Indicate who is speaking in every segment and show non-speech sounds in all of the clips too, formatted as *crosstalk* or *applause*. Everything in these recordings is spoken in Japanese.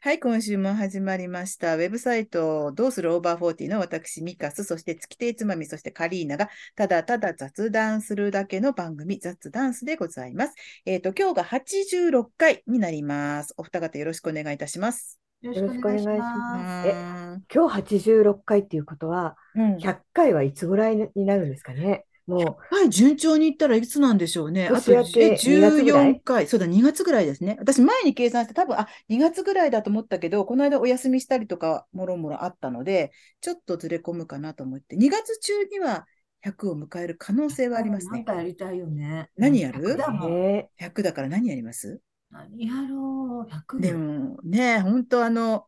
Speaker 1: はい、今週も始まりました。ウェブサイト、どうするオーバーフォーティーの私、ミカス、そして月亭つまみ、そしてカリーナが、ただただ雑談するだけの番組、雑ダンスでございます。えっ、と、今日が86回になります。お二方よろしくお願いいたします。
Speaker 2: よ
Speaker 3: ろしくお願いしま
Speaker 1: うーん
Speaker 3: 今日86回っていうことは、
Speaker 1: うん、100
Speaker 3: 100回はいつぐらいになるんですかね。も
Speaker 1: 回順調にいったらいつなんでしょうね。あと
Speaker 3: 年明け
Speaker 1: え
Speaker 3: 2月ぐらい
Speaker 1: 14回、そうだ、2月ぐらいですね。私、前に計算して、多分あ2月ぐらいだと思ったけど、この間お休みしたりとか、もろもろあったので、ちょっとずれ込むかなと思って、2月中には100を迎える可能性はあります
Speaker 2: なん
Speaker 1: ね。
Speaker 2: かやりたいよね。
Speaker 1: 何やる
Speaker 2: 100だ
Speaker 3: う、
Speaker 2: もん。
Speaker 3: ね、
Speaker 1: 100だから何やります
Speaker 2: 何やろう、100
Speaker 1: でもね、本当あの、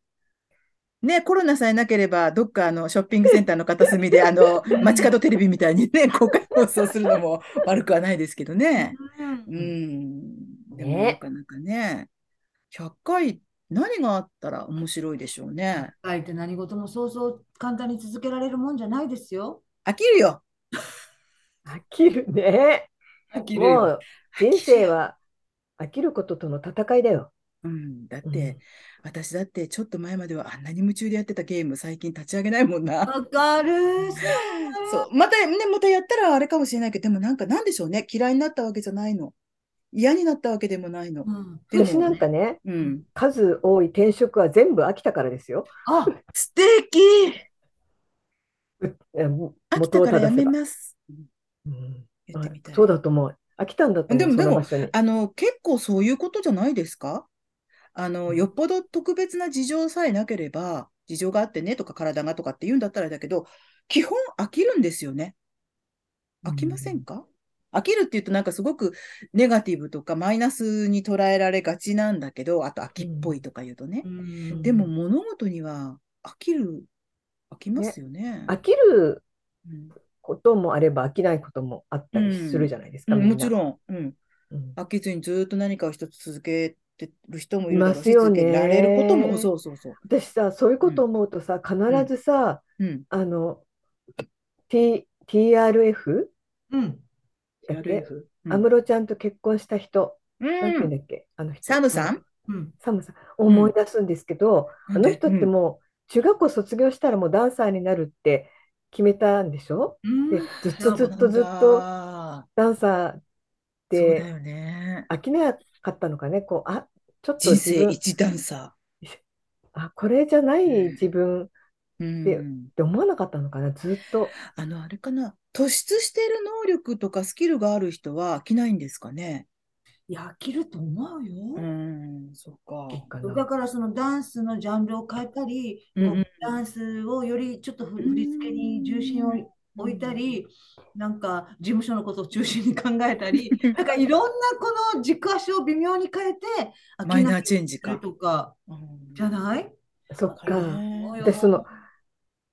Speaker 1: ね、コロナさえなければ、どっかあのショッピングセンターの片隅で、あ
Speaker 3: *laughs*
Speaker 1: の、街角テレビみたいにね、公開放送するのも悪くはないですけどね。
Speaker 2: うん
Speaker 1: うん。でも
Speaker 3: ね
Speaker 1: なかなかね、100回何があったら面白いでしょうね。
Speaker 2: 書いて何事もそうそう簡単に続けられるもんじゃないですよ。
Speaker 1: 飽きるよ。
Speaker 3: 飽きるね。
Speaker 2: 飽き
Speaker 3: もう人生は飽きることとの戦いだよ。
Speaker 1: うん、だっ
Speaker 3: うん
Speaker 1: て、私だってちょっと前まではあんなに夢中でやってたゲーム最近立ち上げないもんな。
Speaker 2: わかる。
Speaker 1: そう。またね、またやったらあれかもしれないけど、でもなんかなんでしょうね。嫌いになったわけじゃないの。嫌になったわけでもないの
Speaker 2: う。ん、
Speaker 1: でも
Speaker 3: 私なんかね、
Speaker 1: うん。
Speaker 3: 数多い転職は全部飽きたからですよ。
Speaker 2: あ、
Speaker 1: 素敵
Speaker 3: えも
Speaker 1: 飽き
Speaker 3: 元
Speaker 1: た
Speaker 3: を
Speaker 1: からや
Speaker 3: 正せ
Speaker 1: め
Speaker 3: ば。
Speaker 1: ます。
Speaker 3: うん
Speaker 1: 言ってみたい。
Speaker 3: そうだと思う。飽きたんだと思う、
Speaker 1: でも
Speaker 3: その
Speaker 1: でも
Speaker 3: 場所に。
Speaker 1: あの、結構そういうことじゃないですかあの、よっぽど特別な事情さえなければ、事情があってねとか体がとかって言うんだったらあれだけど、基本飽きるんですよね。飽きませんか飽きるっていうとなんかすごくネガティブとかマイナスに捉えられがちなんだけど、あと飽きっぽいとか言うとね。
Speaker 2: うん
Speaker 1: でも物事には飽きる、飽きますよね。
Speaker 3: 飽きる
Speaker 1: うん
Speaker 3: こともあれば飽きないこともあったりするじゃないです
Speaker 1: う
Speaker 3: か、
Speaker 1: ん
Speaker 3: みんな
Speaker 1: もちろん、うん、
Speaker 3: うん
Speaker 1: 飽きずにずっと何かを一つ続けてる人もいる
Speaker 3: い
Speaker 1: だ
Speaker 3: ま
Speaker 1: ろう
Speaker 3: す
Speaker 1: し、
Speaker 3: よ
Speaker 1: 続
Speaker 3: ね
Speaker 1: けられることも、そうそうそう。
Speaker 3: 私さ、そういうこと思うとさ、必ずさ、
Speaker 1: うん、
Speaker 3: あの、T、TRF?
Speaker 2: うん、
Speaker 3: だっけ
Speaker 1: TRF うん
Speaker 3: 安室ちゃんと結婚した人、なんて
Speaker 1: う
Speaker 3: 言うん
Speaker 1: ん、
Speaker 3: だっけ、あの人。
Speaker 1: サムさん
Speaker 2: うん、
Speaker 3: サムさん。思い出すんですけど、あの人って
Speaker 1: うん
Speaker 3: もう、中学校卒業したらもうダンサーになるって決めたんでしょ
Speaker 2: うん
Speaker 3: で、ずっとずっとずっ
Speaker 1: そうな
Speaker 3: と
Speaker 1: んだ
Speaker 3: ダンサー
Speaker 1: そうだ
Speaker 3: で
Speaker 1: よね。
Speaker 3: 飽きなかったのかね、こう、あ、ちょっと
Speaker 1: 人
Speaker 3: 自
Speaker 1: 生
Speaker 3: 分、
Speaker 1: 一ダンサ
Speaker 3: あ、これじゃない自分っ
Speaker 1: ー。
Speaker 3: で
Speaker 1: うん、
Speaker 3: て思わなかったのかな、ずっと。
Speaker 1: あの、あれかな、突出している能力とかスキルがある人は飽きないんですかね。
Speaker 2: いや、飽きると思うよ。
Speaker 1: うん、そうか。
Speaker 3: いいか
Speaker 2: だ
Speaker 3: な。
Speaker 2: からそのダンスのジャンルを変えたり、
Speaker 1: うんうん
Speaker 2: こうダンスをよりちょっと振振り付けに重心を置いたり、なんか事務所のことを中心に考え
Speaker 1: *laughs*
Speaker 2: たり、なんかいろんなこの軸足を微妙に変えて、飽き
Speaker 1: マイナ
Speaker 2: な
Speaker 1: ー
Speaker 2: い
Speaker 1: チェンジか。
Speaker 2: とか
Speaker 1: うん
Speaker 2: じゃない
Speaker 3: そっか。
Speaker 2: 思うよ
Speaker 3: 私その、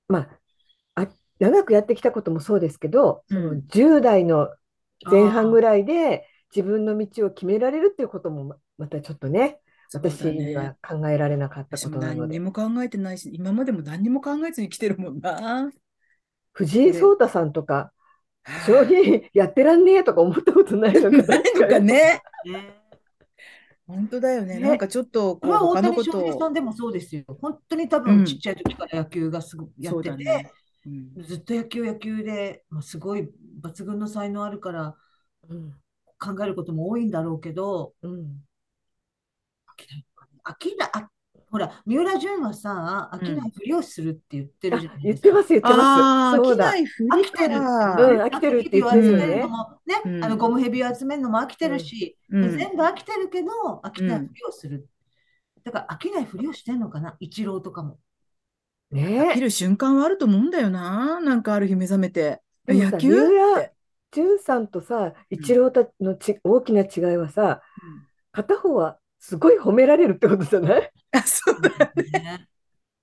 Speaker 3: まあ、あ長くやってきたこともそうですけど、その
Speaker 1: うん
Speaker 3: 10代の前半ぐ
Speaker 2: い。
Speaker 3: らいで自分の道を決められるっていうこともままたちょっとね、
Speaker 1: そうだね
Speaker 3: 私には考えられなかった
Speaker 1: 私
Speaker 3: こ
Speaker 1: も
Speaker 3: となの
Speaker 1: 何に
Speaker 3: で。
Speaker 1: も考えてないし、今までも何にも考えずに来てるもんな。
Speaker 3: 藤井聡太さんとか、将棋やってらんねえとか思ったことないの
Speaker 1: *laughs*
Speaker 3: か
Speaker 1: ないのか。ね。
Speaker 2: ね
Speaker 1: 本当だよね。
Speaker 3: ね
Speaker 1: なんかちょっと
Speaker 2: こ
Speaker 1: こう
Speaker 2: れは
Speaker 1: 他
Speaker 2: 大
Speaker 1: のこ
Speaker 2: 谷翔
Speaker 1: と
Speaker 2: 平さ
Speaker 1: を
Speaker 2: ん。でもそうですよ。本当に多
Speaker 1: うん
Speaker 2: 分ちっちゃい時から野球がすごくや
Speaker 1: そ
Speaker 2: っ
Speaker 1: う
Speaker 2: て
Speaker 1: だ
Speaker 2: て、
Speaker 1: ね。うん
Speaker 2: ずっと野球野球で、まあ、すごい抜群の才能あるから
Speaker 3: うん
Speaker 2: 考えることも多いんだろうけど、
Speaker 3: うん
Speaker 2: 飽きないのかね。飽きなあほら、三浦淳はさ、飽きないふりをするって言ってる
Speaker 3: あ
Speaker 2: じゃない
Speaker 3: 言
Speaker 2: で
Speaker 3: っ
Speaker 2: す
Speaker 3: て
Speaker 2: か。
Speaker 3: ます、言って
Speaker 1: あ
Speaker 3: ます。
Speaker 1: あ、
Speaker 3: そ
Speaker 1: 飽
Speaker 3: う
Speaker 1: き
Speaker 3: だ
Speaker 1: な。いふりか
Speaker 3: 飽きてる
Speaker 1: ら。
Speaker 3: うん
Speaker 2: 飽きる
Speaker 3: って言ってるよね
Speaker 2: 飽きるのもね、
Speaker 1: うん
Speaker 2: あのゴムヘビを集めるのも飽きてるし、
Speaker 1: うんうん
Speaker 2: 全部飽きてるけど、飽きないふりをする。だから飽きないふりをしてんのかな、一郎と
Speaker 3: *laughs*
Speaker 2: かも。
Speaker 1: 飽き
Speaker 3: ね
Speaker 1: る瞬間はあると思うんだよな。なんかある日目覚めて。
Speaker 3: でもさ
Speaker 1: 野球
Speaker 3: 三浦
Speaker 1: って
Speaker 3: 淳さんとさ、一郎たちのち大きな違いはさ、片方はすごい褒められるってことじゃない、
Speaker 1: *laughs* あ、そうだ。
Speaker 2: ね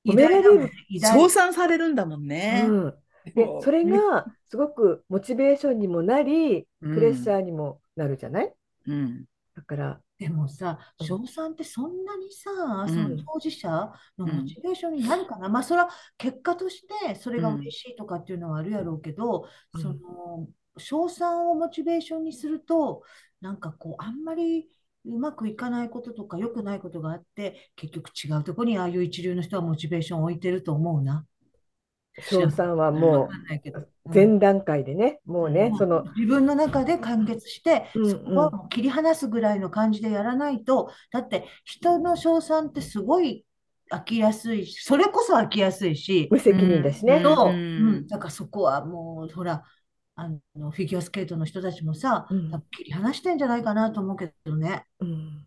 Speaker 3: 褒められる
Speaker 2: 偉大だもんね偉大
Speaker 1: 称賛されるんだもんね。
Speaker 3: うん、でそれがすごくモチベーションにもなり、
Speaker 1: うん
Speaker 3: プレッシャーにもなるじゃない
Speaker 1: うん。
Speaker 3: だから、
Speaker 2: でもさ、
Speaker 3: うん
Speaker 2: 賞賛ってそんなにさ、
Speaker 1: ん
Speaker 2: その当事者のモチベーションになるかな、まあそれは結果としてそれが嬉しいとかっていうのはあるやろうけど、
Speaker 3: うん
Speaker 2: その賞賛をモチベーションにすると、なんかこう、あんまりうまくいかないこととか良くないことがあって、結局違うところにああいう一流の人はモチベーションを置いてると思うな。
Speaker 3: 翔さんは
Speaker 2: わ
Speaker 3: も
Speaker 2: かんないけど。う
Speaker 3: うん前段階でね、もうね
Speaker 2: う、ん
Speaker 3: その、
Speaker 2: 自分の中で完結して、
Speaker 3: うん
Speaker 2: そこはもう切り離すぐらいの感じでやらないと、だって人の称賛ってすごい飽きやすいし、それこそ飽きやすいし、
Speaker 3: 無責任だしね。
Speaker 2: そ
Speaker 1: う
Speaker 2: う、
Speaker 1: ん
Speaker 2: うん、だからそこはもう、ほら、あの、フィギュアスケートの人たちもさ、
Speaker 3: うん
Speaker 2: 多分切り離してんじゃないかなと思うけどね。
Speaker 3: うん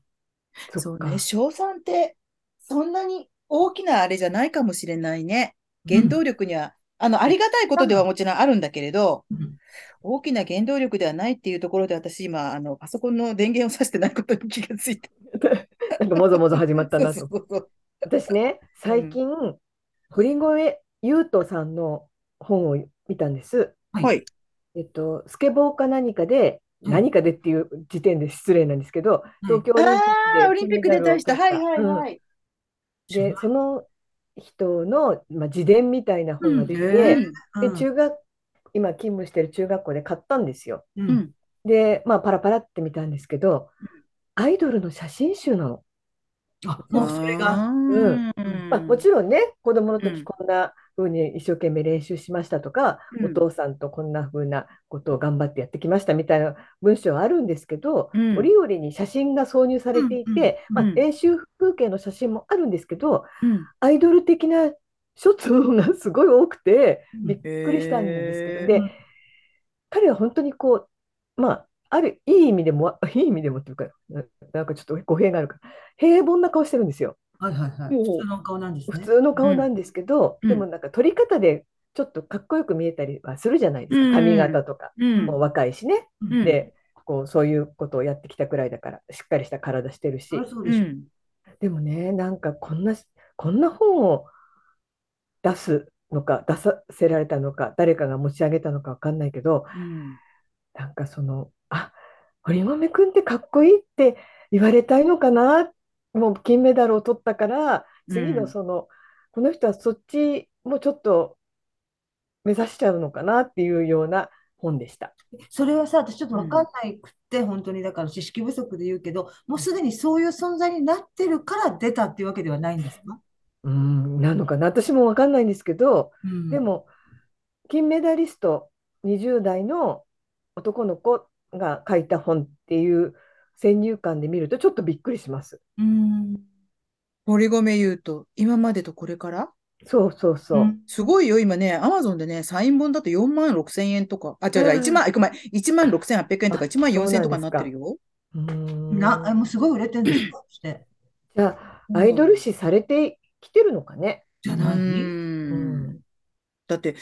Speaker 3: そ
Speaker 1: そ
Speaker 3: っ
Speaker 1: う
Speaker 3: か
Speaker 1: ね、。賞賛って、そんなに大きなあれじゃないかもしれないね。原動力には、あの、ありがたいことではもちろんあるんだけれど、
Speaker 2: うん
Speaker 1: 大きな原動力ではないっていうところで、私今、あの、パソコンの電源をさしてないことに気がついて。
Speaker 3: なんかもぞもぞ始まったな
Speaker 1: そ
Speaker 3: と
Speaker 1: う。そうそう
Speaker 3: 私ね、最近、堀越雄斗さんの本を見たんです。
Speaker 1: はい。
Speaker 3: えっと、スケボーか何かで、
Speaker 2: うん
Speaker 3: 何かでっていう時点で失礼なんですけど、東京オリンピック
Speaker 1: あ
Speaker 3: で
Speaker 1: あ、オリンピックで出した。はい
Speaker 3: 金メ
Speaker 1: は
Speaker 3: ダ
Speaker 1: い
Speaker 3: ルを
Speaker 1: はい。
Speaker 3: 取ったうんで、その人の、まあ、自伝みたいな本が出
Speaker 2: うん
Speaker 3: て、
Speaker 2: へ
Speaker 1: うん
Speaker 2: う
Speaker 3: で
Speaker 2: ん
Speaker 3: 中学、今勤務してる中学校で買ったんですよ。
Speaker 2: う
Speaker 1: うんん
Speaker 3: で、まあ、パラパラって見たんですけど、アイドルの写真集なの。
Speaker 2: あ、もうそれが、
Speaker 1: あー
Speaker 3: んまあ、もちろんね、子供の時
Speaker 1: うん
Speaker 3: こんな風に一生懸命練習しましたとか、
Speaker 1: うん
Speaker 3: お父さんとこんな風なことを頑張ってやってきましたみたいな文章はあるんですけど、
Speaker 1: うん
Speaker 3: 折々に写真が挿入されていて、
Speaker 1: うんうん
Speaker 3: ま
Speaker 1: う
Speaker 3: あ、
Speaker 1: ん
Speaker 3: 練習風景の写真もあるんですけど、
Speaker 1: うん
Speaker 3: アイドル的なショットの方がすごい多くて、
Speaker 2: うん
Speaker 3: びっくりしたんですけど、
Speaker 1: へ
Speaker 3: で、彼は本当にこう、まあ、あるいい意味でも、いい意味でもっていうか、ななんかちょっと語弊があるから、平凡な顔してるんですよ。
Speaker 2: はいはいはい。
Speaker 3: うん
Speaker 2: 普通の顔なんです
Speaker 3: 普
Speaker 2: ね。
Speaker 3: 通の顔なんですけど、
Speaker 1: うん
Speaker 3: でもなんか撮り方でちょっとかっこよく見えたりはするじゃないで
Speaker 1: う
Speaker 3: す
Speaker 1: んうん
Speaker 3: か、髪型とか、
Speaker 1: うん
Speaker 3: もう若いしね、
Speaker 1: うん
Speaker 3: でこうそういうことをやってきたくらいだから、しっかりした体してるし、
Speaker 2: あそう
Speaker 1: う
Speaker 2: でしょ。
Speaker 1: ん
Speaker 3: でもね、なんかこんな、こんな本を出すのか、出させられたのか、誰かが持ち上げたのかわかんないけど、
Speaker 1: うん
Speaker 3: なんかその、あ堀米君ってかっこいいって言われたいのかな、もう金メダルを取ったから、次
Speaker 1: う
Speaker 3: の
Speaker 1: ん
Speaker 3: その、この人はそっちもちょっと目指しちゃうのかなっていうような本でした。
Speaker 2: それはさ、私ちょっとわかんないくって、本当にだから知識不足で言うけど、もうすでにそういう存在になってるから出たっていうわけではないんですか
Speaker 3: うん、なのかな、私もわかんないんですけど、
Speaker 2: うん
Speaker 3: でも、金メダリスト20代の男の子が書いた本っていう先入観で見ると、ちょっとびっくりします。
Speaker 2: うん、
Speaker 1: 堀米言うと、今までとこれから
Speaker 3: そうそうそう。
Speaker 2: うん
Speaker 1: すごいよ、今ね、アマゾンでね、サイン本だと4万6千円とか、あ、違う違う、1万、いくま1万6千800円とか
Speaker 3: あ
Speaker 1: 1万4千円とか
Speaker 3: そ
Speaker 1: に
Speaker 3: う
Speaker 1: なん
Speaker 3: なですか
Speaker 1: ってるよ。
Speaker 3: うーん
Speaker 2: な、えもうすごい売れてるんですかして。
Speaker 3: じゃあ、アイドル視されてきてるのかね。
Speaker 2: じゃ
Speaker 1: う
Speaker 2: ない、
Speaker 1: ん。だって、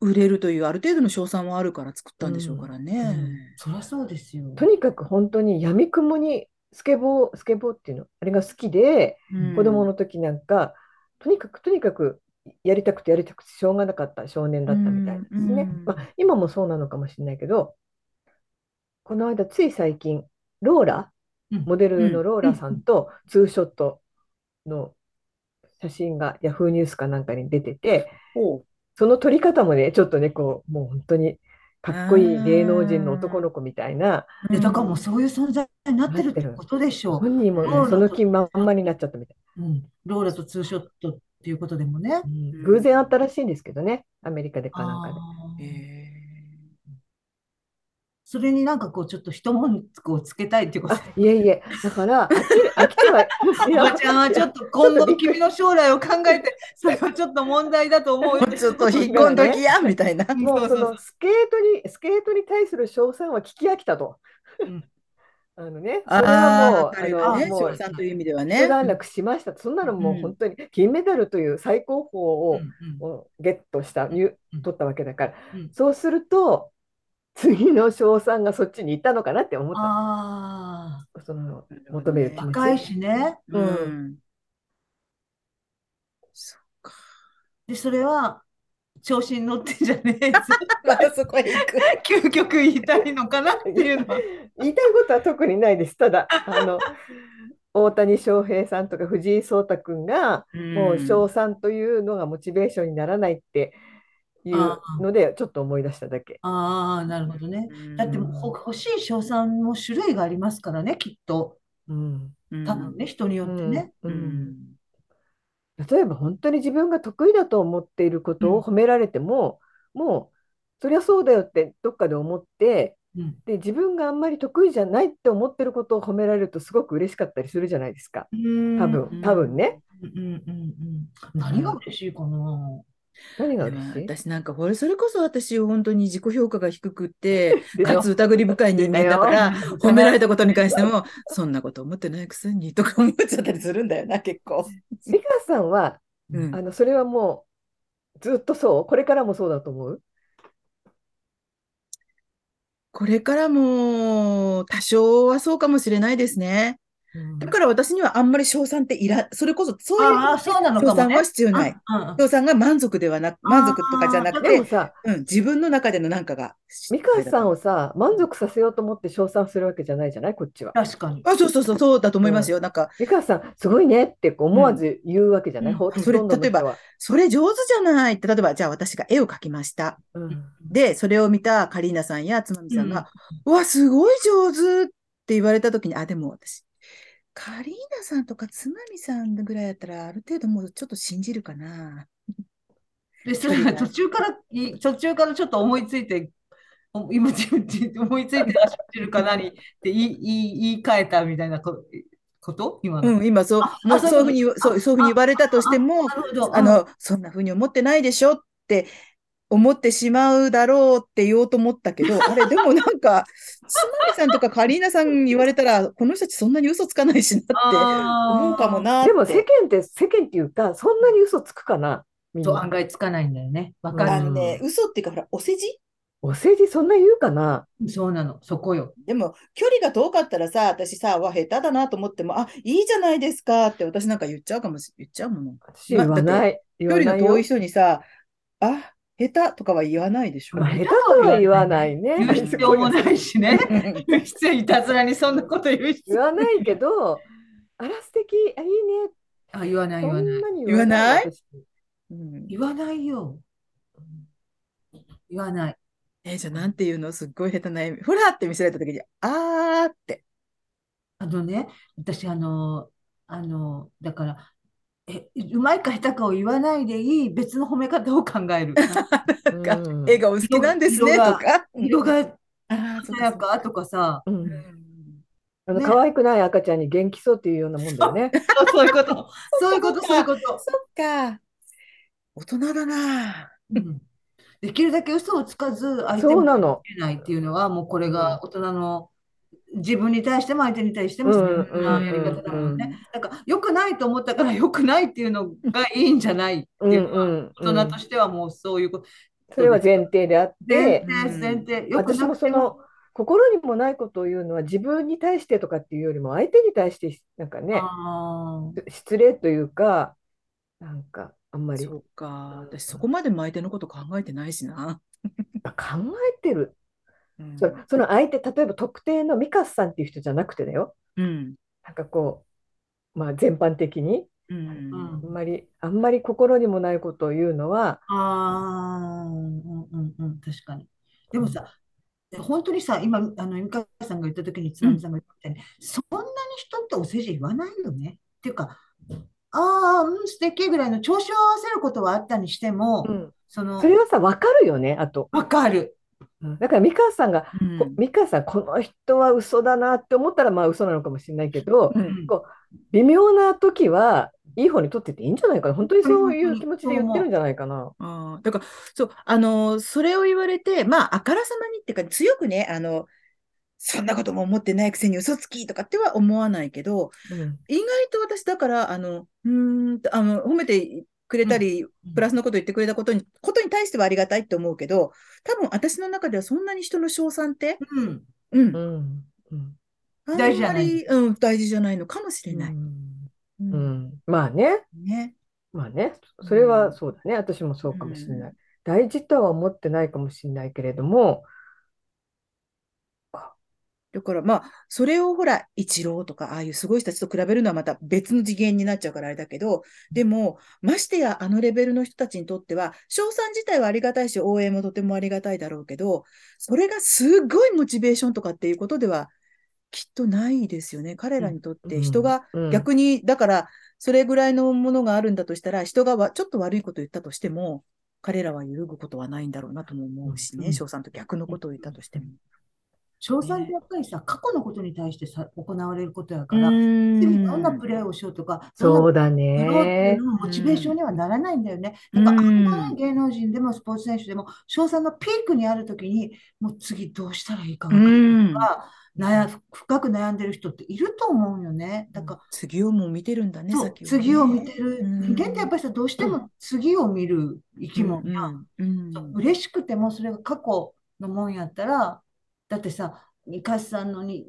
Speaker 1: 売れるというある程度の賞賛はあるから作ったんでしょうからね。
Speaker 2: そりゃそうですよ。
Speaker 3: とにかく本当に闇雲にスケボー、スケボーっていうの、あれが好きで、
Speaker 1: うん
Speaker 3: 子供の時なんか、とにかくとにかくやりたくてやりたくてしょうがなかった少年だったみたいなんですね。
Speaker 1: うん
Speaker 3: まあ、今もそうなのかもしれないけど、この間、つい最近、ローラ、
Speaker 2: うん
Speaker 3: モデルのローラさんとツーショットの写真がヤフーニュースかなんかに出てて、
Speaker 1: ほう
Speaker 3: その撮り方もね、ちょっとね、こう、もう本当にかっこいい芸能人の男の子みたいな、
Speaker 2: で、だからもうそういう存在になってるってことでしょう。
Speaker 3: 本人も
Speaker 2: そう
Speaker 3: ねその気まんまになっちゃったみたい
Speaker 2: うん、ローラとツーショットっていうことでもね。
Speaker 3: な。
Speaker 1: うん
Speaker 3: 偶然あったらしいんですけどね、アメリカでかなんかで。
Speaker 2: あー
Speaker 1: へ
Speaker 2: それになんかこうちょっと一文句をつけたいっていうこと
Speaker 3: あ、いえいえ、だから、飽きる飽きては、 *laughs* い
Speaker 2: *laughs* お
Speaker 3: や
Speaker 2: ばちゃんはちょっと今後の君の将来を考
Speaker 3: *laughs*
Speaker 2: えて、それはちょっと問題だと思うよ
Speaker 1: ー。ちょっと引っ込んどきや、みたいな。
Speaker 3: も
Speaker 2: そう
Speaker 3: う
Speaker 2: そ
Speaker 3: *laughs* そう
Speaker 2: そう
Speaker 3: のスケートに、スケートに対する称賛は聞き飽きたと。
Speaker 2: うん
Speaker 3: *laughs* あのね、それ
Speaker 1: あ
Speaker 3: はもう、
Speaker 1: あ、
Speaker 3: あ
Speaker 1: 彼
Speaker 3: の
Speaker 1: はね、
Speaker 3: も
Speaker 1: 賞
Speaker 3: う、
Speaker 1: 賛という意味では
Speaker 3: 一
Speaker 1: ね。
Speaker 3: 段落しました。そんなのもう本当に、金メダルという最高峰
Speaker 2: うん
Speaker 3: を
Speaker 2: うん
Speaker 3: をゲットした、ゆ
Speaker 2: うん
Speaker 3: 取ったわけだから、
Speaker 2: うん
Speaker 3: そうすると、次の賞賛がそっちに行ったのかなって思った。
Speaker 2: あ
Speaker 3: その求める気持
Speaker 2: あ、若い
Speaker 3: ち。
Speaker 2: しね。
Speaker 1: *laughs* う。
Speaker 3: うん
Speaker 1: そっか。
Speaker 2: で、それは調子に乗ってんじゃねえぞ
Speaker 1: またそこへ行く。
Speaker 2: 究極言いたいのかなっていうのは。
Speaker 3: 言いたいことは特にないです。ただ、あの、大谷翔平さんとか藤井聡太君が、もう賞賛というのがモチベーションにならないっていうので、ちょっと思い出しただけ。
Speaker 2: *laughs* ああ、なるほどね。
Speaker 1: うん
Speaker 2: だってもうほ欲しい賞賛も種類がありますからね、きっと。
Speaker 3: うん、
Speaker 1: うん
Speaker 2: 多分ね、人によってね。
Speaker 3: う、
Speaker 1: うんん。
Speaker 3: 例えば本当に自分が得意だと思っていることを褒められても、もうそりゃそうだよってどっかで思って
Speaker 2: うん
Speaker 3: で自分があんまり得意じゃないって思ってることを褒められるとすごく嬉しかったりするじゃないですか多
Speaker 2: うん
Speaker 3: 分多分ね
Speaker 2: うんうんうん。何が嬉しいかな。
Speaker 3: 何が
Speaker 1: で
Speaker 3: 嬉
Speaker 1: も
Speaker 3: しい
Speaker 1: 私なんかこれそれこそ私本当に自己評価が低くって
Speaker 3: でしょ
Speaker 1: かつ疑り深い人間だから褒められたことに関してもそんなこと思ってないくせにとか思っちゃったりするんだよ
Speaker 3: *laughs*
Speaker 1: な結構。
Speaker 3: 美川さんは
Speaker 1: うん
Speaker 3: あのそれはもうずっとそうこれからもそうだと思う
Speaker 1: これからも多少はそうかもしれないですね。だから私にはあんまり賞賛っていらそれこそそういう
Speaker 2: ああ、そうなの
Speaker 1: 賞
Speaker 2: かも
Speaker 1: 賛
Speaker 2: ね
Speaker 1: は。必要ない。
Speaker 2: うんうん
Speaker 1: 賞賛が満足ではなく満足とかじゃなく
Speaker 3: で
Speaker 1: て
Speaker 3: も、さ
Speaker 1: うん、自分の中でのなんかが。
Speaker 3: 美川さんをさ満足させようと思って称賛するわけじゃないじゃないこっちは
Speaker 2: 確かに。
Speaker 1: あそうそうそうそうだと思いますよ。なんか
Speaker 3: 美川さんすごいねってこう思わず言うわけじゃない、
Speaker 2: うん
Speaker 3: ほ
Speaker 1: うん
Speaker 3: ほとんどの人は
Speaker 1: それ上手じゃないって、例えば、じゃあ私が絵を描きました。
Speaker 3: うん
Speaker 1: で、それを見たカリーナさんやつまみさんが、うわ、すごい上手って言われたときに、あ、でも私、カリーナさんとかつまみさんぐらいだったら、ある程度もうちょっと信じるかな。
Speaker 2: で、それが途中から、い途中からちょっと思いついて、お今、自分自思いついて走ってるかなにって言い、言い、言い換えたみたいなここと今の。
Speaker 1: うん、今そう、
Speaker 2: あ
Speaker 1: もう
Speaker 2: あそう
Speaker 1: そういうふうに言う、
Speaker 2: あ
Speaker 1: そうそういうふうに言われたとしても、
Speaker 2: なるほど。
Speaker 1: あの、そんなふうに思ってないでしょって思ってしまうだろうって言おうと思ったけど、あれ、でもなんか、つまみさんとかカリーナさんに言われたら、この人たちそんなに嘘つかないしなって
Speaker 2: あー
Speaker 1: 思うかもなって。
Speaker 3: でも世間って世間っていうかそんなに嘘つくかなみん
Speaker 2: そう、案
Speaker 3: な
Speaker 2: 外つかないんだよね。わか
Speaker 1: あ
Speaker 2: る。
Speaker 1: のね、嘘っていうか、ほら、お世辞
Speaker 3: お世辞そんな言うかな
Speaker 2: そうなの、そこよ。
Speaker 1: でも、距離が遠かったらさ、私さ、わ、下手だなと思っても、あ、いいじゃないですかって私なんか言っちゃうかもし、言っちゃうもの。
Speaker 3: 私言わ
Speaker 1: まあ
Speaker 3: な
Speaker 1: だ
Speaker 3: い言
Speaker 1: 距
Speaker 3: わ
Speaker 1: 離
Speaker 3: な
Speaker 1: の
Speaker 3: いよ
Speaker 1: 遠い人にさ、あ、下手とかは言わないでしょ。
Speaker 3: まあ下手とは言わないね
Speaker 2: 言う必要もないしね。 *laughs* 言う必要、いたずらにそんなこと言う必
Speaker 3: 言
Speaker 2: 要。
Speaker 3: わないけどあら素敵あいいね
Speaker 2: あ、言わない、
Speaker 3: そ
Speaker 2: 言わなんい。
Speaker 3: なに
Speaker 1: 言わない
Speaker 3: 私
Speaker 1: うん
Speaker 2: 言わないよ。言わない。
Speaker 1: え、じゃあなんていうのすっごい下手な絵。ほらって見せられた時に、あーって。
Speaker 2: あのね、私、あの、あの、だから、え、うまいか下手かを言わないでいい別の褒め方を考える。
Speaker 1: なんか
Speaker 3: うん
Speaker 1: 絵がお好きなんですね、と
Speaker 2: 色が
Speaker 1: か。
Speaker 2: 色が
Speaker 1: あーそう
Speaker 2: 鮮
Speaker 1: かそ
Speaker 2: や
Speaker 1: うか
Speaker 2: かとかさ、
Speaker 3: う
Speaker 1: うんん
Speaker 3: あの
Speaker 2: ね
Speaker 3: 可愛くない赤ちゃんに元気そうっていうようなもんだよね。
Speaker 2: そうそういうこと、そういうこと、そういうこと。
Speaker 1: そっか。大人だな。
Speaker 2: うんできるだけ嘘をつかず、相手
Speaker 3: そう
Speaker 2: も
Speaker 3: なの。
Speaker 2: 見えないっていうのは、もうこれが大人の自分に対しても相手に対しても
Speaker 3: うん
Speaker 2: そんなやり方だもんね。なんか良くないと思ったから良くないっていうのがいいんじゃないって
Speaker 3: うん
Speaker 2: いううのは、
Speaker 3: んう
Speaker 2: 大
Speaker 3: ん
Speaker 2: 人としてはもうそういうこと。
Speaker 3: それは前提であっ
Speaker 2: 前
Speaker 3: て、
Speaker 2: 提、
Speaker 1: うん
Speaker 2: 前提、よく
Speaker 3: 私
Speaker 2: な
Speaker 3: も
Speaker 2: く
Speaker 3: そ
Speaker 2: ても、
Speaker 3: の心にもないことを言うのは自分に対してとかっていうよりも相手に対してなんかね
Speaker 2: あー
Speaker 3: 失礼というかなんかあんまり
Speaker 1: そうか。私そこまでも相手のこと考えてないしな。
Speaker 3: あ考えてる
Speaker 1: うん
Speaker 3: そその相手例えば特定のミカスさんっていう人じゃなくてだよ
Speaker 1: うん。
Speaker 3: なんかこう、まあ、全般的に
Speaker 1: う。
Speaker 2: うん
Speaker 3: あん
Speaker 2: ん、
Speaker 3: まりあんまり心にもないことを言うのは
Speaker 2: あーうんうんうん、確かに。でもさ、本当にさ、今、あの、美川さんが言ったときに、津波さんが言ったみたいに、そんなに人ってお世辞言わないよね。っていうか、ああ、うん、素敵ぐらいの調子を合わせることはあったにしても、
Speaker 3: うん
Speaker 2: その
Speaker 3: そ、れはさ分かるよねあと
Speaker 2: わかる。
Speaker 3: うんだからミカスさんが
Speaker 1: うん
Speaker 3: こミカさんこの人は嘘だなって思ったらまあ嘘なのかもしれないけ
Speaker 1: う
Speaker 3: ど
Speaker 2: うんん
Speaker 3: 微妙な時はいい方にとってていいんじゃないかな本当にそういう気持ちで言ってるんじゃないかな。
Speaker 1: あーだから、そう、あのーそれを言われて、まあ、あからさまにっていうか、強くね、あの、そんなことも思ってないくせに嘘つきとかっては思わないけど、
Speaker 3: うん
Speaker 1: 意外と私だから、あの、うーんと、あの、褒めてくれたり、プラスのこと言ってくれたことに、ことに対してはありがたいって思うけど、多分私の中ではそんなに人の称賛って、
Speaker 2: うん、
Speaker 1: うん、
Speaker 3: うんうん
Speaker 1: あん
Speaker 2: 大事じゃ
Speaker 1: ま
Speaker 2: ない
Speaker 1: り、うん、大事じゃないのかもしれない。う、
Speaker 3: うんんまあね
Speaker 1: ね。
Speaker 3: まあねそれはそうだね私もそうかもしれない。大事とは思ってないかもしれないけれども
Speaker 1: だからまあ、それをほら、一郎とか、ああいうすごい人たちと比べるのはまた別の次元になっちゃうからあれだけど、でも、ましてやあのレベルの人たちにとっては、賞賛自体はありがたいし、応援もとてもありがたいだろうけど、それがすっごいモチベーションとかっていうことではきっとないですよね。彼らにとっ
Speaker 3: う
Speaker 1: て
Speaker 3: ん
Speaker 1: 人が
Speaker 3: うん
Speaker 1: 逆に、だから、それぐらいのものがあるんだとしたら、人がわちょっと悪いことを言ったとしても、彼らは揺るぐことはないんだろうなとも思うし
Speaker 2: う
Speaker 1: ね、
Speaker 2: ん
Speaker 1: 翔さんと逆のことを言ったとしても。
Speaker 2: 賞賛ってやっぱりさ、過去のことに対してさ、行われることやか
Speaker 1: う
Speaker 2: ら、
Speaker 1: ん
Speaker 2: 次どんなプレーをしようとか、どんな
Speaker 3: そうだ
Speaker 2: やろうってい
Speaker 3: ね
Speaker 2: う。のもモチベーションにはならないんだよね。
Speaker 1: うん
Speaker 2: なんか、あ
Speaker 1: うん
Speaker 2: んまり芸能人でもスポーツ選手でも、賞賛のピークにあるときに、もう次どうしたらいいかわからないとか、悩深く悩んでる人っていると思うよね。だから、
Speaker 1: 次をもう見てるんだね、
Speaker 2: そう
Speaker 1: 先をね
Speaker 2: 次を見てる。
Speaker 1: うん
Speaker 2: 人間ってやっぱりさ、どうしても次を見る生き物やん。
Speaker 1: うん
Speaker 2: そう嬉しくてもそれが過去のもんやったらだってさにかしさんのに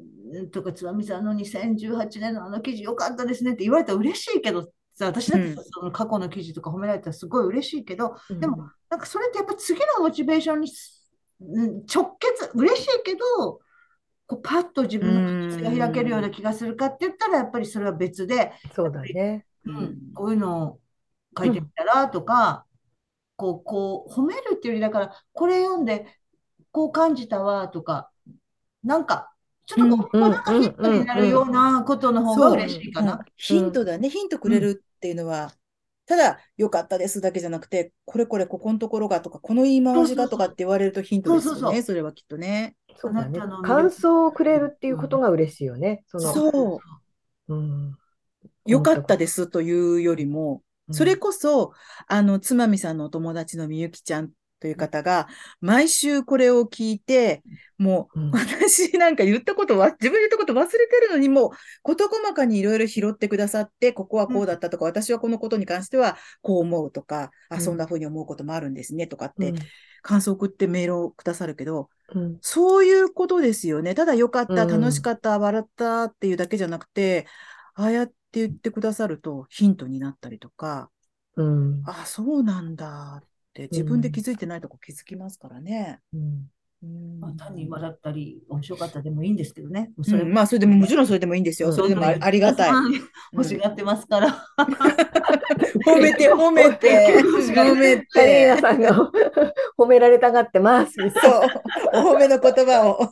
Speaker 2: とかつばみさんの2018年のあの記事よかったですねって言われたら嬉しいけどさ私だってさ
Speaker 1: う
Speaker 2: その過去の記事とか褒められたらすごい嬉しいけど
Speaker 3: うん
Speaker 2: でもなんかそれってやっぱ次のモチベーションにすうん直結嬉しいけどこうパッと自分の口が開けるような気がするかって言ったらやっぱりそれは別で。
Speaker 3: そうだね。
Speaker 1: うん
Speaker 2: うんこういうのを書いてみたらとか、こう、こう褒めるっていうよりだからこれ読んでこう感じたわとかなんかちょっとこう、
Speaker 3: うん
Speaker 2: こうなんかヒントになるようなことの方が嬉しいか
Speaker 1: うん
Speaker 2: な。
Speaker 1: ヒントだね、ヒントくれるっていうのは、ただ、良かったですだけじゃなくて、これこれ、ここのところがとか、この言い回しがとかって言われるとヒントですよね、
Speaker 2: そうそうそう
Speaker 1: それはきっとね。
Speaker 3: そうだね
Speaker 2: あなたの魅力
Speaker 3: 感想をくれるっていうことが嬉しいよね。その、
Speaker 1: そう。
Speaker 3: うん、
Speaker 1: 良かったですというよりも、それこそ、あの、つまみさんのお友達のみゆきちゃんという方が、毎週これを聞いて、もう、
Speaker 3: うん
Speaker 1: 私なんか言ったことは、自分言ったこと忘れてるのに、もう、事細かにいろいろ拾ってくださって、ここはこうだったとか、私はこのことに関しては、こう思うとか、
Speaker 3: う
Speaker 1: あ、
Speaker 3: ん
Speaker 1: そんな風に思うこともあるんですね、とかっ
Speaker 3: うん
Speaker 1: て、感想送ってメールをくださるけど、
Speaker 3: うん
Speaker 1: そういうことですよね。ただ良かった、
Speaker 3: うん
Speaker 1: 楽しかった、笑ったっていうだけじゃなくて、ああやって言ってくださるとヒントになったりとか、
Speaker 3: うん
Speaker 1: あ、そうなんだって自分で気づいてないとこ気づきますからね。
Speaker 3: うん
Speaker 1: うん
Speaker 2: まあ、単に笑ったり面白かったでもいいんですけどね。もう
Speaker 1: う
Speaker 2: それ
Speaker 1: んまあ、それでも、もちろんそれでもいいんですよ。
Speaker 3: うん
Speaker 1: それでもあありがたい。
Speaker 2: 皆さん *laughs* 欲しがってますから。
Speaker 1: 褒めて、褒めて、褒め
Speaker 3: カリー
Speaker 1: て
Speaker 3: ナ。さんが *laughs* 褒められたがってます。
Speaker 1: そう、お褒めの言葉を。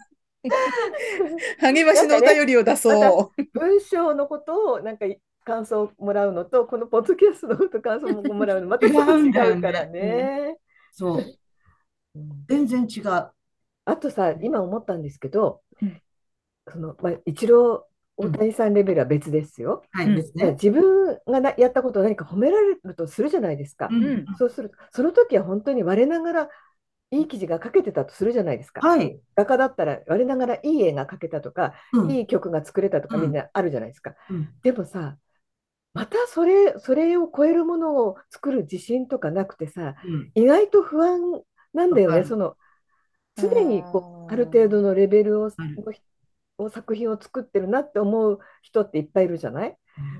Speaker 1: 励ましのお便りを出そう。
Speaker 3: 文章のことをなんか感想をもらうのと、このポッドキャストのこと感想をもらうの、またちょっと違うからね。
Speaker 2: そう。
Speaker 3: うん
Speaker 2: 全然違う。
Speaker 3: あとさ、今思ったんですけど
Speaker 1: うん、
Speaker 3: その、まあ、一郎、大谷さんレベルは別ですよ。
Speaker 2: は
Speaker 1: うん
Speaker 2: い、です
Speaker 3: ね
Speaker 2: ね。
Speaker 3: 自分がなやったことを何か褒められるとするじゃないですか。
Speaker 2: うん
Speaker 1: うん
Speaker 3: そうすると、その時は本当に我ながらいい記事が書けてたとするじゃないですか。
Speaker 2: はい。
Speaker 3: 画家だったら我ながらいい映画書けたとか、
Speaker 2: うん
Speaker 3: いい曲が作れたとか
Speaker 2: うん
Speaker 3: みんなあるじゃないですか。
Speaker 2: うん
Speaker 3: でもさ、またそれ、それを超えるものを作る自信とかなくてさ、
Speaker 2: うん
Speaker 3: 意外と不安なんだよ
Speaker 2: わか
Speaker 3: ね。
Speaker 2: る
Speaker 3: その常に
Speaker 1: あ
Speaker 3: こう
Speaker 1: ー
Speaker 3: ある程度のレベルを、
Speaker 2: る
Speaker 3: のひを作品を作ってるなって思う人っていっぱいいるじゃない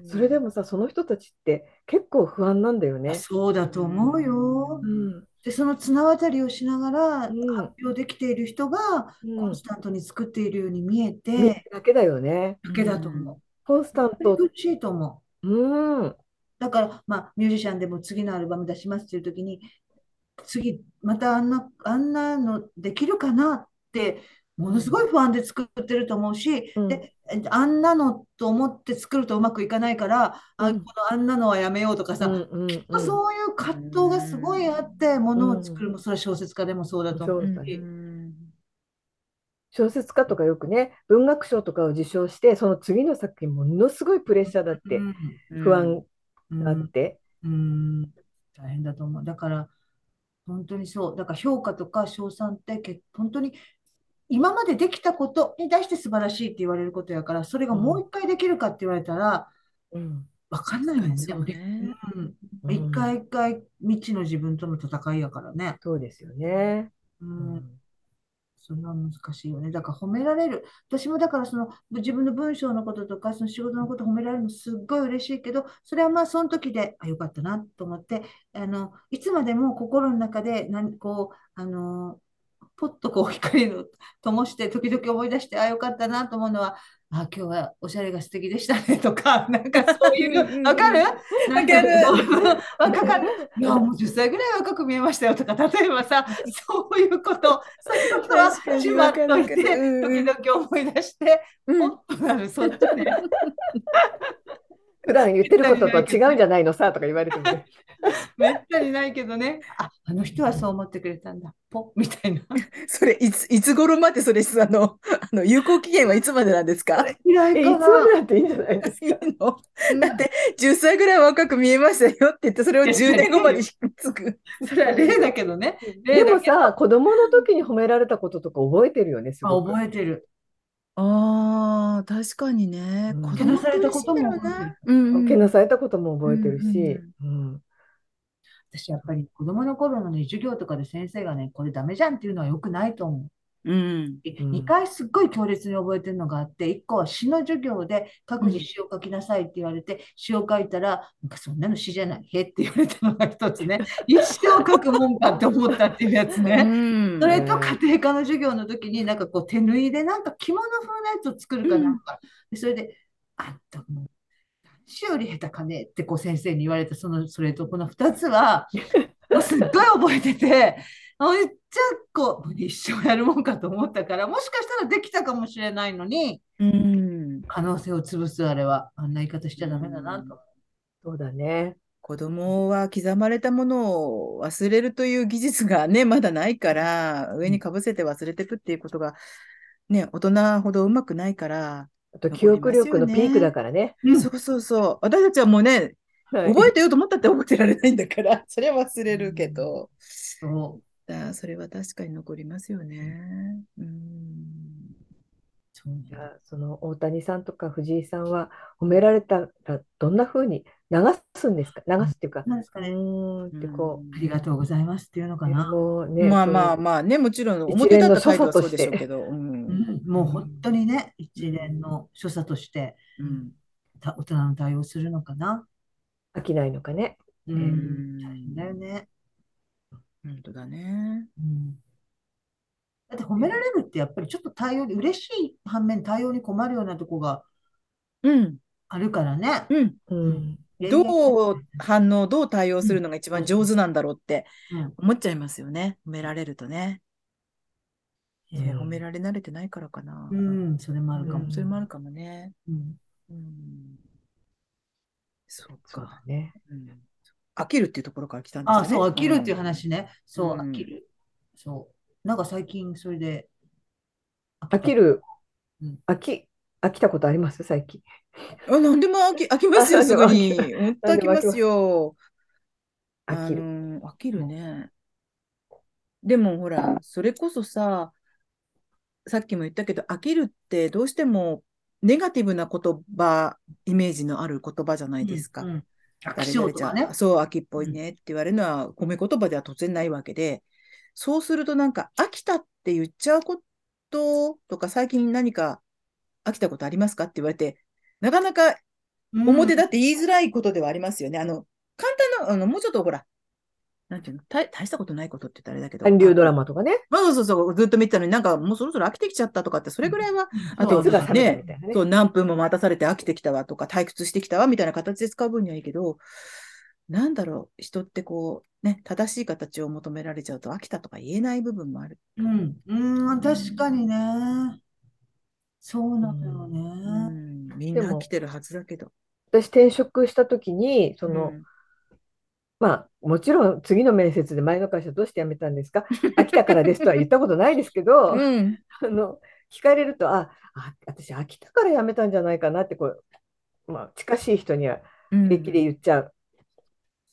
Speaker 3: それでもさ、その人たちって結構不安なんだよね。
Speaker 2: そうだと思うよ
Speaker 3: う。ん
Speaker 2: で、その綱渡りをしながら発
Speaker 3: うん
Speaker 2: 表できている人がコ
Speaker 3: うん
Speaker 2: ンスタントに作っているように見え
Speaker 3: ね
Speaker 2: て
Speaker 3: だけだよね。
Speaker 2: だけだと思
Speaker 3: コンスタン
Speaker 2: う。
Speaker 3: ト。
Speaker 2: 苦しいと思う。
Speaker 3: うん。
Speaker 2: だから、まあ、ミュージシャンでも次のアルバム出しますっていう時に、次、またあんな、あんなのできるかなって、ものすごい不安で作ってると思うし、
Speaker 3: うん
Speaker 2: で、あんなのと思って作るとうまくいかないから、あ、
Speaker 3: うん
Speaker 2: このあんなのはやめようとかさ、
Speaker 3: うんうんうん
Speaker 2: そういう葛藤がすごいあって、ものを作るも、それは小説家でもそうだと思う
Speaker 3: そうだ
Speaker 2: し、
Speaker 3: ね小説家とかよくね、文学賞とかを受賞して、その次の作品ものすごいプレッシャーだって、不安
Speaker 2: うん
Speaker 3: があって。
Speaker 2: うん、うん大変だと思う。だから、本当にそう。だから評価とか賞賛って結、本当に今までできたことに対して素晴らしいって言われることやから、それがもう一回できるかって言われたら、
Speaker 3: うん
Speaker 2: わかんないもんね。
Speaker 1: そうね
Speaker 2: うん
Speaker 3: うん
Speaker 2: 一回一回未知の自分との戦いやからね。
Speaker 3: そうですよね。
Speaker 2: う
Speaker 3: うんん
Speaker 2: それは難しいよね。だから褒められる。私もだからその自分の文章のこととか、その仕事のこと褒められるのすっごい嬉しいけど、それはまあその時で、あ、よかったなと思って、あの、いつまでも心の中で、なんこう、あの、ポッとこう光を灯して、時々思い出して、あ、よかったなと思うのは、あ、今日はおしゃれが素敵でしたねとか、なんかそうい
Speaker 1: うんうんうん
Speaker 2: う、わかる
Speaker 1: わかる
Speaker 2: *laughs* 若かる。いや、もう10歳ぐらい若く見えましたよとか、 *laughs* 例えばさ、そういうこと、そういうこと
Speaker 1: 確か
Speaker 2: は
Speaker 1: に
Speaker 2: しまっといて、
Speaker 1: わかるわかるうんうん
Speaker 2: 時々思い出して、
Speaker 1: う
Speaker 2: お
Speaker 1: ん
Speaker 2: っとなる、そっちね。
Speaker 3: 普段言ってることと違うんじゃないのさとか言われても
Speaker 2: *laughs*
Speaker 3: ね。
Speaker 2: めったにないけどね。あ、あの人はそう思ってくれたんだ。ポッみたいな。
Speaker 1: それ、いつ、いつ頃までそれ、あの、あの、有効期限はいつまでなんですか
Speaker 2: 嫌
Speaker 3: え、い
Speaker 2: い
Speaker 3: つ
Speaker 2: か
Speaker 3: まで
Speaker 2: な。
Speaker 3: だっていいんじゃ
Speaker 2: *laughs*
Speaker 3: ないです
Speaker 1: い
Speaker 3: か。
Speaker 1: いのだって、10歳ぐらい若く見えましたよって言って、それを10年後まで引き継ぐ。
Speaker 2: それは例だけどね。
Speaker 3: で
Speaker 2: 例
Speaker 3: も
Speaker 2: だけど。
Speaker 3: さ、子供の時に褒められたこととか覚えてるよね、す
Speaker 2: あ
Speaker 3: ごく。
Speaker 2: 覚えてる。
Speaker 1: ああ、確かにね。
Speaker 3: うん
Speaker 1: 子供
Speaker 3: け
Speaker 2: なされたこと
Speaker 1: 苦しい
Speaker 2: も
Speaker 1: んだろうなうんうん
Speaker 3: けなされたことも覚えてるし。うん
Speaker 2: 私やっぱり子供の頃のね、授業とかで先生がね、これダメじゃんっていうのは良くないと思う。
Speaker 1: うん。
Speaker 3: ん
Speaker 2: 2回すっごい強烈に覚えてるのがあって、1個は詩の授業で各自詩を書きなさいって言われて、詩を書いたら、なんかそんなの詩じゃない、へって言われたのが1つ
Speaker 1: *laughs*
Speaker 2: ね、一詩を書くもんかって思ったっていうやつね。
Speaker 1: うん
Speaker 2: それと家庭科の授業の時になんかこう手縫いでなんか着物風なやつを作るかなんか、でそれで「あんたもう男子より下手かね」ってこう先生に言われたそのそれとこの2つはもうすっごい覚えててあめっちゃこうもう一生やるもんかと思ったからもしかしたらできたかもしれないのに
Speaker 1: うん
Speaker 2: 可能性を潰すあれはあんな言い方しちゃダメだなと。
Speaker 3: そうだね。
Speaker 1: 子供は刻まれたものを忘れるという技術がね、まだないから、上にかぶせて忘れてくっていうことが、ね、大人ほどうまくないから、
Speaker 3: あと記憶力のピークだからね。
Speaker 2: うん
Speaker 1: そうそうそう、私たちはもうね、
Speaker 3: はい
Speaker 1: 覚えてようと思ったって覚えてられないんだから、 *laughs* それは忘れるけど、
Speaker 2: そう
Speaker 1: だそれは確かに残りますよね。うん
Speaker 2: そう
Speaker 3: いやその大谷さんとか藤井さんは褒められたらどんな風に流すんですか流すっていうか、
Speaker 2: なんですか
Speaker 3: う
Speaker 2: ね、
Speaker 3: ーんってこ
Speaker 2: ありがとうございますっていうのか
Speaker 3: う、
Speaker 2: な。
Speaker 3: もうね、
Speaker 1: まあまあ
Speaker 3: そう
Speaker 1: まあね、もちろん
Speaker 3: 一
Speaker 1: 表立
Speaker 3: 連
Speaker 1: っ
Speaker 3: の
Speaker 1: た態度は
Speaker 3: 所
Speaker 1: そう
Speaker 3: 作と
Speaker 1: で
Speaker 3: し
Speaker 1: してょうけど、うん
Speaker 2: うんもう本当にね、一連の所作として
Speaker 1: うん
Speaker 2: た大人の対応するのかな。
Speaker 3: 飽きないのかね。
Speaker 2: う
Speaker 3: うん
Speaker 2: ん、大変だよね。
Speaker 1: 本当だね。
Speaker 2: うん、だって褒められるってやっぱりちょっと対応に嬉しい反面対応に困るようなとこが
Speaker 1: うん、
Speaker 2: あるからね。
Speaker 1: うん。
Speaker 3: うん、
Speaker 1: どう反応、どう対応するのが一番上手なんだろうって
Speaker 2: うん
Speaker 1: 思っちゃいますよね。褒められるとね。
Speaker 3: うん
Speaker 1: ね褒められ慣れてないからかな。
Speaker 2: う
Speaker 1: うん
Speaker 2: ん、それもあるかも。
Speaker 1: それもあるかもね。
Speaker 2: うん
Speaker 1: うん、そう
Speaker 3: そう
Speaker 1: か
Speaker 3: だ、ね。
Speaker 1: うん。飽きるっていうところから来たんですよ
Speaker 2: あ、
Speaker 1: ね。
Speaker 2: そう、飽きるっていう話ね。そう、
Speaker 1: うん
Speaker 2: 飽きる。そう。なんか最近それで飽
Speaker 3: 飽き。る
Speaker 2: うん、
Speaker 3: 飽き、飽きたことあります最近。
Speaker 1: うん。あ、なんでも飽き、飽きますよ、
Speaker 3: あ
Speaker 1: すぐに。本当
Speaker 3: なん
Speaker 1: 飽
Speaker 3: で
Speaker 1: き
Speaker 3: も
Speaker 1: ま
Speaker 3: 飽きます
Speaker 1: すよ。
Speaker 3: 飽きる。
Speaker 1: あのー飽きるね。でもほら、それこそさ、さっきも言ったけど、飽きるってどうしてもネガティブな言葉、イメージのある言葉じゃないですか。
Speaker 2: うんうん飽き
Speaker 1: 誰
Speaker 2: 性
Speaker 1: 々
Speaker 2: と
Speaker 1: ちゃ
Speaker 2: か
Speaker 1: ん
Speaker 2: ね。
Speaker 1: そう、飽きっぽいねって言われるのは、褒め言葉では突然ないわけで、そうするとなんか、飽きたって言っちゃうこととか、最近何か飽きたことありますかって言われて、なかなか表だって言いづらいことではありますよね。あの、簡単な、あの、もうちょっとほら、なんていうの、大大したことないことって言ったらあれだけど。
Speaker 3: 韓流ドラ
Speaker 1: マ。
Speaker 3: マとかね。
Speaker 1: まあ、そうそうそう、ずっと見てたのになんかもうそろそろ飽きてきちゃったとかって、それぐらいは、
Speaker 2: うん
Speaker 1: あと
Speaker 3: 熱が冷めた
Speaker 1: ね
Speaker 3: みたいなね
Speaker 1: そう、何分も待たされて飽きてきたわとか、退屈してきたわみたいな形で使う分にはいいけど、なんだろう、人ってこう、ね、正しい形を求められちゃうと飽きたとか言えない部分もある。
Speaker 2: うん、うん、確かにね。そうなのよ
Speaker 1: う
Speaker 2: ね。
Speaker 1: ん、みんな
Speaker 3: で
Speaker 1: 飽
Speaker 3: も
Speaker 1: きてるはずだけど。
Speaker 3: 私転職した時に、そ
Speaker 1: う
Speaker 3: の、
Speaker 1: ん
Speaker 3: まあ、もちろん次の面接で前の会社どうして辞めたんですか飽きたからですとは言ったことないです
Speaker 1: *laughs*
Speaker 3: けど、あ
Speaker 1: うん、
Speaker 3: の聞かれるとああ私飽きたから辞めたんじゃないかなってこう、まあ、近しい人には
Speaker 1: うん
Speaker 3: 平気で言っちゃう、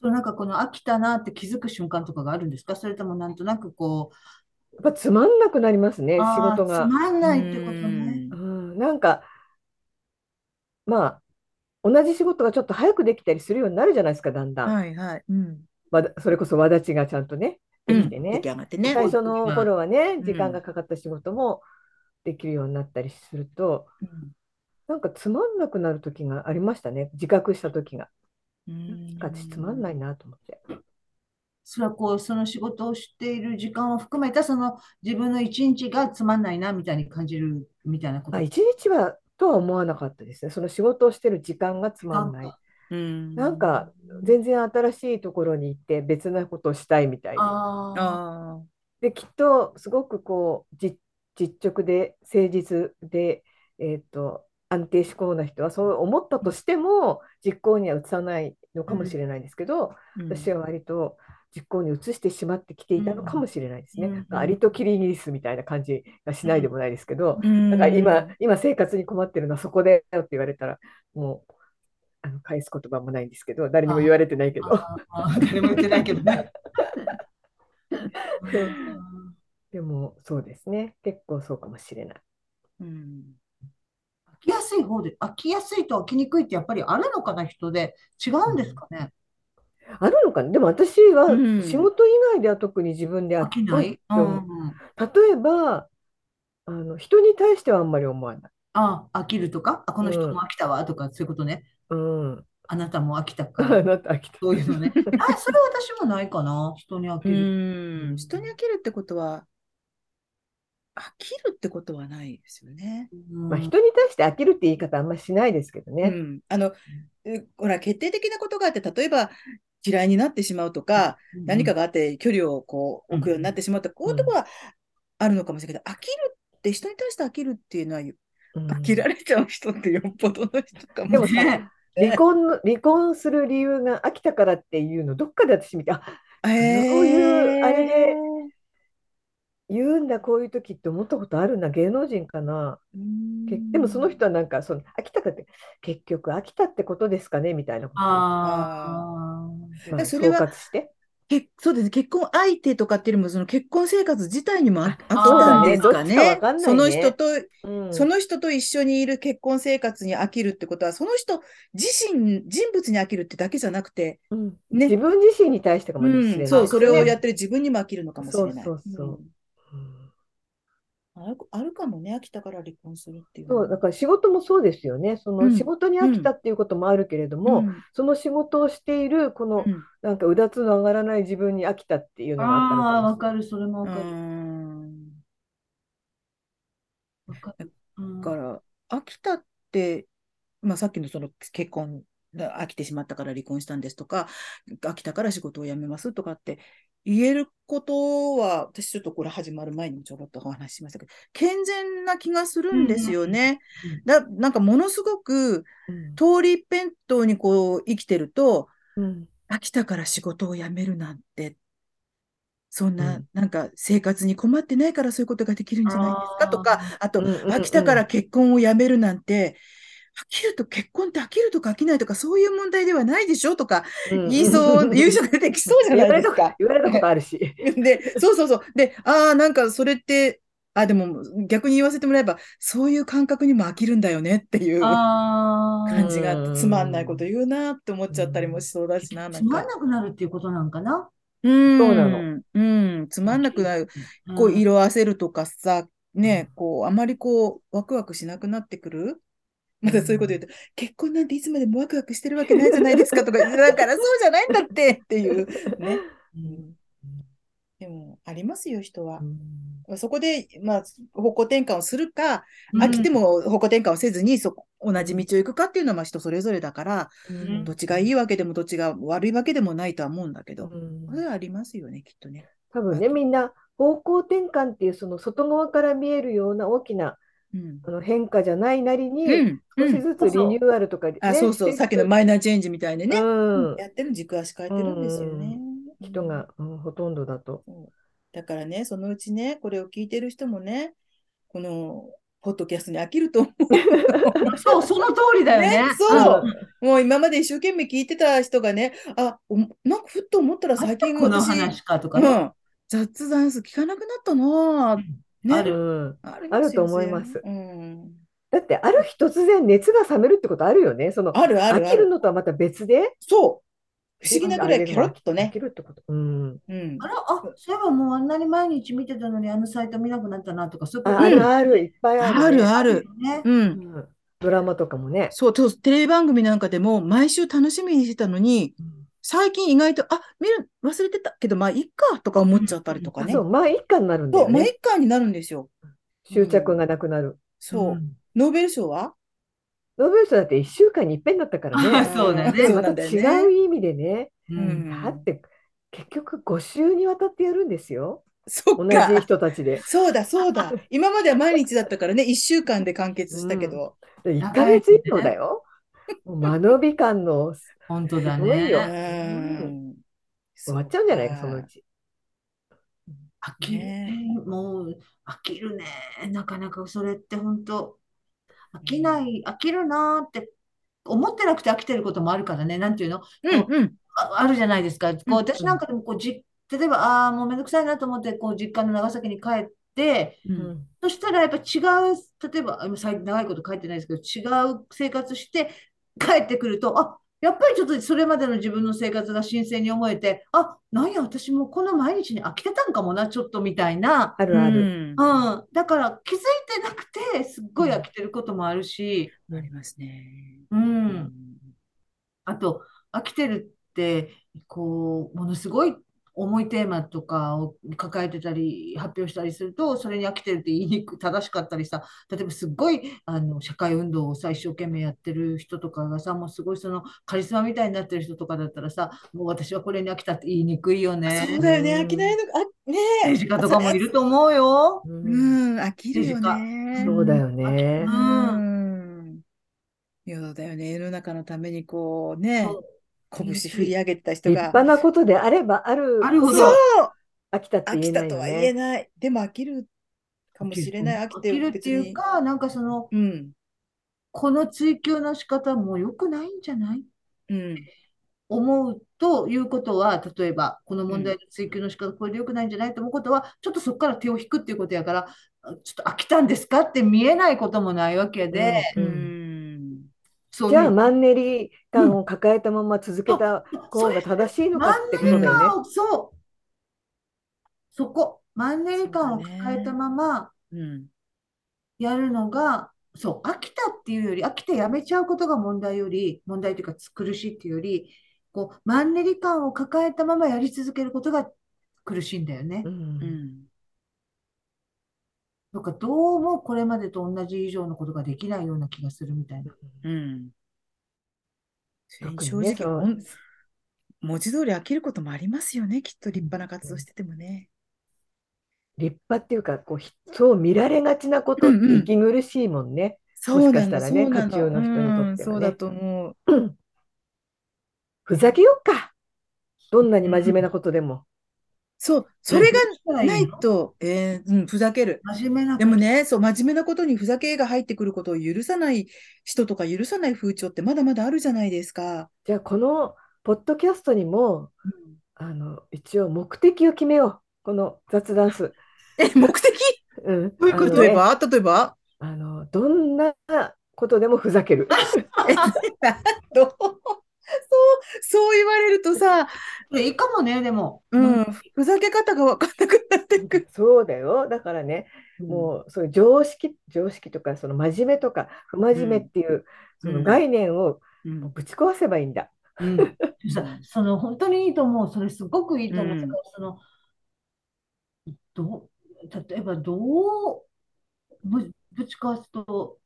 Speaker 2: そう、なんかこの飽きたなって気づく瞬間とかがあるんですかそれともなんとなくこう、
Speaker 3: やっぱつまんなくなりますね仕
Speaker 2: あー
Speaker 3: 事
Speaker 2: つ
Speaker 3: が、
Speaker 2: まんないってことね。
Speaker 3: うん、なんかまあ同じ仕事がちょっと早くできたりするようになるじゃないですかだんだん、
Speaker 1: はいはい。うん。
Speaker 3: わだそれこそわだちがちゃんとねできてね、
Speaker 1: 出来上がってね。
Speaker 3: 最初の頃はね
Speaker 1: ん
Speaker 3: 時間がかかった仕事もできるようになったりすると、なんかつまんなくなる時がありましたね自覚した時が
Speaker 1: うん。
Speaker 3: 私つまんないいなと思って、
Speaker 2: それはこう、その仕事をしている時間を含めた、その自分の一日がつまんないなみたいに感じるみたいなこ
Speaker 3: まあ、
Speaker 2: と。
Speaker 3: 一日はとは思わなかったですね。その仕事をしてる時間がつまんない。
Speaker 1: うん
Speaker 3: なんか全然新しいところに行って別なことをしたいみたいな。
Speaker 2: あ
Speaker 1: あ
Speaker 3: できっとすごくこうじ実直で誠実で、えー、と安定志向な人はそう思ったとしても実行には移さないのかもしれないんですけど、
Speaker 1: ーうん
Speaker 3: 私は割と実行に移してしまってきていたのかもしれないですね。
Speaker 1: うん
Speaker 3: まあアリとキリギリスみたいな感じがしないでもないですけど、
Speaker 1: うん
Speaker 3: だから今今生活に困ってるのはそこだよって言われたらもうあの返す言葉もないんですけど誰にも言われてないけど。
Speaker 2: あ、誰も言ってないけどね。
Speaker 3: でもそうですね結構そうかもしれない。
Speaker 1: うん
Speaker 2: *laughs* 飽きやすい方で、飽きやすいと飽きにくいってやっぱりあるのかな、人で。違うんですかね。
Speaker 3: あるのかなでも私は
Speaker 1: うん
Speaker 3: 仕事以外では特に自分で
Speaker 2: 飽
Speaker 3: 飽き
Speaker 2: きな
Speaker 3: ないい。
Speaker 2: う
Speaker 3: と
Speaker 2: ん
Speaker 3: 思う、例えばあの人に対してはあんまり思わない。
Speaker 2: あ、飽きるとか、あ、この人も飽きたわとか、そういうことね。
Speaker 3: うん、
Speaker 2: あなたも飽きた
Speaker 3: *laughs*
Speaker 2: か
Speaker 3: あ
Speaker 2: ら。
Speaker 3: なた飽きた。
Speaker 2: そういうのね。あ、それは私もないかな。人に飽き
Speaker 1: う
Speaker 2: る。
Speaker 1: ん人に飽きるってことは、飽きるってことはないですよね。
Speaker 2: う
Speaker 3: *laughs*
Speaker 2: ん
Speaker 3: まあ、人に対して飽きるって言い方あんましないですけど
Speaker 1: う
Speaker 3: ね。
Speaker 1: ん、あの、うほら、決定的なことがあって、例えば嫌いになってしまうとか、何かがあって距離をこう置くようになってしまうとか、こういうところはあるのかもしれないけど、飽きるって、人に対して飽きるっていうのは、
Speaker 3: うん
Speaker 1: 飽きられちゃう人ってよっぽどの人かも
Speaker 3: でも
Speaker 1: しれ
Speaker 3: さ
Speaker 1: ない。
Speaker 2: ね
Speaker 3: 離婚の離婚する理由が飽きたからっていうのどっかで私見てあそういうあれで言うんだこういう時って思ったことあるな芸能人かな。けでもその人はなんかその飽きたかって結局飽きたってことですかねみたいなことを
Speaker 2: あー
Speaker 3: まあ
Speaker 1: それは
Speaker 3: 総括して
Speaker 1: けそうですね、結婚相手とかっていうよりも、その結婚生活自体にも飽き
Speaker 2: あ
Speaker 1: 飽きたん
Speaker 2: そうだね
Speaker 1: ですかね。
Speaker 3: どっちかわかんないね
Speaker 1: その人と、
Speaker 3: うん
Speaker 1: その人と一緒にいる結婚生活に飽きるってことは、その人自身、人物に飽きるってだけじゃなくて、
Speaker 3: うん
Speaker 1: ね
Speaker 3: 自分自身に対してかもしれない、
Speaker 1: うんそう、それをやっててる自分にも飽きるのかもしれない。
Speaker 3: そうそうそう
Speaker 1: うんあるあるかもね、飽きたから離婚するっていうの
Speaker 3: そ
Speaker 1: は。
Speaker 3: うだから仕事もそうですよねそうの
Speaker 1: ん
Speaker 3: 仕事に飽きたっていうこともあるけれど
Speaker 1: う
Speaker 3: も、
Speaker 1: ん
Speaker 3: その仕事をしているこの
Speaker 1: うん
Speaker 3: なんかうだつの上がらない自分に飽きたっていうのがあったの
Speaker 2: あー、わ
Speaker 3: か
Speaker 2: かる。それもわ
Speaker 1: う
Speaker 2: かる。
Speaker 1: ん
Speaker 2: わかる。うん
Speaker 1: だから飽きたって、まあ、さっきのその結婚が飽きてしまったから離婚したんですとか飽きたから仕事を辞めますとかって言えることは私ちょっとこれ始まる前にもちょろっとお話ししましたけど健全な気がするんですよね
Speaker 2: うんうんうん。
Speaker 1: だなんかものすごく通り一辺倒にこう生きてると
Speaker 3: な、うん
Speaker 1: 飽きたから仕事を辞めるなんてそんな、
Speaker 3: うん
Speaker 1: なんか生活に困ってないからそういうことができるんじゃないですかとかあと、
Speaker 3: うんうんうん
Speaker 1: 飽きたから結婚をやめるなんて、飽きると結婚って飽きるとか飽きないとかそういう問題ではないでしょとか
Speaker 3: うん
Speaker 1: 言いそう、言う人が出てきそうじゃないですか。
Speaker 3: 言われたことあるし
Speaker 1: で、そうそうそう。で、ああ、なんかそれって、あ、でも逆に言わせてもらえば、そういう感覚にも飽きるんだよねっていう感
Speaker 2: あー
Speaker 1: じがあって、
Speaker 3: うん
Speaker 1: つまんないこと言うなって思っちゃったりもしそうだしな、な
Speaker 2: つ
Speaker 1: ん
Speaker 2: ま
Speaker 1: か
Speaker 2: ん。なくなるっていうことなんかな。
Speaker 1: うん、
Speaker 3: そうなの。
Speaker 1: うん、つまんなくなる。こう色あせるとかさ、ね、こう、あまりこう、ワクワクしなくなってくる。またそういうこと言うと、結婚なんていつまでもワクワクしてるわけないじゃないですかとか、だからそうじゃないんだってっていう。ね。うんでも、ありますよ、人は
Speaker 3: う。ん
Speaker 1: そこで、まあ、方向転換をするか、
Speaker 2: うん
Speaker 1: 飽きても方向転換をせずに、そこ、同じ道を行くかっていうのはまあ人それぞれだから、
Speaker 2: ん
Speaker 1: どっちがいいわけでもどっちが悪いわけでもないとは思うんだけど、
Speaker 3: うん
Speaker 1: これはありますよね、きっとね。
Speaker 3: 多分ねみんな方向転換っていうその外側から見えるような大きな
Speaker 1: うん。
Speaker 3: あの変化じゃないなりに、
Speaker 1: うん
Speaker 3: 少しずつリニューアルとかね、
Speaker 1: あ、そうそう、
Speaker 3: して
Speaker 1: さっきのマイナーチェンジみたいにね、
Speaker 3: うん、
Speaker 1: やってる軸足変えてるんですよね。
Speaker 3: 人が、うん、ほとんどだと。
Speaker 1: だからね、そのうちね、これを聞いてる人もね、このポッドキャストに飽きると思
Speaker 2: そう、その通りだよね。
Speaker 1: ねそう
Speaker 2: うん
Speaker 1: う。もう今まで一生懸命聞いてた人がね、あ、おなんかふっと思ったら最近
Speaker 2: この
Speaker 1: 私、
Speaker 2: 話かとか
Speaker 1: う
Speaker 2: ね。
Speaker 1: ん、雑談数聞かなくなったなぁ。ね、
Speaker 2: ある
Speaker 3: うん
Speaker 1: ある
Speaker 3: あると思います
Speaker 1: うん、
Speaker 3: だってある日突然熱が冷めるってことあるよね。その
Speaker 1: あるある
Speaker 3: 飽
Speaker 1: あ
Speaker 3: きる
Speaker 1: る。
Speaker 3: のとはまた別で
Speaker 1: そう。不思議なぐらいキョロッと
Speaker 3: 飽
Speaker 1: ね
Speaker 3: き。るってこと。うん、
Speaker 1: うん
Speaker 2: あ。ら、あ、そういえばもうあんなに毎日見てたのに、あのサイト見なくなったなとか、そういうこ
Speaker 3: あ
Speaker 2: と
Speaker 3: あ
Speaker 1: うん
Speaker 3: るあるいっぱいある、ね。
Speaker 1: あるある。
Speaker 2: ね。
Speaker 1: うん。
Speaker 3: うんドラマとかもね。
Speaker 1: そう、そうテレビ番組なんかでも毎週楽しみにしてたのに、最近意外と、あ、見る、忘れてたけど、まあ、いっかとか思っちゃったりとか
Speaker 3: あ
Speaker 1: ね。
Speaker 3: そうまあ一家になるんだ
Speaker 1: そう、
Speaker 3: よ
Speaker 1: まあ、い
Speaker 3: ね。
Speaker 1: っかになるんですよ。
Speaker 3: 執着がなくなる。
Speaker 1: そう。
Speaker 2: ん
Speaker 3: *laughs*
Speaker 1: ノーベル賞は
Speaker 3: ノーベル賞だって1週間に一遍だったからね。
Speaker 2: あそう
Speaker 1: *laughs*
Speaker 2: だね
Speaker 3: また違う意味でね。
Speaker 2: う。
Speaker 1: うん
Speaker 3: だって結局5週にわたってやるんですよ。
Speaker 1: そ
Speaker 3: 同
Speaker 1: っ
Speaker 3: じ
Speaker 1: か。
Speaker 3: 人たちで。
Speaker 1: そうだ、そう
Speaker 3: *laughs*
Speaker 1: だ。今までは毎日だったからね、1週間で完結したけど。
Speaker 3: で1ヶ月以上だよ。もう間延び感の
Speaker 2: 本当だ
Speaker 3: すごいよ
Speaker 1: う
Speaker 2: ね。
Speaker 1: ん
Speaker 3: 終わっちゃうんじゃないか、そのうち。
Speaker 2: 飽きるね。もう飽きるね。なかなかそれって本当飽きない、飽きるなーって思ってなくて飽きてることもあるからね。なんていうの
Speaker 1: うんうん。
Speaker 2: ああるじゃないですか。こう
Speaker 1: うん
Speaker 2: 私なんかでもこうじ例えば、ああー、もうめんどくさいなと思ってこう実家の長崎に帰って、
Speaker 1: う
Speaker 3: うんん
Speaker 2: そしたらやっぱ違う、例えば、あ今最長いこと帰ってないですけど、違う生活して帰ってくると、あやっぱりちょっとそれまでの自分の生活が新鮮に思えて、あなんや、私もこの毎日に飽きてたんかもな、ちょっとみたいな。
Speaker 3: あるある。
Speaker 2: うん、だから気づいてなくて、すっごい飽きてることもあるし、
Speaker 1: ありますね。
Speaker 2: う。
Speaker 1: うん
Speaker 2: あと、飽きてるって、こう、ものすごい重いテーマとかを抱えてたり、発表したりすると、それに飽きてるって言いにくい、正しかったりさ、例えばすっごい、あの、社会運動をさ、一生懸命やってる人とかがさ、もうすごいその、カリスマみたいになってる人とかだったらさ、もう私はこれに飽きたって言いにくいよね。
Speaker 1: そうだよね、飽きないのか、あ、ねえ。
Speaker 2: 政治家とかもいると思うよ。
Speaker 1: う
Speaker 3: うん
Speaker 1: ん、飽きるよね。
Speaker 3: そうだよね
Speaker 1: う。。
Speaker 2: うん
Speaker 1: いや、そうだよね。世の中のためにこうね
Speaker 2: そう、
Speaker 1: 拳振り上げた人
Speaker 3: 立
Speaker 1: が、
Speaker 3: 派なことであればある
Speaker 2: あるほ
Speaker 1: そ
Speaker 2: ど
Speaker 1: う、
Speaker 3: 飽きたって
Speaker 1: 飽
Speaker 3: 言え
Speaker 1: き
Speaker 3: な
Speaker 1: た
Speaker 3: い
Speaker 1: と
Speaker 3: よ
Speaker 1: は言え
Speaker 3: ね。
Speaker 1: ない。でも飽きるかもしれない。飽きて
Speaker 2: 飽きるっていう
Speaker 1: 別に
Speaker 2: か、なんかその、
Speaker 1: うん、
Speaker 2: この追求の仕方も良くないんじゃない
Speaker 1: うん、
Speaker 2: 思うということは、例えば、この問題
Speaker 1: う
Speaker 2: の追求の仕方、これで良くないんじゃないと思うことは、ちょっとそこから手を引くっていうことやから、あちょっと飽きたんですかって見えないこともないわけで、
Speaker 3: う
Speaker 1: うんん。
Speaker 2: そう
Speaker 3: じゃ
Speaker 2: い
Speaker 3: あ
Speaker 2: う
Speaker 3: マンネリ感を抱えたまま続けた
Speaker 2: そ
Speaker 3: 方が
Speaker 2: れ
Speaker 3: 正しいのかってこと
Speaker 1: マンネ
Speaker 3: だ
Speaker 1: リ
Speaker 3: よね。
Speaker 2: まあそう、そこ、マンネリ感を抱えたまま
Speaker 1: うん、
Speaker 2: やるのが、そう、飽きたっていうより、飽きてやめちゃうことが問題より、問題というか苦しいっていうより、こう、マンネリ感を抱えたままやり続けることが苦しいんだよね
Speaker 3: う。ん
Speaker 1: うん。
Speaker 2: なんかどうもこれまでと同じ以上のことができないような気がするみたいな。
Speaker 1: うん。それに
Speaker 3: 特
Speaker 1: 正
Speaker 3: にね
Speaker 1: 直、
Speaker 3: その
Speaker 1: ほん文字通り飽きることもありますよね。きっと立派な活動しててもね。
Speaker 3: 立派っていうかこうひそう見られがちなことって
Speaker 1: うんうん
Speaker 3: 息苦しいもんね。
Speaker 1: そうな
Speaker 3: もしか
Speaker 1: の、
Speaker 3: したら
Speaker 1: そ
Speaker 3: ね
Speaker 1: うな
Speaker 3: 家中の人にとってはね
Speaker 1: うんそうだと思う。
Speaker 3: ふざけよっか。どんなに真面目なことでも。
Speaker 1: そう、それが
Speaker 2: が
Speaker 1: ないと、えーうん、ふざける。
Speaker 2: 真面目な
Speaker 1: でもね、そう、真面目なことにふざけが入ってくることを許さない人とか許さない風潮ってまだまだあるじゃないですか。
Speaker 3: じゃあこのポッドキャストにもあの一応目的を決めよう。この雑談数。
Speaker 1: え、目的
Speaker 3: うん、
Speaker 1: どういうこと
Speaker 3: あのね
Speaker 1: 例えば例えば
Speaker 3: あのどんなことでもふざ
Speaker 1: *laughs*
Speaker 3: ける。
Speaker 1: え、どう *laughs* そう、そう言われるとさ、
Speaker 2: でいいかもね、でも。
Speaker 1: うん、ふざけ方がわかんなくなってくる。
Speaker 3: そうだよ。だからね、
Speaker 2: うん
Speaker 3: もうそういう常識常識とかその真面目とか不真面目っていう、
Speaker 1: うん
Speaker 3: その概念を
Speaker 1: うん
Speaker 3: ぶち壊せばいいんだ。
Speaker 2: うんでもさその本当にいいと思う。それすごくいいと思う。
Speaker 1: うん
Speaker 2: だからそのどう例えばどうぶ、ぶちかわすと、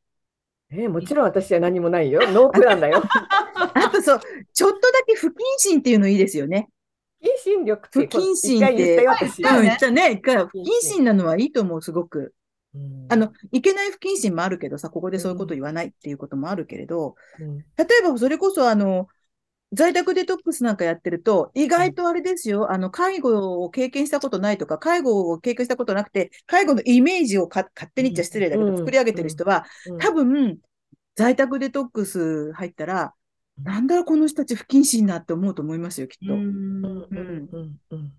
Speaker 3: えもちろん私は何もな
Speaker 1: *laughs*
Speaker 3: いよ。ノープランだよ。
Speaker 1: あとそう、ちょっとだけ不謹慎っていうのいいですよね。
Speaker 3: 不謹慎力って
Speaker 1: 不謹慎って
Speaker 3: 一回言ったよ私。
Speaker 1: うん、言っ
Speaker 2: ね
Speaker 1: たね。一回不謹
Speaker 3: 謹慎
Speaker 1: 慎なのはいいと思う、すごく。
Speaker 3: うん
Speaker 1: あの、いけない不謹慎もあるけどさ、ここでそういうこと言わないっていうこともあるけれど、
Speaker 3: うん
Speaker 1: 例えばそれこそあの、在宅デトックスなんかやってると、意外とあれですよ、あの、介護を経験したことないとか、介護を経験したことなくて、介護のイメージをか勝手に言っちゃ失礼だけ
Speaker 3: う
Speaker 1: ど、
Speaker 3: ん
Speaker 1: 作り上げてる人は、
Speaker 3: うん
Speaker 1: 多分、在宅デトックス入ったら、なんだろうこの人たち不謹慎なって思うと思いますよ、きっと。
Speaker 2: うん
Speaker 3: うん
Speaker 1: う
Speaker 3: うんんうんうん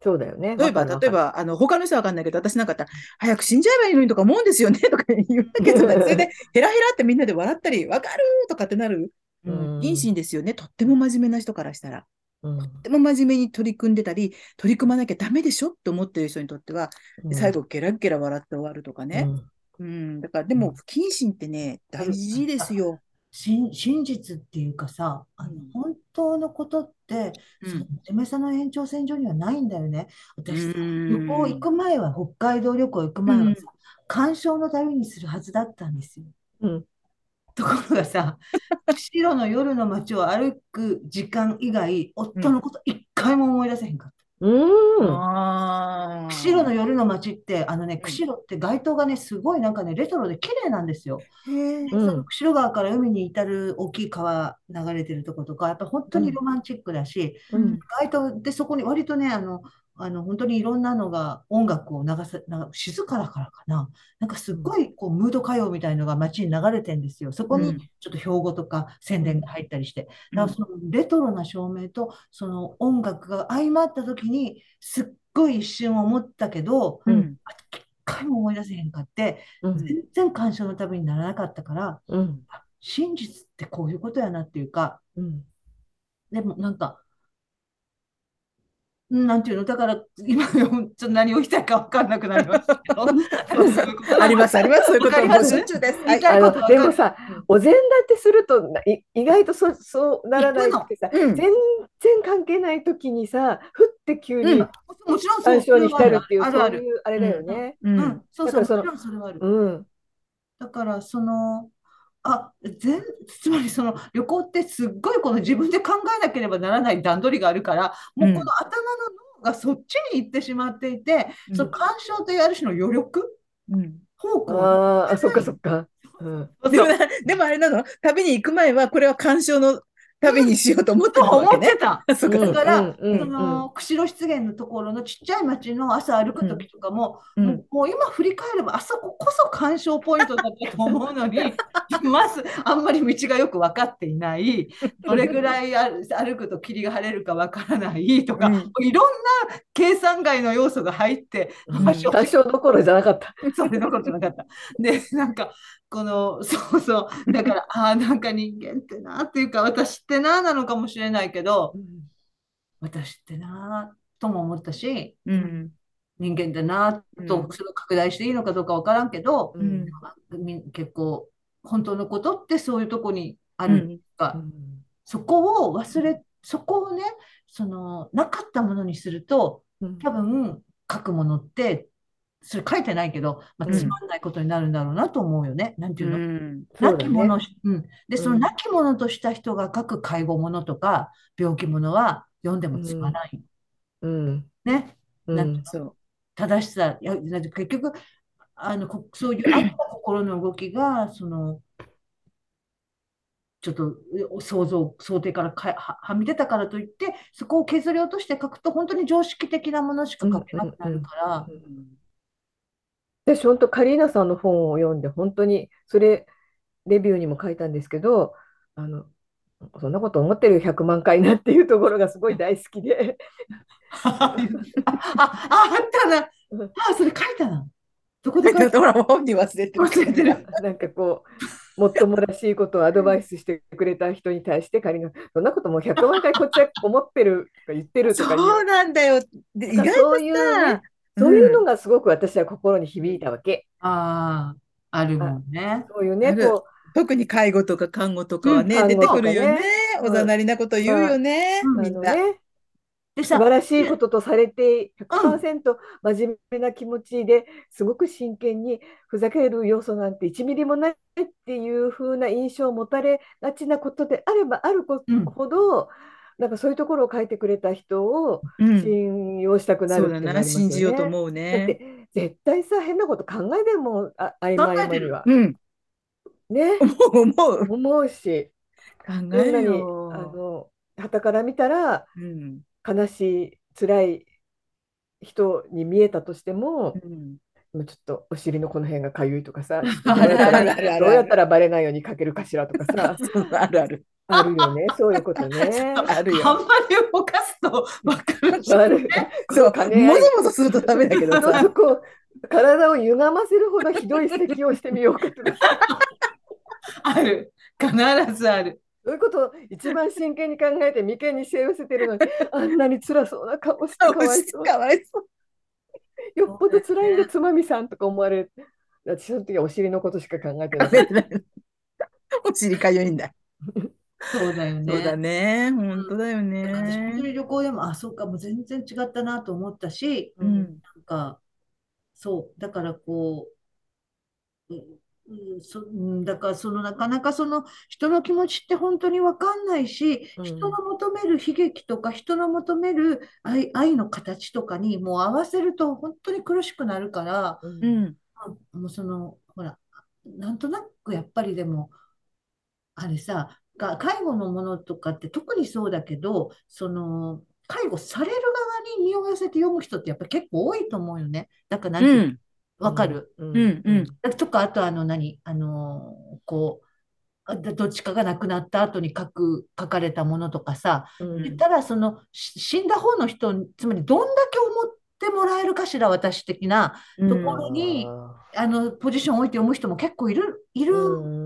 Speaker 3: そうだよね。
Speaker 1: 例えば、
Speaker 3: わかるわか
Speaker 1: 例え
Speaker 3: る
Speaker 1: ば、あの、他の人はわかんないけど、私なんかだったら、早く死んじゃえばいいのにとか思うんですよね、とか言うわけじゃない。それで、ヘラヘラってみんなで笑ったり、わかるとかってなる。
Speaker 2: う
Speaker 3: うん
Speaker 2: ん
Speaker 1: 謹慎ですよね。とっても真面目な人からしたら。
Speaker 3: うん
Speaker 1: とっても真面目に取り組んでたり、取り組まなきゃダメでしょって思ってる人にとっては、
Speaker 3: うん
Speaker 1: 最後、ゲラッゲラ笑って終わるとかね。うん。だから、で
Speaker 3: う
Speaker 1: も、
Speaker 3: ん
Speaker 1: 不謹慎ってね、大事ですよ。
Speaker 2: 真真実っていうかさ、あの
Speaker 1: うん
Speaker 2: 本当のことって、
Speaker 1: うん
Speaker 2: そのお嫁さんの延長線上にはないんだよね。私さ、
Speaker 1: うん
Speaker 2: 旅行行く前は、北海道旅行行く前はさ、鑑賞の旅にするはずだったんですよ。
Speaker 3: うん
Speaker 2: ところが
Speaker 1: *laughs*
Speaker 2: さ、釧路の夜の街を歩く時間以外、夫のこと一回も思い出せへんかった。
Speaker 3: うん。
Speaker 1: ああ。
Speaker 2: 釧路の夜の街って、あのね、
Speaker 1: ん
Speaker 2: 釧路って街灯がね、すごいなんかね、レトロで綺麗なんですよ。
Speaker 1: へえ
Speaker 2: その釧路川から海に至る大きい川流れてるとことか、やっぱ本当にロマンチックだし、
Speaker 3: うん。
Speaker 2: 街灯でそこに割とね、あの、あの本当にいろんなのが音楽を流す、なんか静からからかな、なんかすごいこうムード歌謡みたいのが街に流れてんですよ。そこ
Speaker 1: うん
Speaker 2: にちょっと標語とか宣伝が入ったりして。
Speaker 1: うん
Speaker 2: だからそのレトロな照明とその音楽が相まった時に、すっごい一瞬思ったけど、
Speaker 1: う
Speaker 3: うんん。
Speaker 2: 一回も思い出せへんかって、
Speaker 3: うん。
Speaker 2: 全然感傷の旅にならなかったから、
Speaker 3: うん。
Speaker 2: 真実ってこういうことやなっていうか、
Speaker 3: うん。
Speaker 2: でもなんか、なんていうの、だから今、ちょっと何を言いたいか分かんなくなりましたけ
Speaker 3: *laughs*
Speaker 2: ど、。
Speaker 1: ありますす、あります。そういうこと
Speaker 2: わかります
Speaker 1: もうしょっちゅうです。は
Speaker 2: 言
Speaker 1: い
Speaker 2: い。た
Speaker 3: あ
Speaker 2: いこと
Speaker 3: の、
Speaker 2: わ
Speaker 3: で
Speaker 2: か
Speaker 3: も
Speaker 2: る。
Speaker 3: さ、お膳立てするとない意外とそそうならないってさ、
Speaker 1: うん。
Speaker 3: 全然関係ない時にさ、ふって急
Speaker 1: うん
Speaker 3: に
Speaker 2: もちろんそう、
Speaker 3: 感傷に浸るっていう、
Speaker 2: ある
Speaker 3: そ
Speaker 2: あ
Speaker 3: う
Speaker 2: る。
Speaker 3: いうあれだよね。
Speaker 1: う。
Speaker 2: うんん、そうそ
Speaker 3: だ
Speaker 2: う、も
Speaker 3: からその
Speaker 2: ちろんそれはある。
Speaker 3: うん。
Speaker 2: だから、その、あ、全、つまりその旅行ってすっごいこの自分で考えなければならない段取りがあるから、も
Speaker 1: う
Speaker 2: うこ
Speaker 1: ん
Speaker 2: の頭の脳がそっちに行ってしまっていて、その干渉というある種の余力
Speaker 1: うん。
Speaker 2: 方向
Speaker 3: ああ、そっかそっか。うん。
Speaker 1: でもな、でもあれなの旅に行く前は、これは鑑賞の旅にしようと思って
Speaker 2: と
Speaker 1: たわ
Speaker 2: 思
Speaker 1: け
Speaker 2: っ
Speaker 1: ね。
Speaker 2: てた。
Speaker 1: あ、そうか、そうか。
Speaker 2: から
Speaker 3: うんう
Speaker 2: そ
Speaker 3: んうん
Speaker 2: の釧路湿原のところのちっちゃい町の朝歩く時とかも、
Speaker 1: うん
Speaker 2: もうもう今振り返ればあそここそ干渉ポイントだったと思うのに *laughs* まずあんまり道がよく分かっていないどれぐらいある歩くと霧が晴れるか分からないとか、
Speaker 1: うん
Speaker 2: いろんな計算外の要素が入って
Speaker 1: うん *laughs*
Speaker 2: 干渉
Speaker 3: 多少どころじゃなかった。
Speaker 2: それどころじゃなかった。で、なんか、この、そうそう、だから、ああ、なんか人間ってなっていうか、私ってななのかもしれないけど、私ってなとも思ったし、
Speaker 1: うん。
Speaker 2: 人間ってな
Speaker 1: う
Speaker 2: と、
Speaker 1: ん
Speaker 2: それを拡大していいのかどうかわからんけど、
Speaker 1: うん
Speaker 3: うん
Speaker 2: み結構、本当のことってそういうとこにあ
Speaker 1: う
Speaker 2: る
Speaker 1: ん。
Speaker 2: か、そこを忘れ、そこをね、その、なかったものにすると、
Speaker 3: うん
Speaker 2: 多分書くものってそれ書いてないけど、まあ、
Speaker 1: うん
Speaker 2: つまんないことになるんだろうなと思うよね。なんていううの、
Speaker 1: ん。
Speaker 2: なきもの、
Speaker 3: そうだね
Speaker 2: うん、で、その
Speaker 3: うん
Speaker 2: なきものとした人が書く介護ものとか病気ものは読んでもつまらない。
Speaker 3: うん。
Speaker 2: ね、
Speaker 3: うん
Speaker 2: なん
Speaker 1: そう。
Speaker 2: 正しさ、いや、だって結局、あの、こそういうあった心の動きが、その、ちょっとえ想像、想定からかは、はみ出たからといって、そこを削り落として書くと、本当に常識的なものしか書けなくなるから、
Speaker 3: 私、本当、カリーナさんの本を読んで、本当に、それ、レビューにも書いたんですけど、あの、そんなこと思ってるよ、100万回なっていうところがすごい大好きで、 *laughs*
Speaker 2: あ、 *laughs* あ、あったな。
Speaker 3: うん
Speaker 2: あ、それ書いたな。どこで書い
Speaker 1: だ
Speaker 2: た
Speaker 1: からほら、本人忘れてる。
Speaker 2: 忘れてる。
Speaker 3: なんかこう、もっともらしいことをアドバイスしてくれた人に対して、カリーナ、そんなこともう100万回こっちは思ってるとか言ってるとかいう、
Speaker 1: そうなんだよ。で意
Speaker 3: なん
Speaker 1: 外
Speaker 3: か
Speaker 1: と
Speaker 3: そういう
Speaker 1: さ
Speaker 3: ね、、そういうのがすごく私は心に響いたわけ。
Speaker 2: ああ、あるもんね。
Speaker 3: そういう
Speaker 1: あ
Speaker 3: ね、
Speaker 1: る
Speaker 3: こ
Speaker 1: 特に介護とか看護とかはね、
Speaker 3: うん
Speaker 1: 出てくるよね。
Speaker 3: 看
Speaker 1: お
Speaker 3: 護とかね
Speaker 1: ざなりなこと言うよね。
Speaker 3: う、
Speaker 2: うん
Speaker 1: み
Speaker 3: あ
Speaker 1: ん
Speaker 3: の
Speaker 1: な。
Speaker 3: ね、
Speaker 2: で
Speaker 3: 素 *laughs*
Speaker 2: さ、
Speaker 3: 晴らしいこととされて100%真面目な気持ちですごく真剣にふざける要素なんて1ミリもないっていう風な印象を持たれがちなことであればあるこ
Speaker 2: うん
Speaker 3: ほど、なんかそういうところを書いてくれた人を
Speaker 1: うん。
Speaker 3: 信用したくな
Speaker 1: そう
Speaker 3: るっ
Speaker 1: だ
Speaker 3: ていうのが
Speaker 1: な、
Speaker 3: ありますよ
Speaker 1: 信じようと
Speaker 3: ね。
Speaker 1: 思う
Speaker 3: だっ
Speaker 1: ね。
Speaker 3: て絶対さ変なこと考えてもあ曖昧なのには
Speaker 1: うん。
Speaker 3: ね
Speaker 1: 思う、思う。
Speaker 3: 思うし
Speaker 1: 考
Speaker 3: どん
Speaker 1: え
Speaker 3: なにあ
Speaker 1: るよ。
Speaker 3: の傍から見たら
Speaker 1: うん。
Speaker 3: 悲しい辛い人に見えたとしても、
Speaker 1: うん
Speaker 3: もうちょっとお尻のこの辺がかゆいとか
Speaker 2: *laughs*
Speaker 3: さ
Speaker 2: あ
Speaker 3: どう
Speaker 2: る
Speaker 3: や
Speaker 2: あ
Speaker 3: っ
Speaker 2: る
Speaker 3: た
Speaker 2: ある
Speaker 3: らどうやったらバレないようにかけるかしらとか
Speaker 2: *laughs*
Speaker 3: さ
Speaker 1: そうあるある。
Speaker 3: あるよねそういうことね。
Speaker 1: ある
Speaker 2: あん
Speaker 1: よ。
Speaker 2: まり動かすと分かるし。
Speaker 3: ある
Speaker 1: そう、
Speaker 3: 兼ね合い
Speaker 1: もぞもぞするとダメだけど
Speaker 3: ちょっ *laughs*
Speaker 1: さ。
Speaker 3: とこう体を歪ませるほどひどい指摘をしてみようかと
Speaker 2: *laughs*
Speaker 3: か
Speaker 2: ある。必ずある。
Speaker 3: そういうことを一番真剣に考えて眉間にしわ寄せてるのにあんなに辛そうな顔してか
Speaker 1: か
Speaker 3: わいそう
Speaker 1: わいそう。
Speaker 3: よっぽど辛いんだつまみさんとか思われる私その時はお尻のことしか考えてなかった。
Speaker 1: お尻かゆいんだ。
Speaker 2: そうだよ
Speaker 1: そうだ
Speaker 2: ね。
Speaker 1: ね。本当だよ
Speaker 2: だから私、本当
Speaker 1: ね。
Speaker 2: に旅行でも、あ、そうか、もう全然違ったなと思ったし、
Speaker 1: うん。
Speaker 2: なんか、そう、だからこう、うんうんそうんだからそのなかなかその人の気持ちって本当に分かんないし、
Speaker 3: うん
Speaker 2: 人の求める悲劇とか人の求める愛、愛の形とかにもう合わせると本当に苦しくなるから、
Speaker 3: うん
Speaker 1: うん。
Speaker 2: もうそのほらなんとなくやっぱりでもあれさが介護のものとかって特にそうだけどその介護される側に身を寄せて読む人ってやっぱり結構多いと思うよね。だからなんていうのわかる。
Speaker 3: う
Speaker 1: うんうん
Speaker 2: とかあとあの何あのこうあどっちかが亡くなった後に書く書かれたものとかさ
Speaker 3: うん
Speaker 2: 言ったらそのし死んだ方の人につまりどんだけ思ってもらえるかしら私的な。
Speaker 1: うん
Speaker 2: ところにあのポジションを置いて読む人も結構いる、いる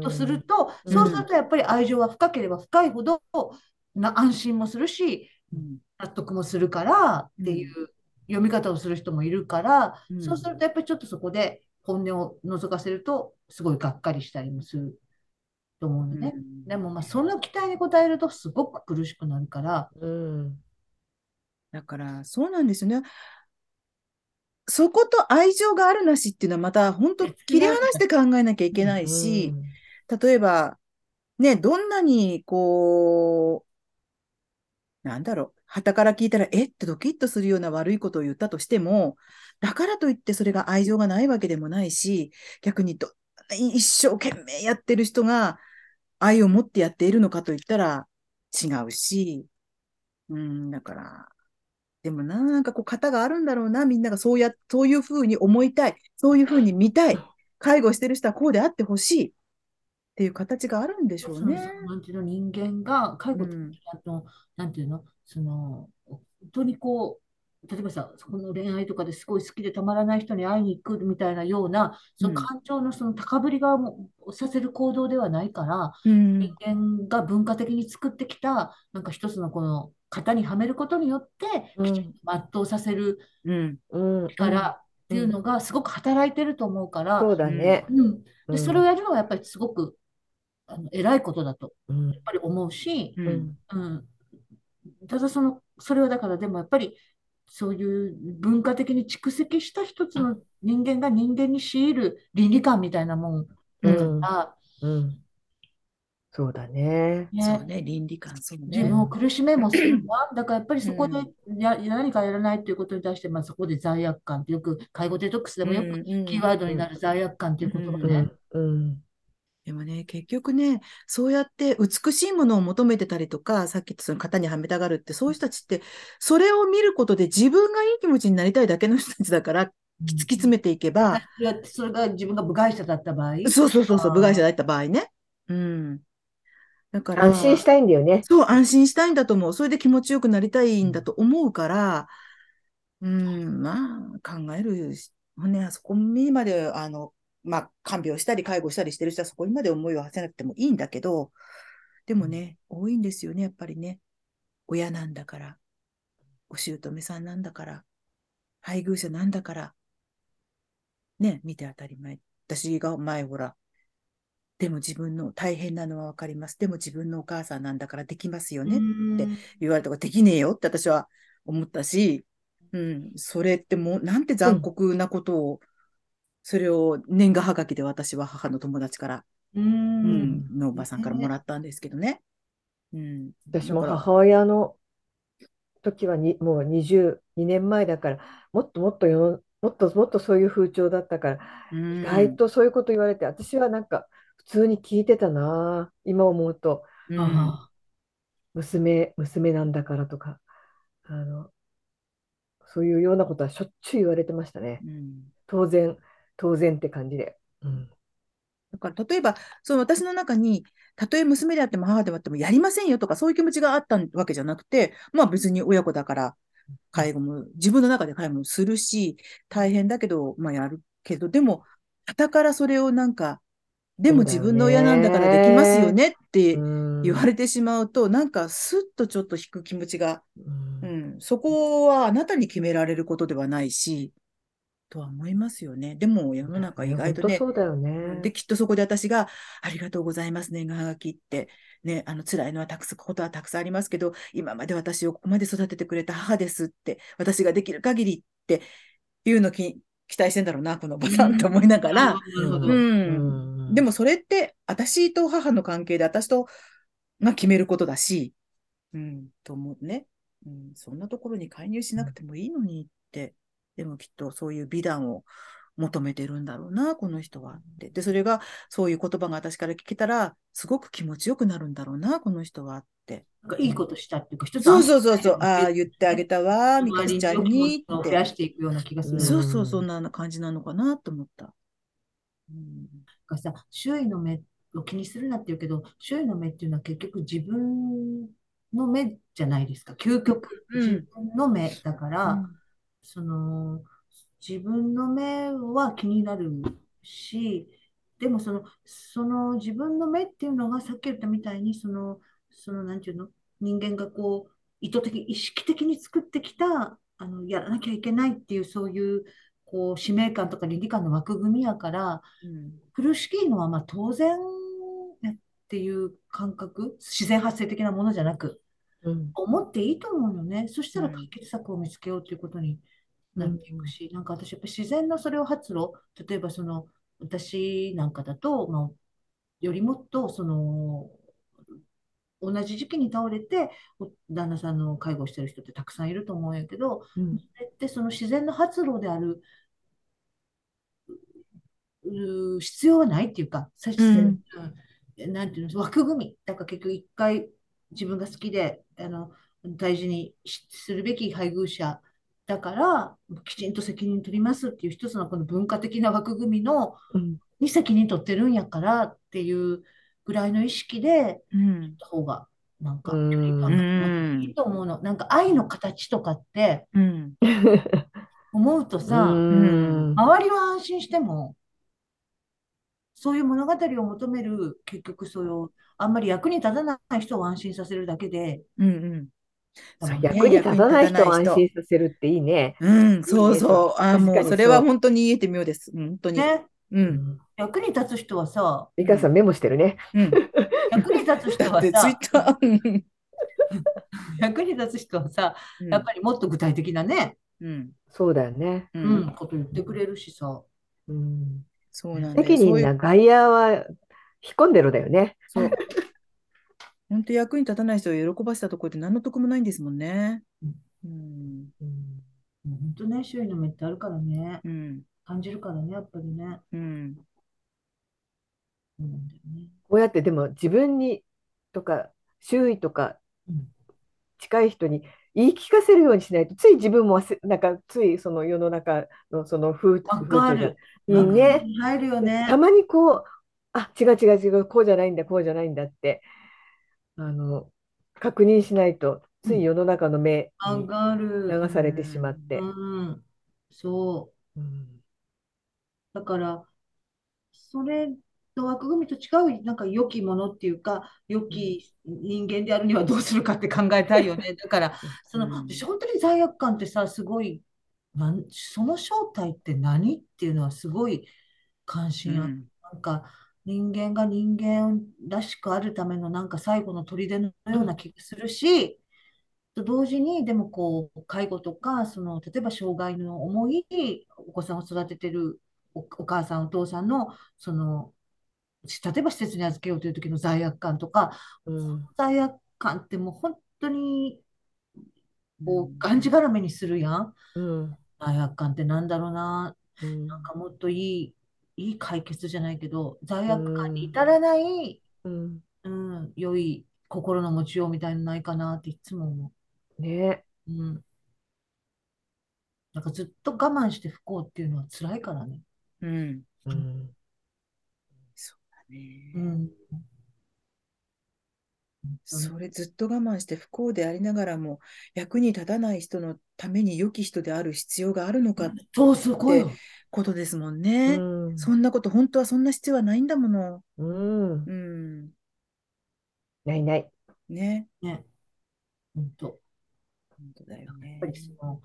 Speaker 2: とすると、
Speaker 1: うん
Speaker 2: そうするとやっぱり愛情は深ければ深いほどな安心もするし、
Speaker 1: うん
Speaker 2: 納得もするからっていう読み方をする人もいるから、
Speaker 1: うん
Speaker 2: そうするとやっぱりちょっとそこで本音を覗かせると、すごいがっかりしたりもすると思うのね。でもまあその期待に応えるとすごく苦しくなるから、
Speaker 3: うん
Speaker 1: だから、そうなんですよね。そこと愛情があるなしっていうのはまた本当切り離して考えなきゃいけないし、例えば、ね、どんなにこう、なんだろう、傍から聞いたら、えってドキッとするような悪いことを言ったとしても、だからといってそれが愛情がないわけでもないし、逆にどんなに一生懸命やってる人が愛を持ってやっているのかといったら違うし、うん、だから、でもな、なんかこう型があるんだろうな、みんながそうや、そういうふうに思いたい、そういうふうに見たい、介護してる人はこうであってほしいっていう形があるんでしょうね。
Speaker 2: そのなんていうの人間が介護
Speaker 1: うん
Speaker 2: あの、なんていうの、その、本当にこう、例えばさ、そこの恋愛とかですごい好きでたまらない人に会いに行くみたいなような、その
Speaker 1: うん
Speaker 2: 感情のその高ぶりがもうさせる行動ではないから、
Speaker 1: うん
Speaker 2: 人間が文化的に作ってきた、なんか一つのこの型にはめることによって、
Speaker 3: うん
Speaker 2: 全うさせる
Speaker 1: うん
Speaker 3: うん
Speaker 2: 力っていうのがすごく働いてると思うから、
Speaker 3: そうだね。
Speaker 2: うん。
Speaker 3: う
Speaker 2: で、
Speaker 3: ん
Speaker 2: それをやるのはやっぱりすごく、あの、偉いことだと、
Speaker 3: うん
Speaker 2: やっぱり思うし、
Speaker 1: う
Speaker 3: うんん
Speaker 2: うん、ただその、それはだからでもやっぱりそういう文化的に蓄積した一つの人間が人間に強いる倫理観みたいなもん
Speaker 3: う
Speaker 2: だか
Speaker 3: ん
Speaker 2: ら、
Speaker 3: うんそうだね。
Speaker 2: ね
Speaker 1: そうね、倫理観、そう
Speaker 2: 自
Speaker 1: ね
Speaker 2: 分。を苦しめもするわ。だからやっぱりそこで
Speaker 1: う
Speaker 2: や何かやらないということに対して、まあ、そこで罪悪感ってよく介護デトックスでもよく
Speaker 1: うんうん
Speaker 2: キーワードになる罪悪感ということが
Speaker 3: う
Speaker 2: ね
Speaker 3: ん。うん
Speaker 1: でもね、結局ね、そうやって美しいものを求めてたりとか、さっき言ったその型にはめたがるって、そういう人たちって、それを見ることで自分がいい気持ちになりたいだけの人たちだから、突き詰めていけば、
Speaker 2: それがそれが自分が部外者だった場合、
Speaker 1: そうそうそうそう、
Speaker 2: あー
Speaker 1: 部外者だった場合ね。うん。だから、
Speaker 3: 安心したいんだよね。
Speaker 1: そう、安心したいんだと思う。それで気持ちよくなりたいんだと思うから、うん、まあ、考えるし、ね、あそこにまで、あの、まあ、看病したり、介護したりしてる人はそこにまで思いを馳せなくてもいいんだけど、でもね、多いんですよね、やっぱりね。親なんだから、お姑さんなんだから、配偶者なんだから、ね、見て当たり前。私が前、ほら、でも自分の大変なのはわかります。でも自分のお母さんなんだからできますよねって言われたからできねえよって私は思ったし、うん、それってもうなんて残酷なことを、それを年賀はがきで私は母の友達から、
Speaker 2: う
Speaker 1: うんん、のおばさんからもらったんですけどね。うん、
Speaker 3: 私も
Speaker 1: だから
Speaker 3: 母親の時はにもう22年前だからもっともっと世のもっともっとそういう風潮だったから
Speaker 1: うん
Speaker 3: 意外とそういうこと言われて私はなんか普通に聞いてたな今思うと
Speaker 1: うん
Speaker 2: あ
Speaker 3: 娘娘なんだからとかあのそういうようなことはしょっちゅう言われてましたね
Speaker 1: うん
Speaker 3: 当然当然って感じで、うん
Speaker 1: だから例えば、その私の中に、たとえ娘であっても母であってもやりませんよとかそういう気持ちがあったわけじゃなくて、まあ別に親子だから介護も、自分の中で介護もするし、大変だけど、まあやるけど、でも、傍からそれをなんか、でも
Speaker 3: そうだ
Speaker 1: 自
Speaker 3: よね
Speaker 1: 分の親なんだからできますよねって
Speaker 3: うん
Speaker 1: 言われてしまうと、なんかスッとちょっと引く気持ちが、
Speaker 3: うん
Speaker 1: うん、そこはあなたに決められることではないし、とは思いますよね。でも世の中意外とね、
Speaker 3: 本当そうだよね
Speaker 1: で、きっとそこで私が、ありがとうございます、年賀はがきって、ね、あの、辛いのはたくさん、ことはたくさんありますけど、今まで私をここまで育ててくれた母ですって、私ができる限りっていうのき期待してんだろうな、このおばさんと思いながら、
Speaker 2: なるほど
Speaker 1: うん
Speaker 3: うん
Speaker 2: うん
Speaker 1: でもそれって、私と母の関係で、私とが決めることだし、うん、と思うね。うん、そんなところに介入しなくてもいいのにって、でもきっとそういう美談を求めてるんだろうな、この人はって。で、それが、そういう言葉が私から聞けたら、すごく気持ちよくなるんだろうな、この人はって。
Speaker 2: なんかいいことしたっていうか、一つ
Speaker 1: そうそうそうそう、ああ、
Speaker 2: 安
Speaker 1: 言ってあげたわ、みか
Speaker 2: 心
Speaker 1: ち
Speaker 2: して
Speaker 1: ゃん
Speaker 2: 周りの
Speaker 1: に
Speaker 2: 人を
Speaker 1: っ
Speaker 2: 増
Speaker 1: て。
Speaker 2: やしていくような気がする。
Speaker 1: そううそう、そんな感じなのかなと思った。うん、
Speaker 2: かさ、周囲の目を気にするなって言うけど、周囲の目っていうのは結局自分の目じゃないですか。究極、
Speaker 1: うん
Speaker 2: 自分の目だから、その自分の目は気になるし、でもその、その自分の目っていうのがさっき言ったみたいにその、そのなんていうの、人間がこう意図的、意識的に作ってきた、あの、やらなきゃいけないっていうそういう、こう使命感とか倫理観の枠組みやから
Speaker 1: うん
Speaker 2: 苦しいのはまあ当然やっていう感覚、自然発生的なものじゃなく。
Speaker 3: うん
Speaker 2: 思っていいと思うよね。そしたら
Speaker 1: うん
Speaker 2: 解決策を見つけようということになっていくし、なんか私やっぱ自然のそれを発露、例えばその私なんかだと、まあ、よりもっとその同じ時期に倒れてお旦那さんの介護してる人ってたくさんいると思うんやけど、
Speaker 3: うん
Speaker 2: それってその自然の発露であるうう必要はないっていうか、さ自然うんなんていうの、枠組み。だから結局一回自分が好きで、あの、大事にしするべき配偶者だから、きちんと責任取りますっていう一つのこの文化的な枠組みの、
Speaker 1: *laughs*
Speaker 3: うん
Speaker 2: に責任取ってるんやからっていうぐらいの意識で、
Speaker 1: うん
Speaker 2: た方が、なんか、
Speaker 3: うん
Speaker 2: 距離感がいいと思うの。なんか愛の形とかって
Speaker 1: うん
Speaker 2: 思うとさ、
Speaker 3: うん
Speaker 2: 周りは安心しても、そういう物語を求める、結局それを、あんまり役に立たない人を安心させるだけで、
Speaker 1: うんうん
Speaker 2: そうね
Speaker 3: 役に立たない人を安心させるっていいね。
Speaker 1: うん、そうそう。あー
Speaker 3: 確かに
Speaker 1: もうそれは本当に言えて妙です。うん本当に。
Speaker 2: ね、
Speaker 1: うん。
Speaker 2: 役に立つ人はさ、
Speaker 3: 美香さんメモしてるね。
Speaker 1: うん。
Speaker 2: 役に立つ人
Speaker 1: だっ
Speaker 2: は
Speaker 1: てツイッ
Speaker 2: さ、
Speaker 1: ター。
Speaker 2: 役に立つ人はさ、
Speaker 1: うん
Speaker 2: やっぱりもっと具体的なね、
Speaker 1: うん。
Speaker 3: そうだよね。
Speaker 1: う。
Speaker 2: うんん、こと言ってくれるしさ、
Speaker 3: うん、
Speaker 1: そうなんだよ。
Speaker 3: 責任
Speaker 1: そ
Speaker 3: な
Speaker 1: ういう
Speaker 3: 外野は引っ込んでるだよね。
Speaker 1: そう。本当役に立たない人を喜ばせたところで何の得もないんですもんね。うん。
Speaker 3: うん
Speaker 2: 本当ね、周囲の目ってあるからね、
Speaker 1: うん。
Speaker 2: 感じるからね、やっぱりね、
Speaker 1: うん。
Speaker 2: そうなんだよね。
Speaker 3: こうやってでも自分にとか周囲とか
Speaker 2: うん
Speaker 3: 近い人に言い聞かせるようにしないとつい自分も忘れなんかついその世の中のその風
Speaker 2: わかる。
Speaker 3: 風潮にね
Speaker 2: 入るよね。
Speaker 3: たまにこうあ違う違う違うこうじゃないんだこうじゃないんだってあの確認しないとつい世の中の目
Speaker 2: 上
Speaker 3: に
Speaker 2: がる。
Speaker 3: 流されてしまって。
Speaker 2: うん。そ
Speaker 3: うん
Speaker 2: う。だから、それの枠組みと違う、なんか良きものっていうか、良き人間であるにはどうするかって考えたい
Speaker 1: *laughs*
Speaker 2: よね。だから、その、
Speaker 1: うん
Speaker 2: 本当に罪悪感ってさ、すごい、なん、その正体って何っていうのはすごい関
Speaker 1: う
Speaker 2: 心ある。
Speaker 1: ん。
Speaker 2: なんか、人間が人間らしくあるためのなんか最後の砦のような気がするし、と同時に、でもこう、介護とか、その、例えば障害の重いお子さんを育ててるお、お母さん、お父さんの、その、し例えば施設に預けようという時の罪悪感とか、
Speaker 3: うん
Speaker 2: 罪悪感ってもう本当に、こ
Speaker 1: う
Speaker 2: う、
Speaker 1: ん
Speaker 2: がんじがらめにするやん。
Speaker 3: うん
Speaker 2: 罪悪感ってなんだろうな。
Speaker 3: うん
Speaker 2: なんかもっといい、いい解決じゃないけど、罪悪感に至らない、
Speaker 3: うん
Speaker 2: うん、良い心の持ちようみたいなのないかなっていつも思
Speaker 3: ね
Speaker 2: う。うん。なんかずっと我慢して不幸っていうのは辛いからね。
Speaker 1: うん。
Speaker 3: うん
Speaker 2: う
Speaker 1: ね
Speaker 2: ん。
Speaker 1: それずっと我慢して不幸でありながらも役に立たない人のために良き人である必要があるのかって
Speaker 2: そう、すごいよ。
Speaker 1: ことですもん
Speaker 3: う
Speaker 1: ね。
Speaker 3: ん
Speaker 1: そんなこと、本当はそんな必要はないんだもの。
Speaker 3: うん
Speaker 1: うん。
Speaker 3: ないない
Speaker 1: ね。
Speaker 2: ね。本当。
Speaker 1: 本当だよ
Speaker 2: や
Speaker 1: ね
Speaker 2: っぱ。りその、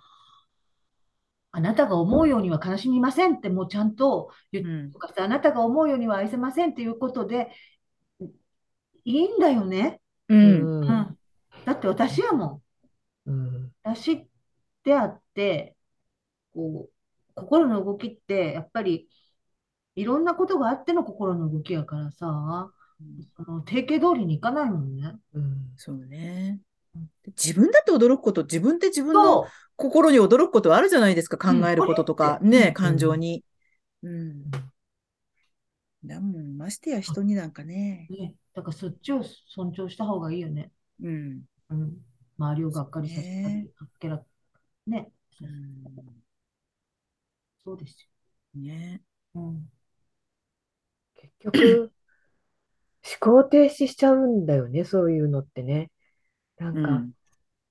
Speaker 2: あなたが思うようには悲しみませんってもうちゃんと言っ
Speaker 1: うん
Speaker 2: と。かさあなたが思うようには愛せませんっていうことで、いいんだよね。
Speaker 1: う。
Speaker 3: うん
Speaker 2: うんん。だって私やもん。
Speaker 3: うん
Speaker 2: 私であって、こう、心の動きって、やっぱり、いろんなことがあっての心の動きやからさ、
Speaker 1: うん
Speaker 2: その定型通りにいかないもんね。
Speaker 3: うん
Speaker 1: そうね。自分だって驚くこと、自分って自分の
Speaker 2: そう
Speaker 1: 心に驚くことあるじゃないですか、
Speaker 2: うん
Speaker 1: 考えることとか、
Speaker 2: うん
Speaker 1: ね、
Speaker 2: うん
Speaker 1: 感情に。うん。だもん、ましてや人になんかね。
Speaker 2: ね、だからそっちを尊重した方がいいよね。
Speaker 1: うん。
Speaker 2: うん、周りをがっかりさせた
Speaker 1: ね
Speaker 2: り、あっけら、ね、
Speaker 1: う
Speaker 2: そうんそうです
Speaker 1: ね。
Speaker 2: よ。うん、
Speaker 3: 結局、思考停止しちゃうんだよね、そういうのってね。なん
Speaker 1: う
Speaker 3: か、
Speaker 1: ん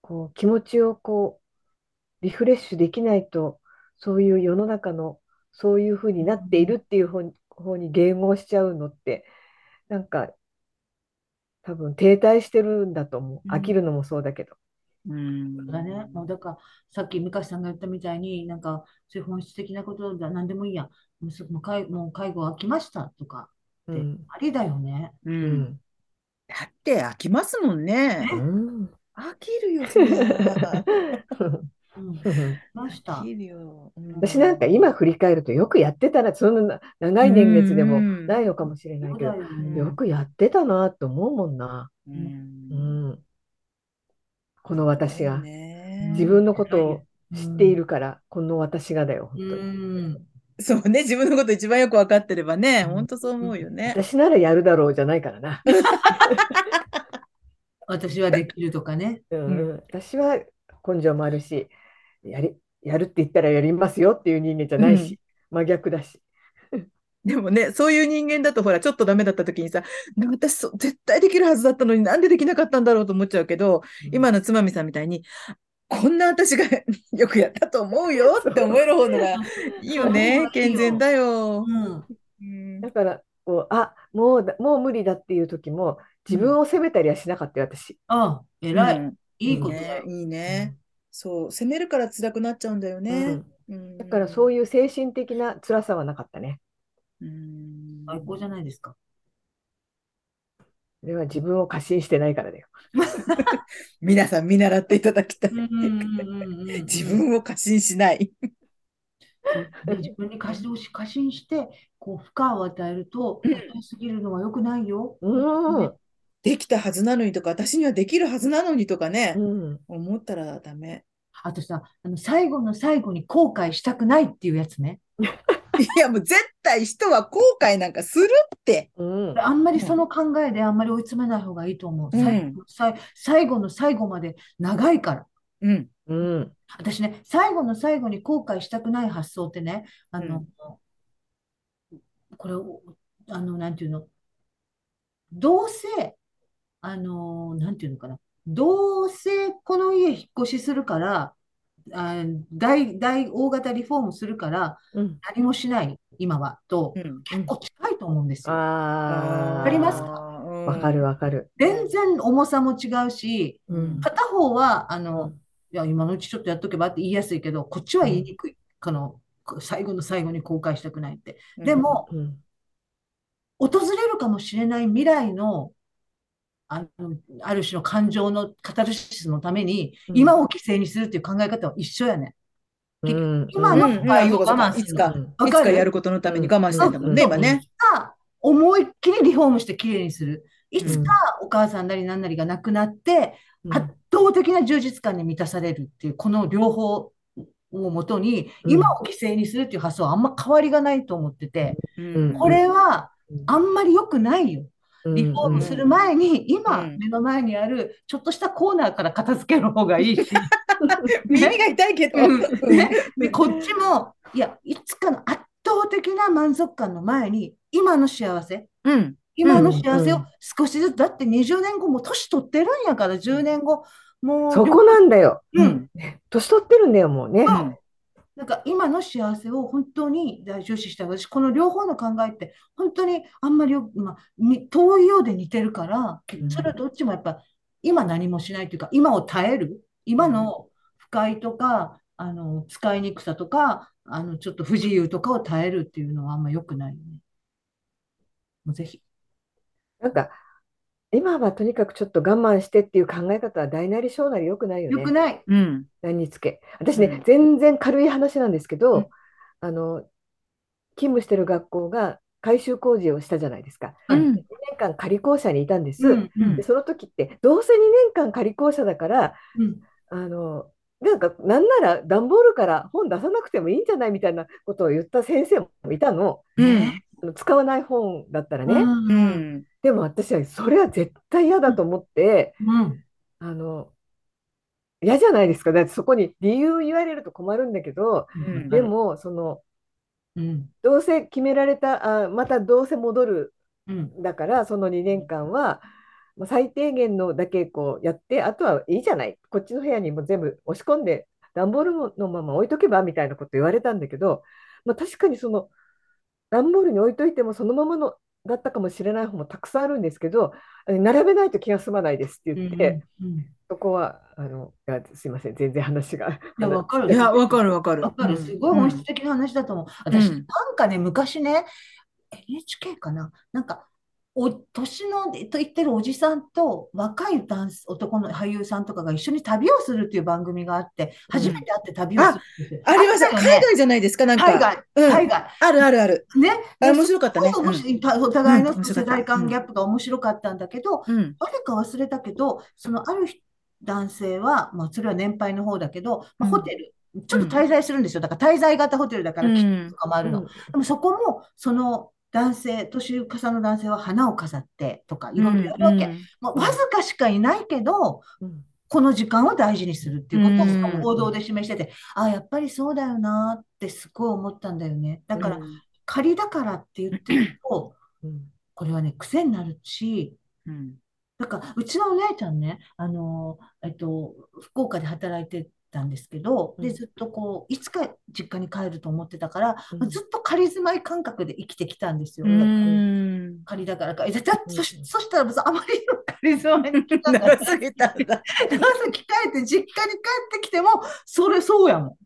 Speaker 3: こう気持ちをこうリフレッシュできないとそういう世の中のそういうふうになっているっていう方に方に迎合しちゃうのってなんか多分停滞してるんだと思う
Speaker 2: うん
Speaker 3: 飽きるのもそうだけど、
Speaker 1: うん。
Speaker 2: だからね、もうだからさっき美香さんが言ったみたいに、なんかそういう本質的なことだ、なんでもいいや、もうすもう介もう介護飽きましたとかって、
Speaker 3: うん
Speaker 2: ありだよね。
Speaker 1: う。
Speaker 3: うんん
Speaker 1: だって飽きますもん
Speaker 3: *laughs*
Speaker 1: ね。
Speaker 3: うん
Speaker 1: 飽きるよ、それは
Speaker 2: うん、来ました
Speaker 1: *laughs* 飽。きるよ。うん
Speaker 3: *laughs* 私なんか今振り返るとよくやってたなそんな長い年月でも
Speaker 1: うん
Speaker 3: ないのかもしれない
Speaker 2: そう
Speaker 3: け
Speaker 2: だ
Speaker 3: ど
Speaker 2: よね。
Speaker 3: よくやってたなと思うもんな、
Speaker 1: う。
Speaker 3: うんん、この私が。
Speaker 1: ね
Speaker 3: 自分のことを
Speaker 2: うん
Speaker 3: 知っているから、この私がだよ、本
Speaker 2: う
Speaker 3: 当に。
Speaker 2: ん、
Speaker 1: そうね、自分のこと一番よく分かってればね、
Speaker 3: うん
Speaker 1: 本当そう思うよね。
Speaker 3: 私ならやるだろうじゃないからな。
Speaker 2: 私はできるとかね。
Speaker 3: うん私は根性もあるし、やり、やるって言ったらやりますよっていう人間じゃないし、真逆だし。
Speaker 1: でもね、そういう人間だとほら、ちょっとダメだった時にさ、なんか私そう、絶対できるはずだったのになんでできなかったんだろうと思っちゃうけど、今のつまみさんみたいに、こんな私が *laughs* よくやったと思うよって思える方のがいいよね。健全だよ。
Speaker 2: うん、
Speaker 1: うん
Speaker 3: だから、こう、あ、もうだ、もう無理だっていう時も、自分を責めたりはしなかったよ、私。
Speaker 2: あ、偉
Speaker 1: う
Speaker 2: い、
Speaker 1: ん
Speaker 2: いいことだ
Speaker 1: ね
Speaker 2: よ。
Speaker 1: いいね。そう、責めるから辛くなっちゃうんだよ
Speaker 3: う
Speaker 1: ね。
Speaker 3: んだから、そう
Speaker 1: い
Speaker 3: いう精神的な辛さはなかったね。
Speaker 1: うん。
Speaker 2: 最高じゃないですか。
Speaker 3: それは自分を過信してないからだよ。
Speaker 1: 皆さん見習っていただきたい。
Speaker 2: うんうんうんうんうん
Speaker 1: 自分を過信しない。
Speaker 2: で自分に過信し過信してこう負荷を与えると与えすぎるのは良くないよ。
Speaker 3: うん。
Speaker 2: ね
Speaker 1: できたはずなのにとか、私にはできるはずなのにとかね、
Speaker 3: うん。
Speaker 1: 思ったらダメ。
Speaker 2: あとさあの最後の最後に後悔したくないっていうやつね。
Speaker 1: いや、もう絶対人は後悔なんかするって。
Speaker 3: うん。
Speaker 2: あんまりその考えであんまり追い詰めない方がいいと思う。
Speaker 1: うん
Speaker 2: 最後さい最後の最後まで長いから。
Speaker 1: うん。
Speaker 3: うん。
Speaker 2: 私ね最後の最後に後悔したくない発想ってねあの、これをあのなんていうのどうせあのなんていうのかなどうせこの家引っ越しするからあ大、大大型リフォームするから
Speaker 3: うん。
Speaker 2: 何もしない今はと
Speaker 1: うん。
Speaker 2: 結構近いと思うんですよ。
Speaker 3: ああ。
Speaker 2: わかりますか
Speaker 1: うん
Speaker 3: わかるわかる。
Speaker 2: 全然重さも違うし
Speaker 3: うん
Speaker 2: 片方はあ
Speaker 3: う
Speaker 2: の
Speaker 3: ん
Speaker 2: いや今のうちちょっとやっとけばって言いやすいけどこっちは言いにくいこのこ最後の最後に後悔したくないって。で、も
Speaker 3: うん。
Speaker 2: 訪れるかもしれない未来の、あの、ある種の感情のカタルシスのために、
Speaker 3: うん
Speaker 2: 今を犠牲にするっていう考え方は一緒やね。結局
Speaker 3: うん
Speaker 2: 今
Speaker 1: うん
Speaker 2: の
Speaker 1: うんうんあそうかそうか
Speaker 2: 我慢する
Speaker 1: いつか、
Speaker 3: うん
Speaker 2: わ
Speaker 1: いつ
Speaker 2: か
Speaker 1: か
Speaker 2: る
Speaker 1: やることのために我慢してんだもんね、
Speaker 3: うん
Speaker 1: 今ね。
Speaker 2: が、思いっきりリフォームしてきれいにする。いつかお母さんなりなんなりが亡くなって、
Speaker 3: うん
Speaker 2: 圧倒的な充実感に満たされるっていう、この両方をもとに、
Speaker 3: うん
Speaker 2: 今を犠牲にするっていう発想はあんま変わりがないと思ってて、
Speaker 1: うん
Speaker 2: これはあんまり良くないよ。
Speaker 3: うん
Speaker 2: リフォームする前に、今、
Speaker 1: うん
Speaker 2: 目の前にある、ちょっとしたコーナーから片付ける方がいいし、
Speaker 1: 耳が痛いけど。
Speaker 2: *laughs* うんねでこっちも、いや、いつかの圧倒的な満足感の前に、今の幸せ、
Speaker 1: うん。
Speaker 2: 今の幸せ
Speaker 3: う
Speaker 2: を
Speaker 3: ん
Speaker 2: 少しずつ、だって20年後、もう年取ってるんやから、10年後、もう、
Speaker 3: そこなんだよ。
Speaker 2: うん
Speaker 1: うん。
Speaker 3: 年取ってるんだよ、もうね。
Speaker 2: なんか今の幸せを本当に大重視したい私、この両方の考えって、本当にあんまりよ、まあ、に遠いようで似てるから、
Speaker 3: うん
Speaker 2: それはどっちもやっぱ、今何もしないというか、今を耐える、今の不快とか、あの使いにくさとか、あのちょっと不自由とかを耐えるっていうのはあんま良くないよね。もうぜひ。
Speaker 3: なんか、今はとにかくちょっと我慢してっていう考え方は大なり小なり良くないよ
Speaker 2: 良く
Speaker 3: ね。
Speaker 2: ない。
Speaker 1: うん。
Speaker 3: 何につけ。私
Speaker 1: うん
Speaker 3: ね、全然軽い話なんですけ
Speaker 1: うん
Speaker 3: ど、あの、勤務してる学校が改修工事をしたじゃないですか。
Speaker 1: う
Speaker 3: 2
Speaker 1: ん。
Speaker 3: 年間仮校舎にいたんです。
Speaker 1: うん。う
Speaker 3: で
Speaker 1: ん。
Speaker 3: その時ってどうせ2年間仮校舎だから
Speaker 2: うん
Speaker 3: あのなんかなんなら段ボールから本出さなくてもいいんじゃないみたいなことを言った先生もいたの。
Speaker 1: うん。
Speaker 3: あの使わない本だったらね。
Speaker 1: う
Speaker 2: うん
Speaker 1: ん。
Speaker 3: でも私はそれは絶対嫌だと思って、
Speaker 2: うん
Speaker 3: あの嫌じゃないですか。だってそこに理由言われると困るんだけど、
Speaker 1: うん
Speaker 3: でもその
Speaker 2: うん
Speaker 3: どうせ決められた、あ、またどうせ戻る
Speaker 2: うん
Speaker 3: だからその2年間はまあ最低限のだけこうやってあとはいいじゃないこっちの部屋にも全部押し込んで段ボールのまま置いとけばみたいなこと言われたんだけど、まあ、確かにその段ボールに置いといてもそのままのだったかもしれない方もたくさんあるんですけどえ並べないと気が済まないですって言って、
Speaker 2: うんい
Speaker 3: そこはあのいやすいません全然話が。
Speaker 2: やわかる
Speaker 1: いや、わかるわかる。
Speaker 2: わかる。すごい本質的な話だと思う。私、なんかね、昔ね、NHK かな、なんか、お年のと言ってるおじさんと若い男男の俳優さんとかが一緒に旅をするっていう番組があって、初めて会って旅をするんですよ。
Speaker 1: ありました。
Speaker 2: ったよ
Speaker 1: 海
Speaker 2: ね
Speaker 1: 外じゃないですか、なんか。
Speaker 2: 海外、
Speaker 1: うん
Speaker 2: 海外。
Speaker 1: あるあるある。
Speaker 2: ね。
Speaker 1: あれ面白かったね
Speaker 2: すごい面白いお互いの
Speaker 1: うん面白
Speaker 2: 世
Speaker 1: かった
Speaker 2: 代間ギャップが面白かったんだけど、
Speaker 1: うん。
Speaker 2: 誰か忘れたけど、そのある日男性は、まあ、それは年配の方だけど、
Speaker 1: う
Speaker 2: まあ、
Speaker 1: ん
Speaker 2: ホテル、ちょっと滞在するんですよ。だから滞在型ホテルだから、
Speaker 1: うん
Speaker 2: キッチンとかもあるの。
Speaker 3: うん
Speaker 2: でもそこも、その男性、年重の男性は花を飾ってとか、いろいろやるわけ。もうわずかしかいないけど、
Speaker 3: うん
Speaker 2: この時間を大事にするっていうことを
Speaker 1: うん
Speaker 2: その行動で示してて、ああ、やっぱりそうだよなってすごい思ったんだよね。だから、仮だからって言ってると、
Speaker 3: うん
Speaker 2: これはね、癖になるし、
Speaker 1: うん。
Speaker 2: なんかうちのお姉ちゃんね、あのえっと、福岡で働いてたんですけど、
Speaker 3: う
Speaker 2: で、
Speaker 3: ん
Speaker 2: ずっとこう、いつか実家に帰ると思ってたから、
Speaker 3: うん
Speaker 2: ずっと仮住まい感覚で生きてきたんですよ。
Speaker 1: うん。
Speaker 2: 仮だからか。えだだ
Speaker 3: うん
Speaker 2: そし、そしたら別にあまりの仮住まいに期間 *laughs* が
Speaker 1: 長すぎたんだ。
Speaker 2: 長すぎ帰って、実家に帰ってきても、それそうやもん。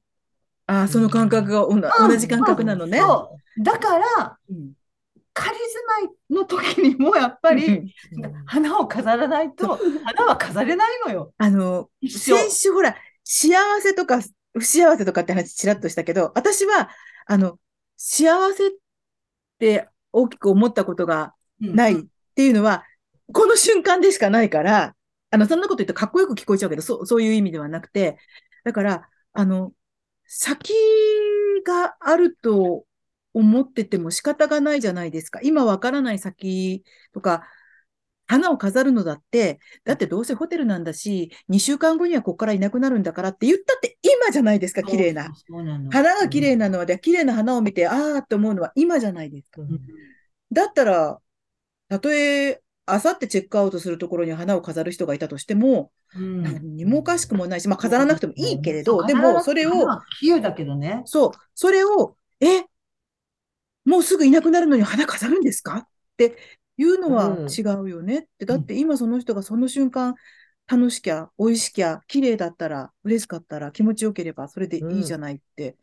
Speaker 1: ああ、その感覚がおな
Speaker 2: うん
Speaker 1: 同じ感覚なのね。
Speaker 2: そう。だから、
Speaker 1: うん。
Speaker 2: 仮住まいの時にもやっぱり、花を飾らないと、花は飾れないのよ。
Speaker 1: あの、
Speaker 2: 一生。
Speaker 1: 先週ほら、幸せとか不幸せとかって話ちらっとしたけど、私は、あの、幸せって大きく思ったことがないっていうのは、この瞬間でしかないから、あの、そんなこと言ってかっこよく聞こえちゃうけど、そう、そういう意味ではなくて、だから、あの、先があると思ってても仕方がないじゃないですか。今わからない先とか、花を飾るのだって、だってどうせホテルなんだし、2週間後にはここからいなくなるんだからって言ったって今じゃないですか、綺麗な。
Speaker 2: そうなの。
Speaker 1: 花が綺麗なのは、で綺麗な花を見て、ああって思うのは今じゃないですか。だったら、たとえ、あさってチェックアウトするところに花を飾る人がいたとしても、
Speaker 2: うん
Speaker 1: 何もおかしくもないし、まあ飾らなくてもいいけれど、
Speaker 2: そう
Speaker 1: でもそれ
Speaker 2: 飾ら
Speaker 1: を、
Speaker 2: なくても比喩だけどね。
Speaker 1: そう、それを、え、もうすぐいなくなるのに花飾るんですかっていうのは
Speaker 3: うん
Speaker 1: 違うよねって、だって今その人がその瞬間、楽しきゃ、美味しきゃ、綺麗だったら、嬉しかったら、気持ちよければ、それでいいじゃないって、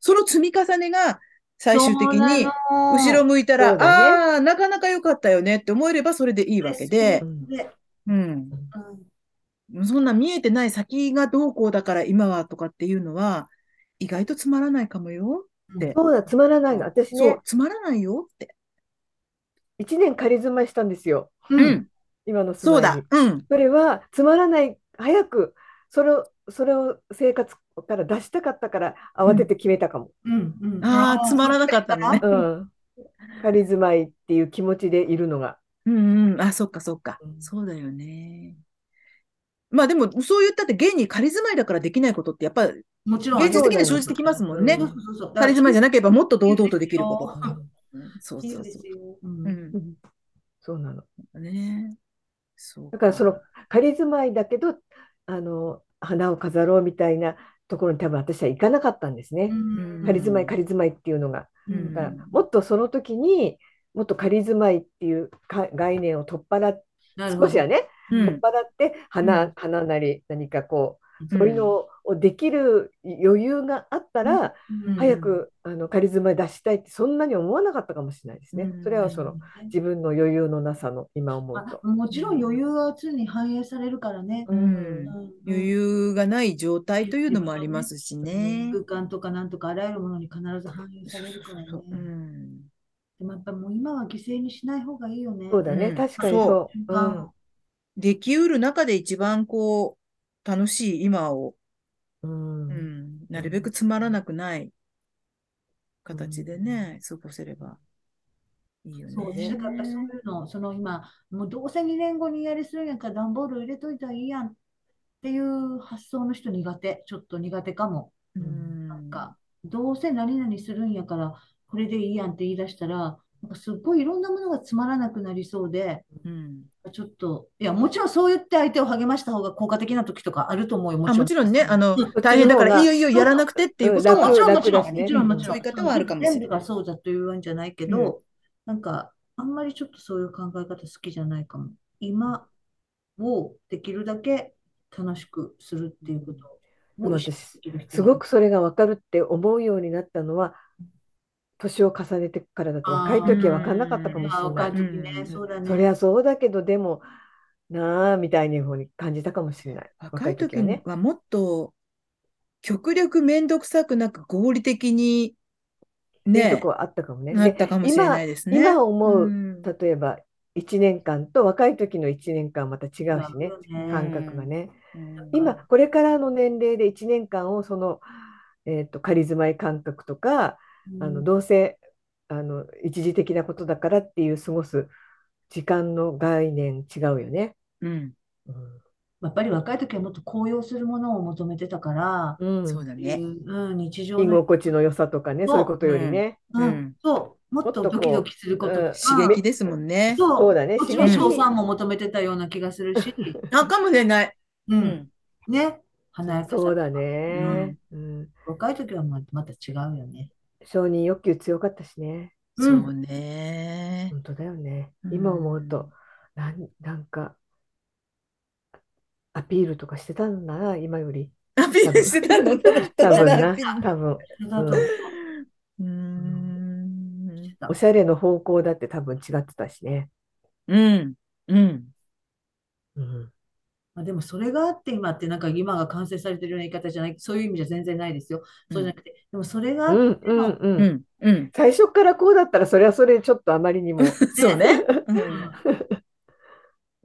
Speaker 1: その積み重ねが最終的に、後
Speaker 2: 後
Speaker 1: ろ向いた
Speaker 3: そ
Speaker 1: ら、
Speaker 3: うだ
Speaker 1: ああ、なかなか良かったよねって思えればそれでいいわけで
Speaker 3: う、ん
Speaker 2: で、
Speaker 1: うん。
Speaker 2: うん
Speaker 1: そんな見えてない先がどうこうだから今はとかっていうのは、意外とつまらないかもよ。で
Speaker 3: そうだつまらないの私
Speaker 1: そ
Speaker 3: ね
Speaker 1: う、つまらないよって。
Speaker 3: 1年仮住まいしたんですよ
Speaker 2: う。
Speaker 1: うんん、
Speaker 3: 今の住
Speaker 1: そ
Speaker 3: ま
Speaker 1: う
Speaker 3: いに
Speaker 1: だ。うん、
Speaker 3: それはつまらない早くそれをそれを生活から出したかったから慌てて決めたかも、
Speaker 2: うん。うん
Speaker 1: あーつまらなかったのね
Speaker 3: うん、仮住まいっていう気持ちでいるのが、
Speaker 1: うん、うん。あ、そっかそっか
Speaker 3: う。ん
Speaker 1: そうだよね。まあでも、そう言ったって、現に仮住まいだからできないことって、やっぱり
Speaker 2: もちろん。
Speaker 1: 現実的には生じてきますもんね
Speaker 2: そう。そうそうそう。
Speaker 1: 仮住まいじゃなければもっと堂々とできる
Speaker 2: う
Speaker 1: こ
Speaker 2: ん
Speaker 1: と。そう
Speaker 2: 比
Speaker 1: そ
Speaker 2: 喩
Speaker 1: う
Speaker 2: です
Speaker 1: そ
Speaker 2: よ。うん
Speaker 1: う。うん
Speaker 3: う。んそうなの
Speaker 1: ねそう
Speaker 3: だからその仮住まいだけどあの花を飾ろうみたいなところに多分私は行かなかったんですね、
Speaker 2: うん
Speaker 3: 仮住ま
Speaker 1: う
Speaker 3: い
Speaker 1: ん
Speaker 3: 仮住まいっていうのが
Speaker 1: うん
Speaker 3: だからもっとその時にもっと仮住まいっていうか概念を取っ払って
Speaker 2: なるほ
Speaker 3: 少
Speaker 2: ど
Speaker 3: しはね
Speaker 1: う
Speaker 3: 取っ
Speaker 1: ん、
Speaker 3: 払って花,、
Speaker 1: うん
Speaker 3: 花なり何かこう
Speaker 1: うん
Speaker 3: そういうのをできる余裕があったら、
Speaker 2: うん
Speaker 3: 早くあの仮住まい出したいってそんなに思わなかったかもしれないですね。
Speaker 1: うん
Speaker 3: それはその自分の余裕のなさの今思うと。
Speaker 2: まあもちろん余裕は常に反映されるからね。
Speaker 1: うん
Speaker 2: うん
Speaker 1: 余裕がない状態というのもありますしね。
Speaker 2: 空間とかなんとかあらゆるものに必ず反映されるからね。
Speaker 1: うん
Speaker 2: でもやっぱもう今は犠牲にしない方がいいよね。
Speaker 3: そうだ
Speaker 1: う
Speaker 3: ね、
Speaker 1: ん
Speaker 3: 確かにそう。
Speaker 2: そう
Speaker 1: できうる中で一番こう、楽しい今を、
Speaker 3: うん。
Speaker 1: う
Speaker 3: うん
Speaker 1: ん、なるべくつまらなくない形でね、過ごせればいいよ
Speaker 2: そう、
Speaker 1: ね。
Speaker 2: だからやっぱそういうの、その今、もうどうせ2年後にやりするんやから段ボール入れといたらいいやんっていう発想の人苦手、ちょっと苦手かも。
Speaker 1: う
Speaker 2: なん
Speaker 1: ん。
Speaker 2: か、どうせ何々するんやから、これでいいやんって言い出したら、なんかすっごいいろんなものがつまらなくなりそうで、
Speaker 1: うん
Speaker 2: ちょっと、いや、もちろんそう言って相手を励ました方が効果的な時とかあると思うよ、も
Speaker 1: あ
Speaker 2: ちろ
Speaker 1: も
Speaker 2: ん。
Speaker 1: ちろんね、あの
Speaker 2: うん、
Speaker 1: 大変だから、
Speaker 3: そ
Speaker 1: いういよいいよ、やらなくてっていうこと
Speaker 3: そう
Speaker 1: は
Speaker 2: もちろん、もちろん、
Speaker 3: 楽
Speaker 2: もちろん、もちろ
Speaker 1: そ
Speaker 2: ん。
Speaker 1: ういう方はあるかもしれない
Speaker 2: 全部がそうだというわけじゃないけど、なんか、あんまりちょっとそういう考え方好きじゃないかも。今をできるだけ楽しくするっていうことを意識できる人
Speaker 3: すごくそれが分かるって思うようになったのは、年を重ねてからだと、
Speaker 2: あ
Speaker 3: 若
Speaker 2: ー
Speaker 3: い時は分かんなかったかもし
Speaker 2: あ
Speaker 3: れ
Speaker 2: 若
Speaker 3: ないい。
Speaker 2: 時ね、
Speaker 1: うん
Speaker 2: そうだね。
Speaker 3: そりゃそうだけど、でも、なあ、みたいにふうに感じたかもしれない。
Speaker 1: 若い時
Speaker 3: はね。
Speaker 1: はもっと、極力めんどくさくなく合理的に
Speaker 3: いい
Speaker 1: ね
Speaker 3: と、こはあったかもね。
Speaker 1: なっ
Speaker 3: で、
Speaker 1: たかもしれないですね。
Speaker 3: 今思う、
Speaker 1: ん
Speaker 3: 例えば1年間と若い時の1年間はまた違うしね、
Speaker 2: うん
Speaker 3: 感覚がね。
Speaker 1: うん
Speaker 3: 今、これからの年齢で1年間をその、えーと、仮住まい感覚とか、あのどうせあの一時的なことだからっていう過ごす時間の概念違うよね。
Speaker 1: うん、
Speaker 3: うん
Speaker 2: やっぱり若い時はもっと高揚するものを求めてたから、
Speaker 3: うん
Speaker 1: そうだね。
Speaker 2: うん、日常
Speaker 3: 居
Speaker 2: の、
Speaker 3: 心地の良さとかね、
Speaker 2: そ
Speaker 3: そ
Speaker 2: う
Speaker 3: ういうことよりね。
Speaker 1: う
Speaker 2: う
Speaker 1: ん
Speaker 2: ん、そう、もっと
Speaker 3: もっとこ
Speaker 2: ド
Speaker 3: う
Speaker 2: キドキすることと
Speaker 3: うん
Speaker 2: か、
Speaker 1: 刺激ですもんね。
Speaker 2: そう、
Speaker 3: そうだね
Speaker 2: もちろん
Speaker 1: 刺激
Speaker 2: 賞賛も求めてたような気が
Speaker 1: *laughs*
Speaker 2: するし、
Speaker 1: あ、かもしれない。
Speaker 2: う、。
Speaker 1: うん
Speaker 2: ね、華やか
Speaker 3: そう
Speaker 2: さ。
Speaker 3: だね。うん
Speaker 2: 若い時はままた違うよね。
Speaker 3: 承認欲求強かったしね。
Speaker 1: そ
Speaker 2: うん
Speaker 1: うね。
Speaker 3: 本当だよね。
Speaker 1: うん
Speaker 3: 今思うと、なん、なんか、アピールとかしてたんだな、今より。
Speaker 1: アピールしてたの
Speaker 3: 多分
Speaker 1: だ *laughs*
Speaker 3: な、多分、
Speaker 2: それだと
Speaker 1: うーん。
Speaker 3: おしゃれの方向だって多分違ってたしね。
Speaker 1: うん。うん。
Speaker 3: うん、
Speaker 2: まあ、でもそれがあって今ってなんか今が完成されてるような言い方じゃない、そういう意味じゃ全然ないですよ。そうじゃなくて、でもそれがあ
Speaker 3: う
Speaker 2: っ
Speaker 3: ん、
Speaker 2: て
Speaker 3: うん、
Speaker 2: の、
Speaker 3: う。
Speaker 1: うんん。うん。
Speaker 3: 最初からこうだったら、それはそれでちょっとあまりに
Speaker 1: *laughs*
Speaker 3: も。
Speaker 1: そうね。うん
Speaker 2: う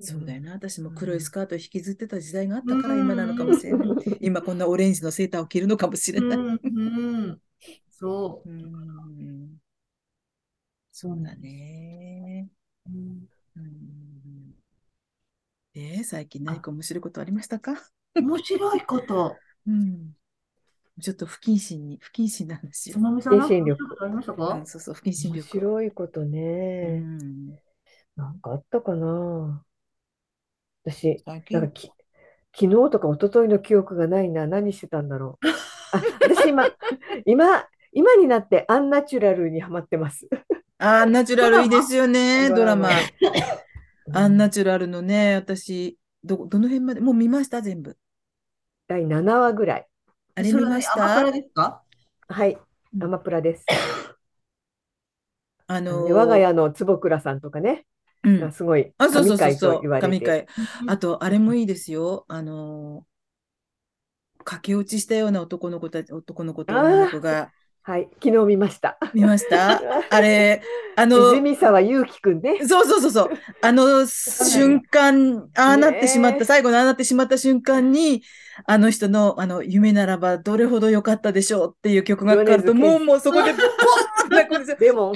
Speaker 1: そうだよな。私も黒いスカートを引きずってた時代があったから今なのかもしれない。
Speaker 3: う
Speaker 1: 今こんなオレンジのセーターを着るのかもしれ
Speaker 2: ん、
Speaker 1: ない。
Speaker 2: うん、うん、そうう。
Speaker 1: ん。そうだね。
Speaker 2: うん
Speaker 1: うんで、最近何か面白いことありましたか
Speaker 2: 面白い
Speaker 1: *laughs*
Speaker 2: こと。
Speaker 1: うん。ちょっと不謹慎に、不謹慎な話
Speaker 2: つ
Speaker 1: を。
Speaker 2: まみさん、なんか
Speaker 3: 精神力
Speaker 2: 面白いことありました
Speaker 1: う
Speaker 2: か
Speaker 1: ん、そうそう、不謹慎
Speaker 3: 面
Speaker 1: 力。
Speaker 3: 白いこと
Speaker 1: う
Speaker 3: ね。
Speaker 1: ん、
Speaker 3: なんかあったかな。私、
Speaker 1: 最近
Speaker 3: なんかき、昨日とか一昨日の記憶がないな。何してたん
Speaker 1: *laughs*
Speaker 3: だろう。あ、私今、今、今になってアンナチュラルにハマってます。
Speaker 1: あーナチュラルいいですよね、ド
Speaker 3: ド
Speaker 1: ラ
Speaker 3: ラ
Speaker 1: マ。
Speaker 3: マ
Speaker 1: アンナチュラルのね、私、ど、どの辺まで、もう見ました、全部。
Speaker 3: 第7話ぐらい。
Speaker 1: あれ
Speaker 2: そ
Speaker 1: 見
Speaker 2: れは
Speaker 1: ま
Speaker 2: ね
Speaker 1: し
Speaker 2: アマプ
Speaker 1: た
Speaker 2: ラですか
Speaker 3: はい。
Speaker 1: うん
Speaker 3: アマプラです。
Speaker 1: あのー
Speaker 3: で我が家の坪倉さんとかね、
Speaker 1: うん
Speaker 3: がすごい
Speaker 1: あ、そうそうそ
Speaker 3: 神
Speaker 1: う
Speaker 3: 回
Speaker 1: そ
Speaker 3: と
Speaker 1: う、
Speaker 3: 言われ
Speaker 1: 神
Speaker 3: て。
Speaker 1: 回。あと、あれもいいですよ。あのー駆け落ちしたような男の子たち、男の子と女の子が、
Speaker 3: はい。昨日見ました。
Speaker 1: 見ましたあ
Speaker 3: *laughs*
Speaker 1: れ、あのー
Speaker 3: 泉沢祐希くんね。
Speaker 1: そうそうそうそう。あの瞬間、ああなってしまった、
Speaker 3: ねえ
Speaker 1: 最後のああなってしまった瞬間に、あの人の、あの、夢ならばどれほど良かったでしょうっていう曲がかかると、
Speaker 3: 米津
Speaker 1: も
Speaker 3: 玄
Speaker 1: うもうそこで、ポーンって泣 *laughs* くんですよ。
Speaker 3: でも、
Speaker 1: 本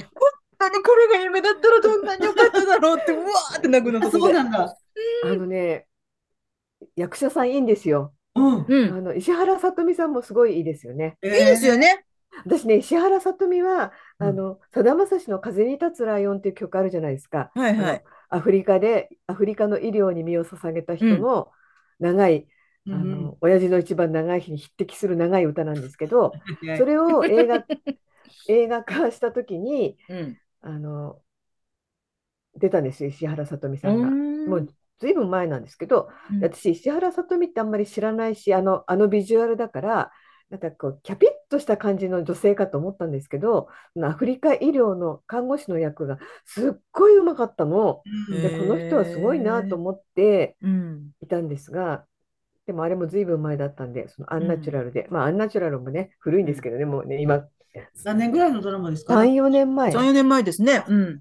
Speaker 1: 当にこれが夢だったらどんなに良かっただろうって、うわーって泣くの
Speaker 2: あ
Speaker 1: と
Speaker 2: そ
Speaker 1: こ
Speaker 2: う
Speaker 1: で。
Speaker 2: なんだ。
Speaker 3: あのね、役者さんいいんですよ。
Speaker 2: うん。
Speaker 1: う
Speaker 3: あ
Speaker 1: ん。
Speaker 3: の石原さとみさんもすごいいいですよね。
Speaker 1: いいですよね。
Speaker 3: 私ね、石原さとみは、
Speaker 2: うん
Speaker 3: あの、さだまさしの風に立つライオンっていう曲あるじゃないですか。
Speaker 1: はいはい
Speaker 3: あのアフリカで、アフリカの医療に身を捧げた人の長い、
Speaker 2: う
Speaker 3: あ
Speaker 2: ん。
Speaker 3: の、親父の一番長い日に匹敵する長い歌なんですけ
Speaker 2: *laughs*
Speaker 3: ど、そ
Speaker 2: れ、
Speaker 3: れを映
Speaker 2: *laughs*
Speaker 3: 画、映画化した時に、
Speaker 1: うん。
Speaker 3: あの、出たんですよ、石原さとみさ
Speaker 1: うん
Speaker 3: が。
Speaker 1: ん
Speaker 3: もう、ずいぶん前なんですけど、
Speaker 1: うん
Speaker 3: 私石原さとみってあんまり知らないしあのあのビジュアルだからなんかこうキャピッとした感じの女性かと思ったんですけどそのアフリカ医療の看護師の役がすっごいうまかったの
Speaker 2: うん
Speaker 1: へ
Speaker 3: で
Speaker 1: ー
Speaker 3: この人はすごいなと思って
Speaker 1: うん。
Speaker 3: いたんですがでもあれもずいぶん前だったんで、そのアンナチュラルで、まあアンナチュラルもね、古いんですけどね、もうね、今、
Speaker 2: 何年ぐらいのドラマですか
Speaker 3: 3、4年前
Speaker 1: 3、4年前ですね。うん。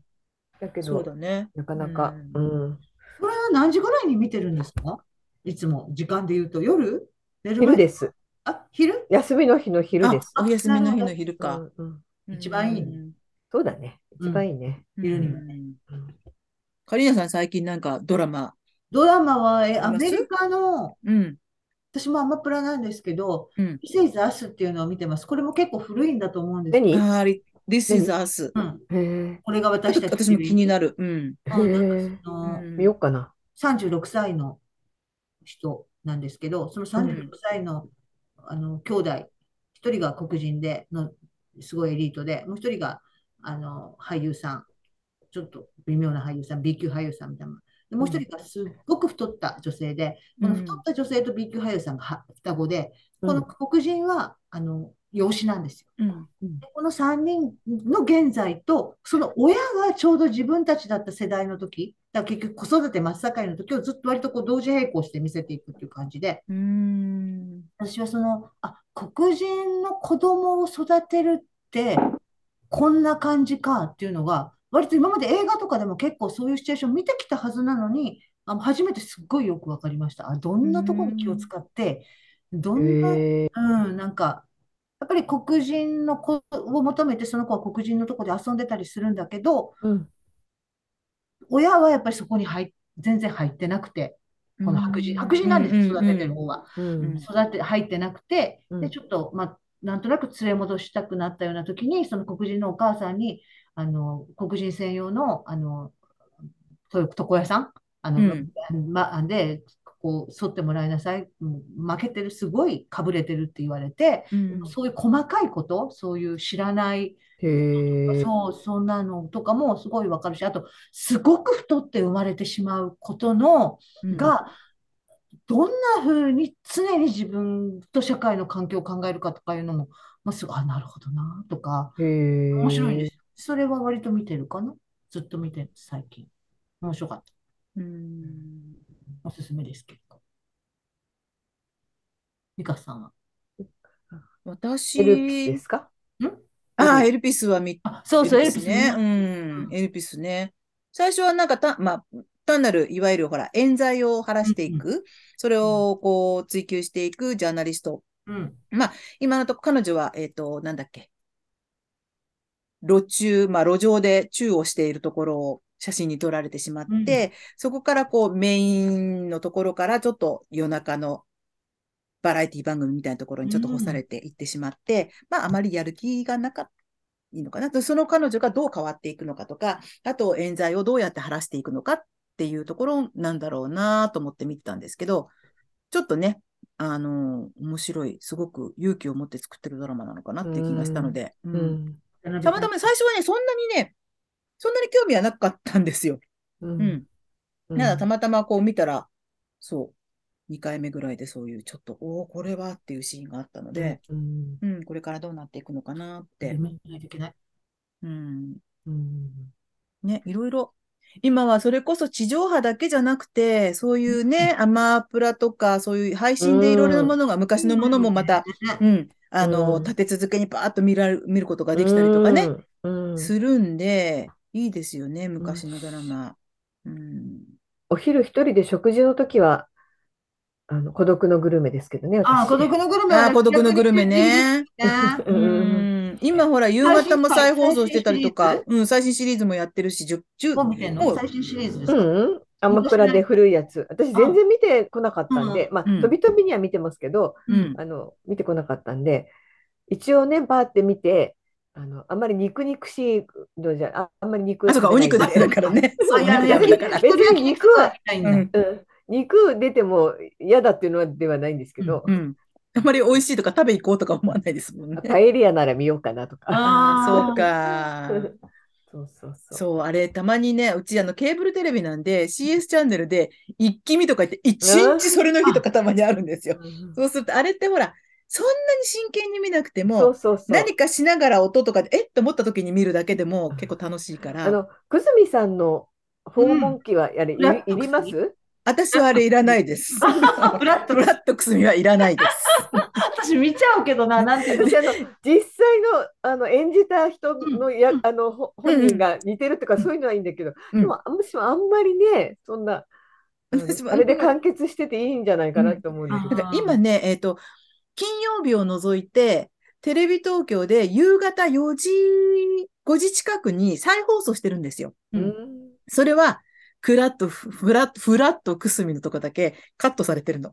Speaker 3: だけ
Speaker 1: そうだ
Speaker 3: ど、
Speaker 1: ね。
Speaker 3: なかなか、
Speaker 1: う
Speaker 3: うん、
Speaker 2: これは何時ぐらいに見てるんですかいつも時間で言うと夜寝る前
Speaker 3: 昼です。
Speaker 2: あ、昼
Speaker 3: 休みの日の昼
Speaker 1: あ
Speaker 3: です。
Speaker 1: お休みの日
Speaker 2: なるほ
Speaker 1: の
Speaker 2: ど
Speaker 1: 昼か。
Speaker 3: うんうん
Speaker 2: 一番いいね
Speaker 1: ね。
Speaker 3: そうだね、一番いいね。
Speaker 2: 昼には
Speaker 1: うん
Speaker 3: うん
Speaker 1: カリーナさん、最近なんかドラマ。
Speaker 2: ドラマはえア
Speaker 1: 見ます
Speaker 2: メリカの、
Speaker 1: うん。
Speaker 2: 私もアマプラなんですけど、
Speaker 1: うん。
Speaker 2: This is Us っていうのを見てます。これも結構古いんだと思うんですけど、
Speaker 3: 何へ
Speaker 1: ああ、This is Us。
Speaker 2: うん、
Speaker 3: え。
Speaker 2: これが私たち
Speaker 1: 私も気になる。うん。
Speaker 2: うんなんか
Speaker 3: へえ
Speaker 2: その
Speaker 1: うん
Speaker 3: 見よっかな。
Speaker 2: 36歳の人なんですけど、その36歳の、あの兄弟、一人が黒人での、すごいエリートで、もう一人があの俳優さん、ちょっと微妙な俳優さん、B 級俳優さんみたいな。でもう一人がすっごく太った女性で、この太った女性と B 級俳優さんがは双子で、この黒人はあの養子なんですよ。
Speaker 1: うん。
Speaker 2: でこの3人の現在と、その親がちょうど自分たちだった世代の時、だから結局子育て真っ盛りの時をずっと割とこう同時並行して見せていくっていう感じで、
Speaker 1: うん。
Speaker 2: 私はその、あ、黒人の子供を育てるってこんな感じかっていうのが、割と今まで映画とかでも結構そういうシチュエーション見てきたはずなのに、あの初めてすっごいよくわかりました。あ、どんなところに気を使って、どんな
Speaker 3: へえ。
Speaker 2: うん、なんか、やっぱり黒人の子を求めて、その子は黒人のとこで遊んでたりするんだけど、
Speaker 3: うん
Speaker 2: 親はやっぱりそこに入全然入ってなくて、この白人、白人なんですよ、育ててる方は。
Speaker 3: うん
Speaker 2: 育て、入ってなくて、
Speaker 3: うん
Speaker 2: で、ちょっと、まあ、なんとなく連れ戻したくなったような時に、その黒人のお母さんに、あの、黒人専用の、あの、そういう床屋さん、あの、
Speaker 1: うん
Speaker 2: ま、で、こう、剃ってもらいなさい、うん負けてる、すごいかぶれてるって言われて、
Speaker 1: うん。
Speaker 2: そういう細かいこと、そういう知らない、
Speaker 3: へえ。
Speaker 2: そう、そんなのとかもすごいわかるし、あと、すごく太って生まれてしまうことの、
Speaker 1: うん、
Speaker 2: が、どんな風に常に自分と社会の環境を考えるかとかいうのも、まあ、すごい、あ、なるほどな、とか、
Speaker 3: へえ。
Speaker 2: 面白いんですよ。それは割と見てるかな。ずっと見てる、最近。面白かった。
Speaker 1: うん。
Speaker 2: おすすめです、結構。美香さんは。
Speaker 1: 私、
Speaker 3: ヘルプですか
Speaker 1: ああ、エルピスは見
Speaker 2: あ、そうそう、エル
Speaker 1: エルピス
Speaker 2: ピス
Speaker 1: ね。う
Speaker 2: ね。
Speaker 1: ん
Speaker 2: う、ん
Speaker 1: エルピスね。最初はなんかた、まあ、単なる、いわゆるほら、冤罪を晴らしていく、それをこう追求していくジャーナリスト。
Speaker 2: うん。
Speaker 1: 今のとこ彼女は、えっ、と、なんだっけ。路中、まあ、路上で宙をしているところを写真に撮られてしまって、そこからこうメインのところからちょっと夜中のバラエティ番組みたいなところにちょっと干されていってしまって、まああまりやる気がなかった。いいのかなとその彼女がどう変わっていくのかとか、あと冤罪をどうやって晴らしていくのかっていうところなんだろうなと思って見てたんですけど、ちょっとね、あの、面白い、すごく勇気を持って作ってるドラマなのかなっていう気がしたので、う
Speaker 3: うんん。
Speaker 1: たまたま最初はね、そんなにね、そんなに興味はなかったんですよ。
Speaker 3: う
Speaker 1: うん。。
Speaker 3: うん
Speaker 1: ただたまたまこう見たら、そう、2回目ぐらいでそういうちょっと、おお、これはっていうシーンがあったので、
Speaker 3: うん
Speaker 1: うん、これからどうなっていくのかなって、
Speaker 2: 見ないといけない。
Speaker 1: うん、
Speaker 3: うん
Speaker 1: ね、いろいろ。今はそれこそ地上波だけじゃなくて、そういうね、アマプラとか、そういう配信でいろいろなものが、昔のものもまた、うん、あの、
Speaker 3: うん
Speaker 1: 立て続けにバーッと見られる、見ることができたりとかね、。
Speaker 3: うんうん
Speaker 1: するんで、いいですよね、昔のドラマ。うん。
Speaker 3: お昼一人で食事の時は、あの孤独のグルメですけどね、
Speaker 2: あー、
Speaker 3: 私
Speaker 2: 孤独のグルメ
Speaker 1: あ
Speaker 2: は
Speaker 1: あ、孤独のグルメ。ね。
Speaker 2: ね
Speaker 3: *laughs* うん
Speaker 1: うん今ほら、夕方も再放送してたりとか
Speaker 2: 最新シリ、
Speaker 1: うん、最新シリーズもやってるし、10、
Speaker 2: もう
Speaker 1: 10
Speaker 2: 見てん
Speaker 1: も
Speaker 2: の
Speaker 1: う
Speaker 2: 最新シリーズです
Speaker 3: う
Speaker 2: か。
Speaker 3: ん、アマプラで古いやつ。私全然見てこなかったんで、まあ、
Speaker 1: うん
Speaker 3: 飛び飛びには見てますけど、
Speaker 1: うん。
Speaker 3: あの、見てこなかったんで、一応ね、バーって見て、あの、あんまり肉肉しいのじゃ、あ、あんまり肉
Speaker 1: あ、そうか、お
Speaker 3: 食べ
Speaker 1: 肉
Speaker 3: な
Speaker 1: だ
Speaker 3: い
Speaker 1: けだからね。そう
Speaker 2: あ
Speaker 1: ね
Speaker 2: やるやる
Speaker 3: 別に肉は、
Speaker 2: ないん
Speaker 1: う
Speaker 2: だ。
Speaker 1: ん。
Speaker 3: うん、 *laughs* 肉出ても嫌だっていうのではないんですけど
Speaker 1: う、ん。あんまり美味しいとか食べ行こうとか思わないですもんね。
Speaker 3: パエリアなら見ようかなとか。
Speaker 1: あ
Speaker 2: あー
Speaker 1: あ、そうか。
Speaker 3: *laughs* そうそうそう。
Speaker 1: そう、あれ、たまにね、うちあのケーブルテレビなんで、CS チャンネルで、一気見とか言って、一日それの日とかたまにあるんですよ。
Speaker 3: うん
Speaker 1: そうすると、あれってほら、そんなに真剣に見なくて
Speaker 3: そ
Speaker 1: も
Speaker 3: う、そうそう。
Speaker 1: 何かしながら音とかで、えっと思った時に見るだけでも結構楽しいか
Speaker 3: あ
Speaker 1: ら。
Speaker 3: の、久住さんの訪問記は、あれ、い
Speaker 2: うん
Speaker 3: いります
Speaker 1: 私はあれいらないです。 *laughs*
Speaker 2: ブラッ
Speaker 1: ブ
Speaker 2: と、
Speaker 1: ラッとくすみはい *laughs* らないです。
Speaker 2: 私見ちゃうけどな、なんていう
Speaker 3: *laughs*
Speaker 2: の。
Speaker 3: 私あの実際のあの演じた人のや、
Speaker 1: うん
Speaker 3: あのほ本人が似てるとか、
Speaker 1: うん
Speaker 3: そういうのはいいんだけど、
Speaker 1: うん
Speaker 3: でもむしろあんまりねそんな、うん
Speaker 1: 私も
Speaker 3: あれで完結してていいんじゃないかなと思うんだけ
Speaker 2: うん
Speaker 3: ど、
Speaker 1: だから今ね、えっ、と、金曜日を除いて、テレビ東京で夕方4時、5時近くに再放送してるんですよ。
Speaker 2: う
Speaker 3: う
Speaker 2: ん
Speaker 3: ん
Speaker 1: それは、クラッとフ、フラッと、フラッとくすみのとこだけカットされてるの。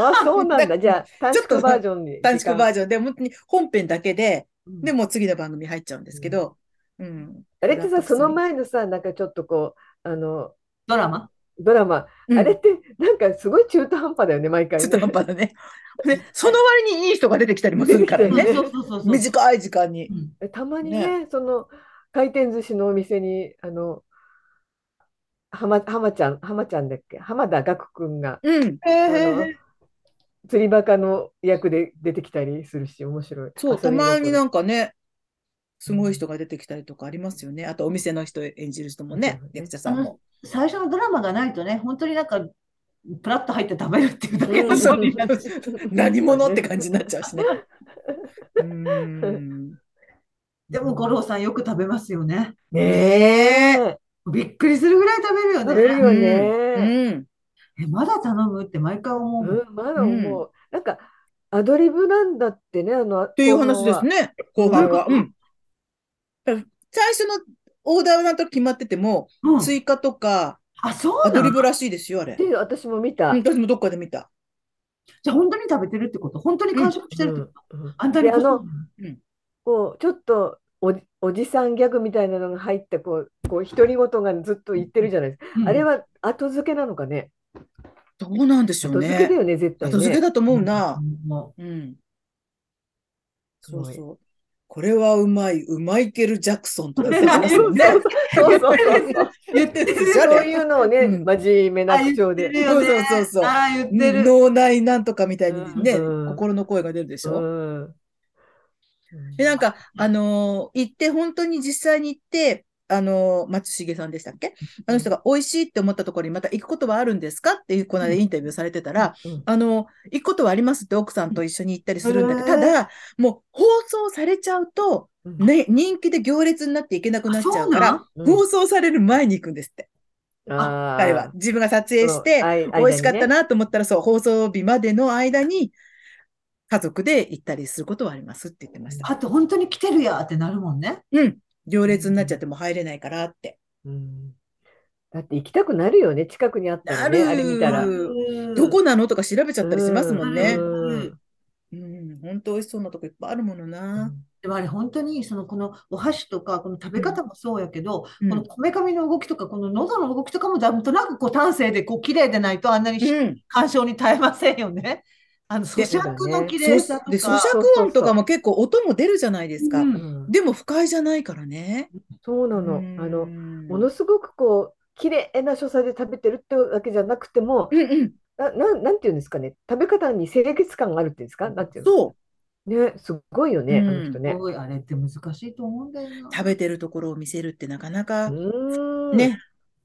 Speaker 3: あそうなんだじゃあ短
Speaker 1: *laughs* ちょっと
Speaker 3: 縮バージョンに
Speaker 1: 短縮バ
Speaker 3: 時
Speaker 1: ージョ
Speaker 3: 間
Speaker 1: ンで、本当に本編だけで、で
Speaker 2: も、
Speaker 1: もう次の番組入っちゃうんですけど、うん。
Speaker 3: あれって
Speaker 1: フラッと
Speaker 3: さ
Speaker 1: くす
Speaker 3: そ
Speaker 1: み
Speaker 3: の前のさなんかちょっとこうあの
Speaker 2: ドラマ
Speaker 3: ドラマ、
Speaker 1: うん
Speaker 3: あれってなんかすごい中途半端だよね毎回
Speaker 1: ちょっ
Speaker 3: ね
Speaker 1: と半端だね。で、その割にいい人が出てきたりもするから
Speaker 3: うん
Speaker 2: そう
Speaker 1: ね。
Speaker 2: そうそうそうそう。
Speaker 1: 短い時間に
Speaker 2: う。ん
Speaker 3: えたまにねその回転寿司のお店にあの浜浜ちゃん浜ちゃんだっけ浜田岳くんが
Speaker 1: うん。
Speaker 3: あの釣りバカの役で出てきたりするし面白い
Speaker 1: そう、たまに
Speaker 3: の
Speaker 1: なんかね、すごい人が出てきたりとかありますよね。あと、お店の人演じる人もね
Speaker 3: うん、
Speaker 1: 役者さんも。
Speaker 2: 最初のドラマがないとね、本当になんか、プラッと入って食べるって
Speaker 1: *laughs*
Speaker 2: いうだけの
Speaker 1: うん
Speaker 2: 料理になるし
Speaker 1: 何者って感じになっちゃうしね。 *laughs* うーん。
Speaker 2: でも、五郎さんよく食べますよね。
Speaker 1: ねえ。
Speaker 3: ね
Speaker 2: びっくりするぐらい食べるよ
Speaker 3: 食べる
Speaker 2: ね。
Speaker 3: よ
Speaker 1: う
Speaker 3: ね、
Speaker 1: ん。
Speaker 2: え、まだ頼むって毎回思
Speaker 3: うん
Speaker 2: う。
Speaker 3: まだ思う、なんかアドリブなんだってねあのっ
Speaker 1: っていう話ですね、後半は。うん。最初のオーダーはなんとなく決まってても、
Speaker 2: うん
Speaker 1: 追加とか
Speaker 2: あ、そう
Speaker 1: アド
Speaker 2: な
Speaker 1: リ
Speaker 2: の
Speaker 1: ブらしいですよ、あれ。
Speaker 3: で私も見た、
Speaker 1: うん私もどっかで見た。
Speaker 2: じゃあ本当に食べてるってこと本当に完食してるってこと
Speaker 3: うん
Speaker 2: あんたに
Speaker 3: であの
Speaker 2: こ
Speaker 3: こうちょっとおじおじさんギャグみたいなのが入ってこうこう独り言がずっと言ってるじゃないですか、
Speaker 2: そうん
Speaker 3: あれは後付けなのかね
Speaker 1: どうなんでしょう
Speaker 3: 後付けだ
Speaker 1: ね。
Speaker 3: よね絶対ね
Speaker 1: 後付けだと思うな。
Speaker 2: も
Speaker 1: うん。そ
Speaker 3: ごいう
Speaker 1: そう。これはうまい、うまいけるジャクソンとか言って
Speaker 3: そう
Speaker 1: ますよね
Speaker 3: そうそうそうそう
Speaker 1: 言ってるでしょ、あ
Speaker 3: そう
Speaker 1: れ。
Speaker 3: いうのをね、
Speaker 1: うん
Speaker 3: 真面目な口調
Speaker 2: う
Speaker 3: で。
Speaker 2: 言ってるよね
Speaker 1: そうそうそうそう
Speaker 2: ああ言ってる
Speaker 1: 脳内なんとかみたいにね、
Speaker 3: うん
Speaker 1: 心の声が出るでしょ。
Speaker 3: うん
Speaker 1: で、なんか、あのー行って、本当に実際に行って、あのー松重さんでしたっけあの人が美味しいって思ったところにまた行くことはあるんですかっていう、この間インタビューされてたら、
Speaker 3: うん
Speaker 1: あのー行くことはありますって奥さんと一緒に行ったりするんだけど、た
Speaker 2: へー
Speaker 1: だ、もう放送されちゃうと、
Speaker 3: うん
Speaker 1: ね、人気で行列になっていけなくなっちゃうから、
Speaker 3: うん
Speaker 1: 放送される前に行くんですって、
Speaker 3: あー
Speaker 1: 彼は。自分が撮影し
Speaker 3: そ
Speaker 1: て
Speaker 3: う、あい間にね
Speaker 1: 美味しかったなと思ったら、そう、放送日までの間に、家族で行ったりすることはありますって言ってました。
Speaker 2: あと本当に来てるやってなるもんね
Speaker 1: うん。行列になっちゃっても入れないからって。
Speaker 3: うんだって行きたくなるよね、近くにあったら
Speaker 1: な
Speaker 3: ね、
Speaker 1: る
Speaker 3: あれ見たら。
Speaker 2: うん
Speaker 1: どこなのとか調べちゃったりしますもんね
Speaker 3: う。
Speaker 1: うん。本当美味しそうなとこいっぱいあるものな。
Speaker 2: でもあれ本当にそのこのお箸とかこの食べ方もそうやけど、
Speaker 1: うん
Speaker 2: このこめかみの動きとかこの喉の動きとかもなんとなくこう端正でこう綺麗でないとあんなに
Speaker 1: うん。
Speaker 2: 干渉に耐えません
Speaker 1: *laughs*
Speaker 2: よね。あの咀
Speaker 3: そうだ
Speaker 2: 嚼
Speaker 3: ね
Speaker 2: の綺麗さ
Speaker 1: そ
Speaker 2: と
Speaker 1: で、咀
Speaker 2: か。
Speaker 1: 嚼音とかも結構音も出るじゃないですか
Speaker 2: う。ん
Speaker 3: うん
Speaker 1: でも不快じゃないからね。
Speaker 3: そうなの。
Speaker 1: う
Speaker 3: あ
Speaker 1: ん
Speaker 3: の、ものすごくこう、綺麗な所作で食べてるってわけじゃなくても、
Speaker 1: うんうん。
Speaker 3: な、なん、なんていうんですかね、食べ方に清潔感があるっていうんですか、なんていうの。
Speaker 1: そう。
Speaker 3: ね、すごいよね、あ
Speaker 1: うん
Speaker 3: の人
Speaker 2: す
Speaker 3: ね。
Speaker 2: ごいあれって難しいと思うんだよな。
Speaker 1: 食べてるところを見せるってなかなか
Speaker 3: うん、
Speaker 1: ね、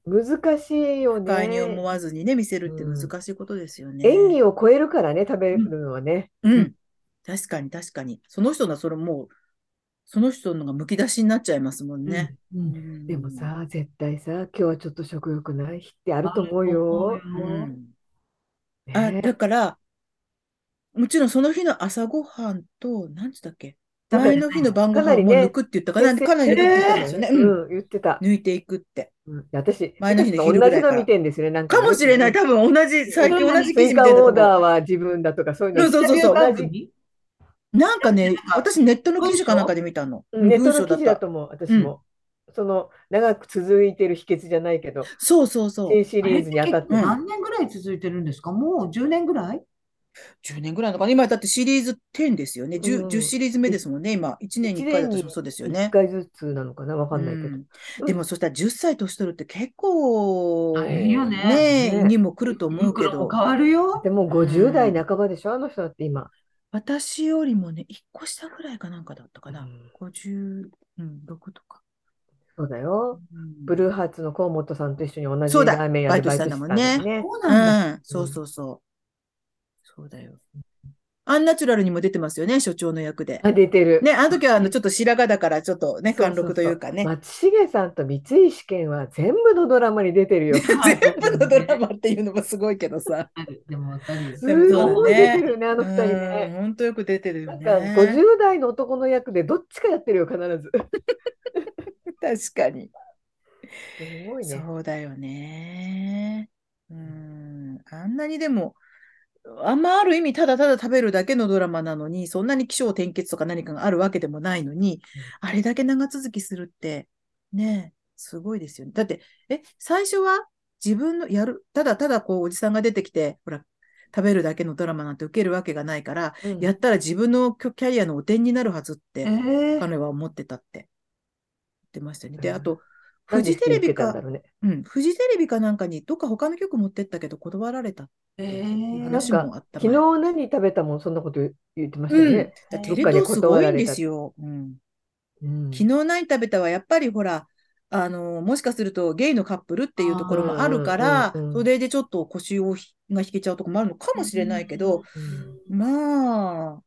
Speaker 3: 難しいよ
Speaker 1: 不快に思
Speaker 3: ね。
Speaker 1: わずにね、見せるって難しいことですよね。
Speaker 3: 演技を超えるからね、食べるのはね。
Speaker 1: うん。確かに確かに。その人のそれもう、その人のがむき出しになっちゃいますもんね。
Speaker 2: う
Speaker 1: うんん
Speaker 3: でも、さ、絶対さ、今日はちょっと食欲ない日ってあると思う
Speaker 2: あ
Speaker 3: よ
Speaker 2: る。
Speaker 1: う
Speaker 2: と思よ
Speaker 1: ん、あ
Speaker 3: ね、
Speaker 1: だから、もちろんその日の朝ごはんと、なんつったっけ、
Speaker 3: だから
Speaker 1: 前の日の晩ご
Speaker 3: かな
Speaker 1: はん
Speaker 3: り
Speaker 1: も
Speaker 3: ね
Speaker 1: 抜くって言ったかな、
Speaker 3: 先
Speaker 1: かなり抜くって言ってたんですよね。うん
Speaker 3: うん、言ってた。
Speaker 1: 抜いていくって。
Speaker 3: うん、私、
Speaker 1: 前の日の
Speaker 3: 同
Speaker 1: 昼ぐらい
Speaker 3: じ
Speaker 1: から
Speaker 3: の見てんですよね、なんか
Speaker 1: か
Speaker 3: ね
Speaker 1: もしれない、多分同じ、最近同じ記
Speaker 3: 追
Speaker 1: 事み
Speaker 3: 加
Speaker 1: たいな
Speaker 3: オ
Speaker 1: と
Speaker 3: ーダー
Speaker 1: こ。
Speaker 3: は自分だとか、そういうの。
Speaker 1: そうそうそう
Speaker 3: 同
Speaker 2: 番
Speaker 3: じ
Speaker 2: 組
Speaker 1: なんかね、私ネットの記事かなんかで見たの。
Speaker 3: うんネットの記事だ
Speaker 1: った。
Speaker 3: と思う、私も。その、長く続いてる秘訣じゃないけど、
Speaker 1: そうそうそう。
Speaker 3: 新シリーズに当たって
Speaker 1: うん
Speaker 2: 何年ぐらい続いてるんですかもう10年ぐらい
Speaker 1: 10年ぐらいなのかな。今だってシリーズ10ですよね。10,
Speaker 3: うん
Speaker 1: 10シリーズ目ですもんね。今、1年に1回だとしてもそうですよ
Speaker 3: 1
Speaker 1: ね。
Speaker 3: 回ずつなのかな、わかんないけど。
Speaker 1: うんでもそしたら10歳年取るって結構
Speaker 2: 大変よね
Speaker 1: ねえ
Speaker 3: ね
Speaker 1: にも来ると思うけ
Speaker 2: 袋も
Speaker 1: ど
Speaker 2: 変わるよ。
Speaker 3: でも50代半ばでしょ、あの人だって今。
Speaker 1: 私よりもね1個下ぐらいかなんかだったかな、
Speaker 3: うん
Speaker 1: 56とか
Speaker 3: そうだよ。
Speaker 1: うん
Speaker 3: ブルーハーツの河本さんと一緒に同じ
Speaker 1: そうだ
Speaker 3: ラーメン屋でバイトしてたんだ
Speaker 1: バイトしたんだもん
Speaker 3: よね。
Speaker 2: そう
Speaker 1: う
Speaker 2: なんだ。
Speaker 1: ん、そうそうそう。そうだよ。アンナチュラルにも出てますよね、所長の役で。
Speaker 3: あ出てる。
Speaker 1: ね、あの時はあのちょっと白髪だから、ちょっとね、貫禄というかね。
Speaker 3: 松重さんと三井試験は全部のドラマに出てるよ。
Speaker 1: 全 *laughs* 部のドラマっていうのもすごいけど
Speaker 3: *laughs*
Speaker 1: さ。
Speaker 2: わかるでもわかるよ。
Speaker 3: す
Speaker 1: でもそう
Speaker 3: ご
Speaker 1: だ
Speaker 3: い
Speaker 1: ね
Speaker 3: 出てるよね、あの二人
Speaker 1: うん
Speaker 3: ね。
Speaker 1: ほんとよく出てるよ
Speaker 3: なん
Speaker 1: ね。
Speaker 3: か50代の男の役でどっちかやってるよ、必ず。
Speaker 1: 確かに。
Speaker 3: すごいね。
Speaker 1: そうだよね。うん。あんなにでも、あんまある意味ただただ食べるだけのドラマなのに、そんなに起承転結とか何かがあるわけでもないのに、あれだけ長続きするって、ねえ、すごいですよね。だって、え、最初は自分のやる、ただただこうおじさんが出てきて、ほら、食べるだけのドラマなんて受けるわけがないから、
Speaker 3: うん
Speaker 1: やったら自分のキャリアの汚点になるはずって。
Speaker 2: えー
Speaker 1: 彼は思ってたって言ってましたね。で、
Speaker 3: うん
Speaker 1: あと、フ
Speaker 3: なんで
Speaker 1: ジテレビ
Speaker 3: 引き受けたん
Speaker 1: か、
Speaker 3: だろうね。
Speaker 1: うん、フジテレビかなんかに、どっか他の局持ってったけど断られた
Speaker 2: え
Speaker 1: っていう
Speaker 2: ー
Speaker 1: 話もあった
Speaker 3: 昨
Speaker 1: 前
Speaker 3: 日何食べたもん、そんなこと言ってましたよ
Speaker 1: うん、だか
Speaker 3: ね。
Speaker 1: ら
Speaker 2: ど
Speaker 1: テ
Speaker 2: っ
Speaker 1: レ
Speaker 3: かで
Speaker 1: 東すご
Speaker 3: 断
Speaker 1: い
Speaker 3: ら
Speaker 1: ん
Speaker 3: れ
Speaker 1: で
Speaker 3: た
Speaker 1: すよ。うん、
Speaker 3: うん
Speaker 1: 昨日何食べたは、やっぱりほら、あのもしかするとゲイのカップルっていうところもあるから、
Speaker 3: あーうんうんうん
Speaker 1: それでちょっと腰をひが引けちゃうとこもあるのかもしれないけど、まあ、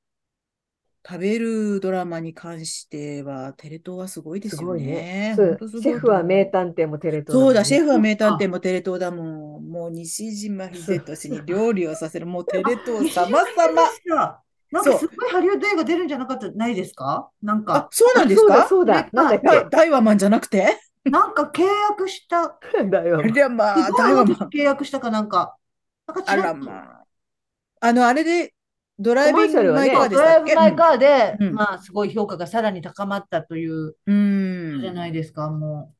Speaker 1: 食べるドラマに関しては、テレ東はすごいですすよ
Speaker 3: ごいね。
Speaker 1: ほ
Speaker 3: そ
Speaker 1: ん
Speaker 3: う
Speaker 1: とすごい
Speaker 3: シェフは
Speaker 1: と思う
Speaker 3: 名探偵もテレ東だも
Speaker 1: そうんだ、
Speaker 3: ね
Speaker 1: シェフは名探偵もテレ東だもん。もう西島秀俊に料理をさせる、もうテレ東様々。
Speaker 2: ま。なんかすごいハリウッド映画出るんじゃなかった、ないですかなん
Speaker 1: あ
Speaker 2: か、、
Speaker 1: そうなんですか
Speaker 3: そうだ、そうだ。
Speaker 2: こ
Speaker 3: な
Speaker 2: れか
Speaker 3: んだ
Speaker 1: だ
Speaker 3: っ *laughs*
Speaker 1: 大和マンじゃなくて
Speaker 2: なんか契約した、
Speaker 3: け。大和
Speaker 1: ありゃまあ、大和マン。
Speaker 2: 契約したかなんか、なんか
Speaker 1: あ
Speaker 2: ちら
Speaker 1: ら
Speaker 2: っと
Speaker 1: まあ。あの、あれで、ドライビングマイカーで
Speaker 2: ド
Speaker 1: し
Speaker 2: ラ
Speaker 1: た
Speaker 2: イ
Speaker 1: っ
Speaker 2: ブ・
Speaker 1: け
Speaker 2: マイ・カーで、
Speaker 1: うん
Speaker 2: まあ、すごい評価がさらに高まったという
Speaker 1: うん。
Speaker 2: じゃないですか、もう。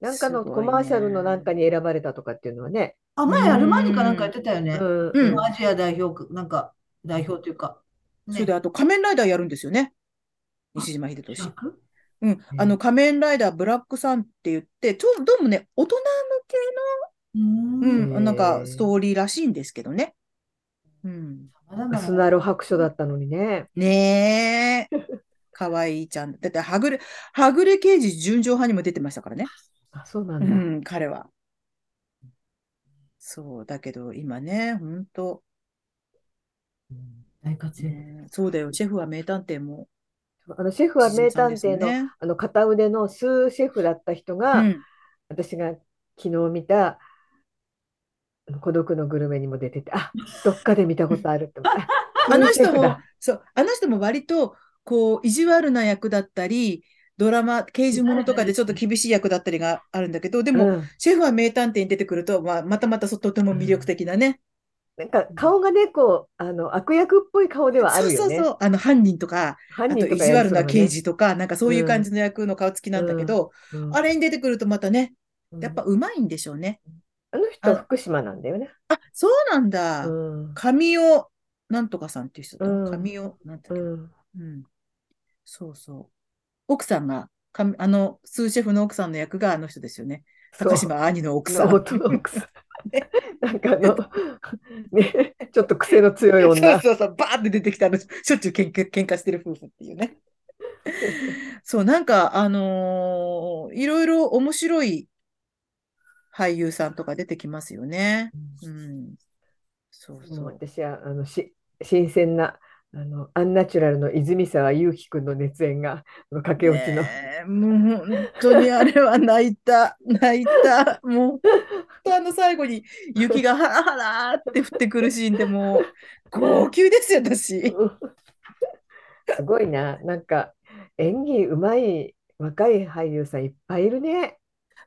Speaker 3: なんかの
Speaker 1: すごいね
Speaker 3: コマーシャルのなんかに選ばれたとかっていうのはね。
Speaker 2: あ、前、アルマーニかなんかやってたよね。
Speaker 3: ん
Speaker 1: うん
Speaker 2: アジア代表区、なんか、代表というか、
Speaker 1: うん
Speaker 2: ね
Speaker 1: それで、あと、仮面ライダーやるんですよね。西島秀俊。
Speaker 2: 役
Speaker 1: うん。あの、仮面ライダーブラックさんって言って、ちょどうもね、大人向け
Speaker 2: うーん
Speaker 1: う
Speaker 3: へー
Speaker 1: ん、なんかストーリーらしいんですけどね。うん、
Speaker 2: まだまだ
Speaker 3: スナロ白書だったのにね。
Speaker 1: ねえ、かわいいちゃん。だって、はぐれ、はぐれ刑事純情派にも出てましたからね。
Speaker 3: あ、そうな
Speaker 1: うん
Speaker 3: だ。
Speaker 1: ん、彼は。そう、だけど今ね、ほんと、
Speaker 2: 大活躍。
Speaker 1: ねそうだよ、シェフは名探偵も。
Speaker 3: あのシェフは名探
Speaker 1: 辻さ
Speaker 3: 偵
Speaker 1: んです
Speaker 3: の
Speaker 1: ね
Speaker 3: あの片腕のスーシェフだった人
Speaker 1: う
Speaker 3: が、
Speaker 1: ん、
Speaker 3: 私が昨日見たあの孤独のグルメにも出てて、あ、どっかで見たことあるって
Speaker 1: *laughs*
Speaker 3: 思った。
Speaker 1: あの
Speaker 3: スーシェ
Speaker 1: 人
Speaker 3: フ
Speaker 1: も
Speaker 3: だ、
Speaker 1: そう、あの人も割と、こう、意地悪な役だったり、ドラマ、刑事ものとかでちょっと厳しい役だったりがあるんだけど、でも、
Speaker 3: うん
Speaker 1: シェフは名探偵に出てくると、まあ、またまたそうとても魅力的なね。
Speaker 3: なんか顔がね、こう、あの悪役っぽい顔ではあ
Speaker 1: そう
Speaker 3: る
Speaker 1: そ
Speaker 3: よ
Speaker 1: う
Speaker 3: ね。
Speaker 1: そう。あの、犯人とか、
Speaker 3: 犯
Speaker 1: あ
Speaker 3: 人
Speaker 1: と
Speaker 3: と
Speaker 1: 意
Speaker 3: か
Speaker 1: 地
Speaker 3: やり
Speaker 1: 悪
Speaker 3: そう
Speaker 1: な
Speaker 3: だもん
Speaker 1: 刑
Speaker 3: ね。
Speaker 1: 事とか、なんかそういう感じの役の顔つきなんだけど、
Speaker 3: うん
Speaker 1: あれに出てくるとまたね、
Speaker 3: うん
Speaker 1: やっぱうまいんでしょうね。
Speaker 3: あの人は福島なんだよね。
Speaker 1: あ、そうなんだ。
Speaker 3: うん
Speaker 1: 神尾なんとかさんっていう人と、
Speaker 3: うん
Speaker 1: 神尾なんて、
Speaker 3: うん
Speaker 1: うん。そうそう。奥さんが、神あの、スーシェフの奥さんの役があの人ですよね。高
Speaker 3: そう
Speaker 1: 島兄の奥 *laughs* さん。
Speaker 3: 元の奥さん。なんかあの、ね、ちょっと癖の強い
Speaker 1: そう
Speaker 3: 女。
Speaker 1: そうそう、バーって出てきたの、しょっちゅう喧嘩喧嘩してる夫婦っていうね。 *laughs* そう、なんか、あのーいろいろ面白い俳優さんとか出てきますよね。うん。そう
Speaker 3: もう
Speaker 1: そう。
Speaker 3: 私はあのし新鮮なあのアンナチュラルの泉沢祐希君の熱演が *laughs* あの駆け落ちの、
Speaker 1: ねえもう本当にあれは泣いた、泣いた。もう、本当あの最後に雪がハラハラって降ってくるシーンでもう、号泣ですよ、私。
Speaker 3: うん *laughs* すごいななんか演技うまい若い俳優さんいっぱいいるね。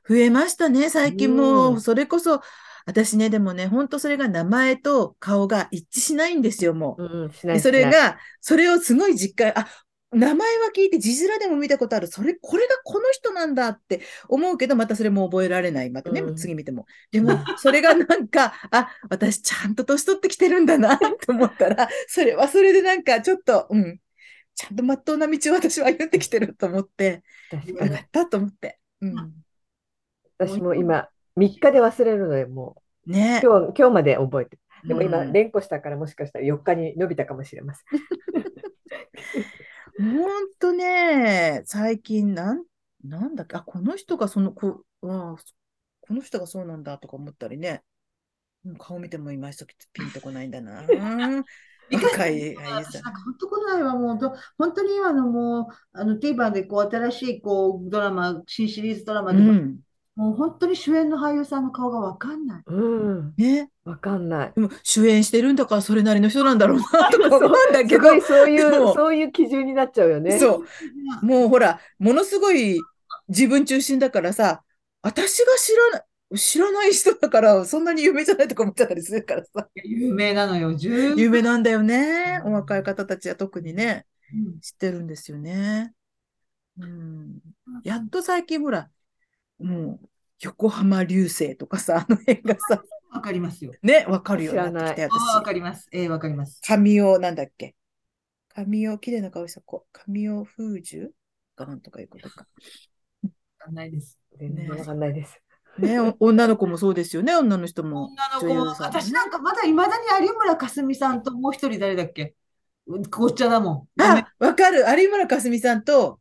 Speaker 1: 増えましたね、最近
Speaker 3: う
Speaker 1: もう。
Speaker 3: ん
Speaker 1: それこそ、私ね、でもね、ほんとそれが名前と顔が一致しないんですよ、もう。
Speaker 3: うん、し
Speaker 1: で
Speaker 3: ない
Speaker 1: それ
Speaker 3: しない
Speaker 1: が、それをすごい実感、あ、名前は聞いて、字面でも見たことある、それ、これがこの人なんだって思うけど、またそれも覚えられない、またね、
Speaker 3: うん
Speaker 1: 次見ても。で
Speaker 3: *laughs*
Speaker 1: も、それがなんか、あ、私ちゃんと年取ってきてるんだ
Speaker 3: *laughs*
Speaker 1: なと思ったら、それはそれでなんか、ちょっと、うん、ちゃんとまっとうな道を私は歩んできてると思って、
Speaker 3: 確か
Speaker 1: よ
Speaker 3: に
Speaker 1: かったと思って。うん。
Speaker 3: 私も今3日で忘れるのでも
Speaker 1: ね
Speaker 3: う今日今日まで覚えてでも今
Speaker 1: うん
Speaker 3: 連呼したからもしかしたら4日に伸びたかもしれません。
Speaker 1: ほんとね、最近なん、なんだっけ、あ、この人がその、こう、あーこの人がそうなんだとか思ったりね。うん顔見ても今一時ピンとこないんだ
Speaker 3: *laughs*
Speaker 1: な。うん若い俳優
Speaker 2: 私
Speaker 1: さん。
Speaker 2: なんか本当この前はもうど、本当に今のもう、あの TVer でこう新しいこうドラマ、新シリーズドラマ
Speaker 1: う
Speaker 2: でも、
Speaker 1: ん。
Speaker 2: もう本当に主演の俳優さんの顔がわかんない。
Speaker 3: うん、
Speaker 1: ね。
Speaker 3: わかんない。
Speaker 1: でも主演してるんだからそれなりの人なんだろうなとか思うんだけど
Speaker 3: すご。いそうい
Speaker 1: でも
Speaker 3: う、そういう基準になっちゃうよね。
Speaker 1: そう。もうほら、ものすごい自分中心だからさ、私が知らない、知らない人だから、そんなに有名じゃないとか思っちゃったりするからさ。
Speaker 2: 有名なのよ、十
Speaker 1: 有名
Speaker 2: な。
Speaker 1: なんだよね。
Speaker 2: う
Speaker 1: お
Speaker 2: ん
Speaker 1: 若い方たちは特にね、
Speaker 2: うん
Speaker 1: 知ってるんですよね。うん。やっと最近ほら、もう、横浜流星とかさ、あの辺が *laughs* さ、
Speaker 2: わかりますよ。
Speaker 1: ね、わかるようになってきたよ、
Speaker 2: あーわ
Speaker 1: 私。
Speaker 2: かります。えー、わかります。
Speaker 1: 神尾、なんだっけ。神尾、綺麗な顔した子。神尾風樹かなんとかいうことか。
Speaker 2: わかんないです。
Speaker 3: 全然
Speaker 1: ね
Speaker 3: わかんないです。
Speaker 1: ね、お *laughs* 女の子もそうですよね、女の人も。
Speaker 2: 女の
Speaker 1: 女優
Speaker 2: 子、
Speaker 1: さん
Speaker 2: 私なんかまだいまだに有村架純さんともう一人誰だっけごっちゃだもん。ごめん
Speaker 1: あ、わかる、有村架純さんと、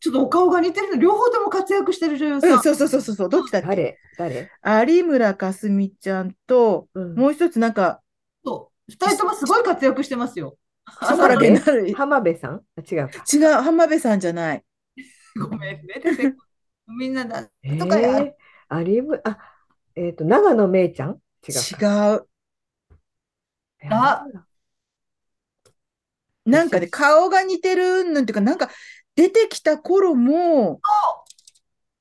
Speaker 2: ちょっとお顔が似てるの、両方とも活躍してる女優
Speaker 1: う
Speaker 2: さ
Speaker 1: ん、
Speaker 2: ん。
Speaker 1: そうそうそうそうそう、どっちだっけ
Speaker 3: 誰誰
Speaker 1: 有村架純ちゃんと、
Speaker 3: うん
Speaker 1: もう一つなんか、
Speaker 2: そう二人ともすごい活躍してますよ。
Speaker 1: そ *laughs* こら辺になる。
Speaker 3: 浜辺さんあ違うか。
Speaker 1: 違う、浜辺さんじゃない。
Speaker 2: ごめんね。出てこみんなだ。
Speaker 3: えー、
Speaker 2: とかや
Speaker 3: ありむ、あ、えっと、長野めいちゃん違うか。
Speaker 1: 違う。
Speaker 3: え
Speaker 2: あ
Speaker 1: なんかね、顔が似てるなんていうか、なんか、出てきた頃も、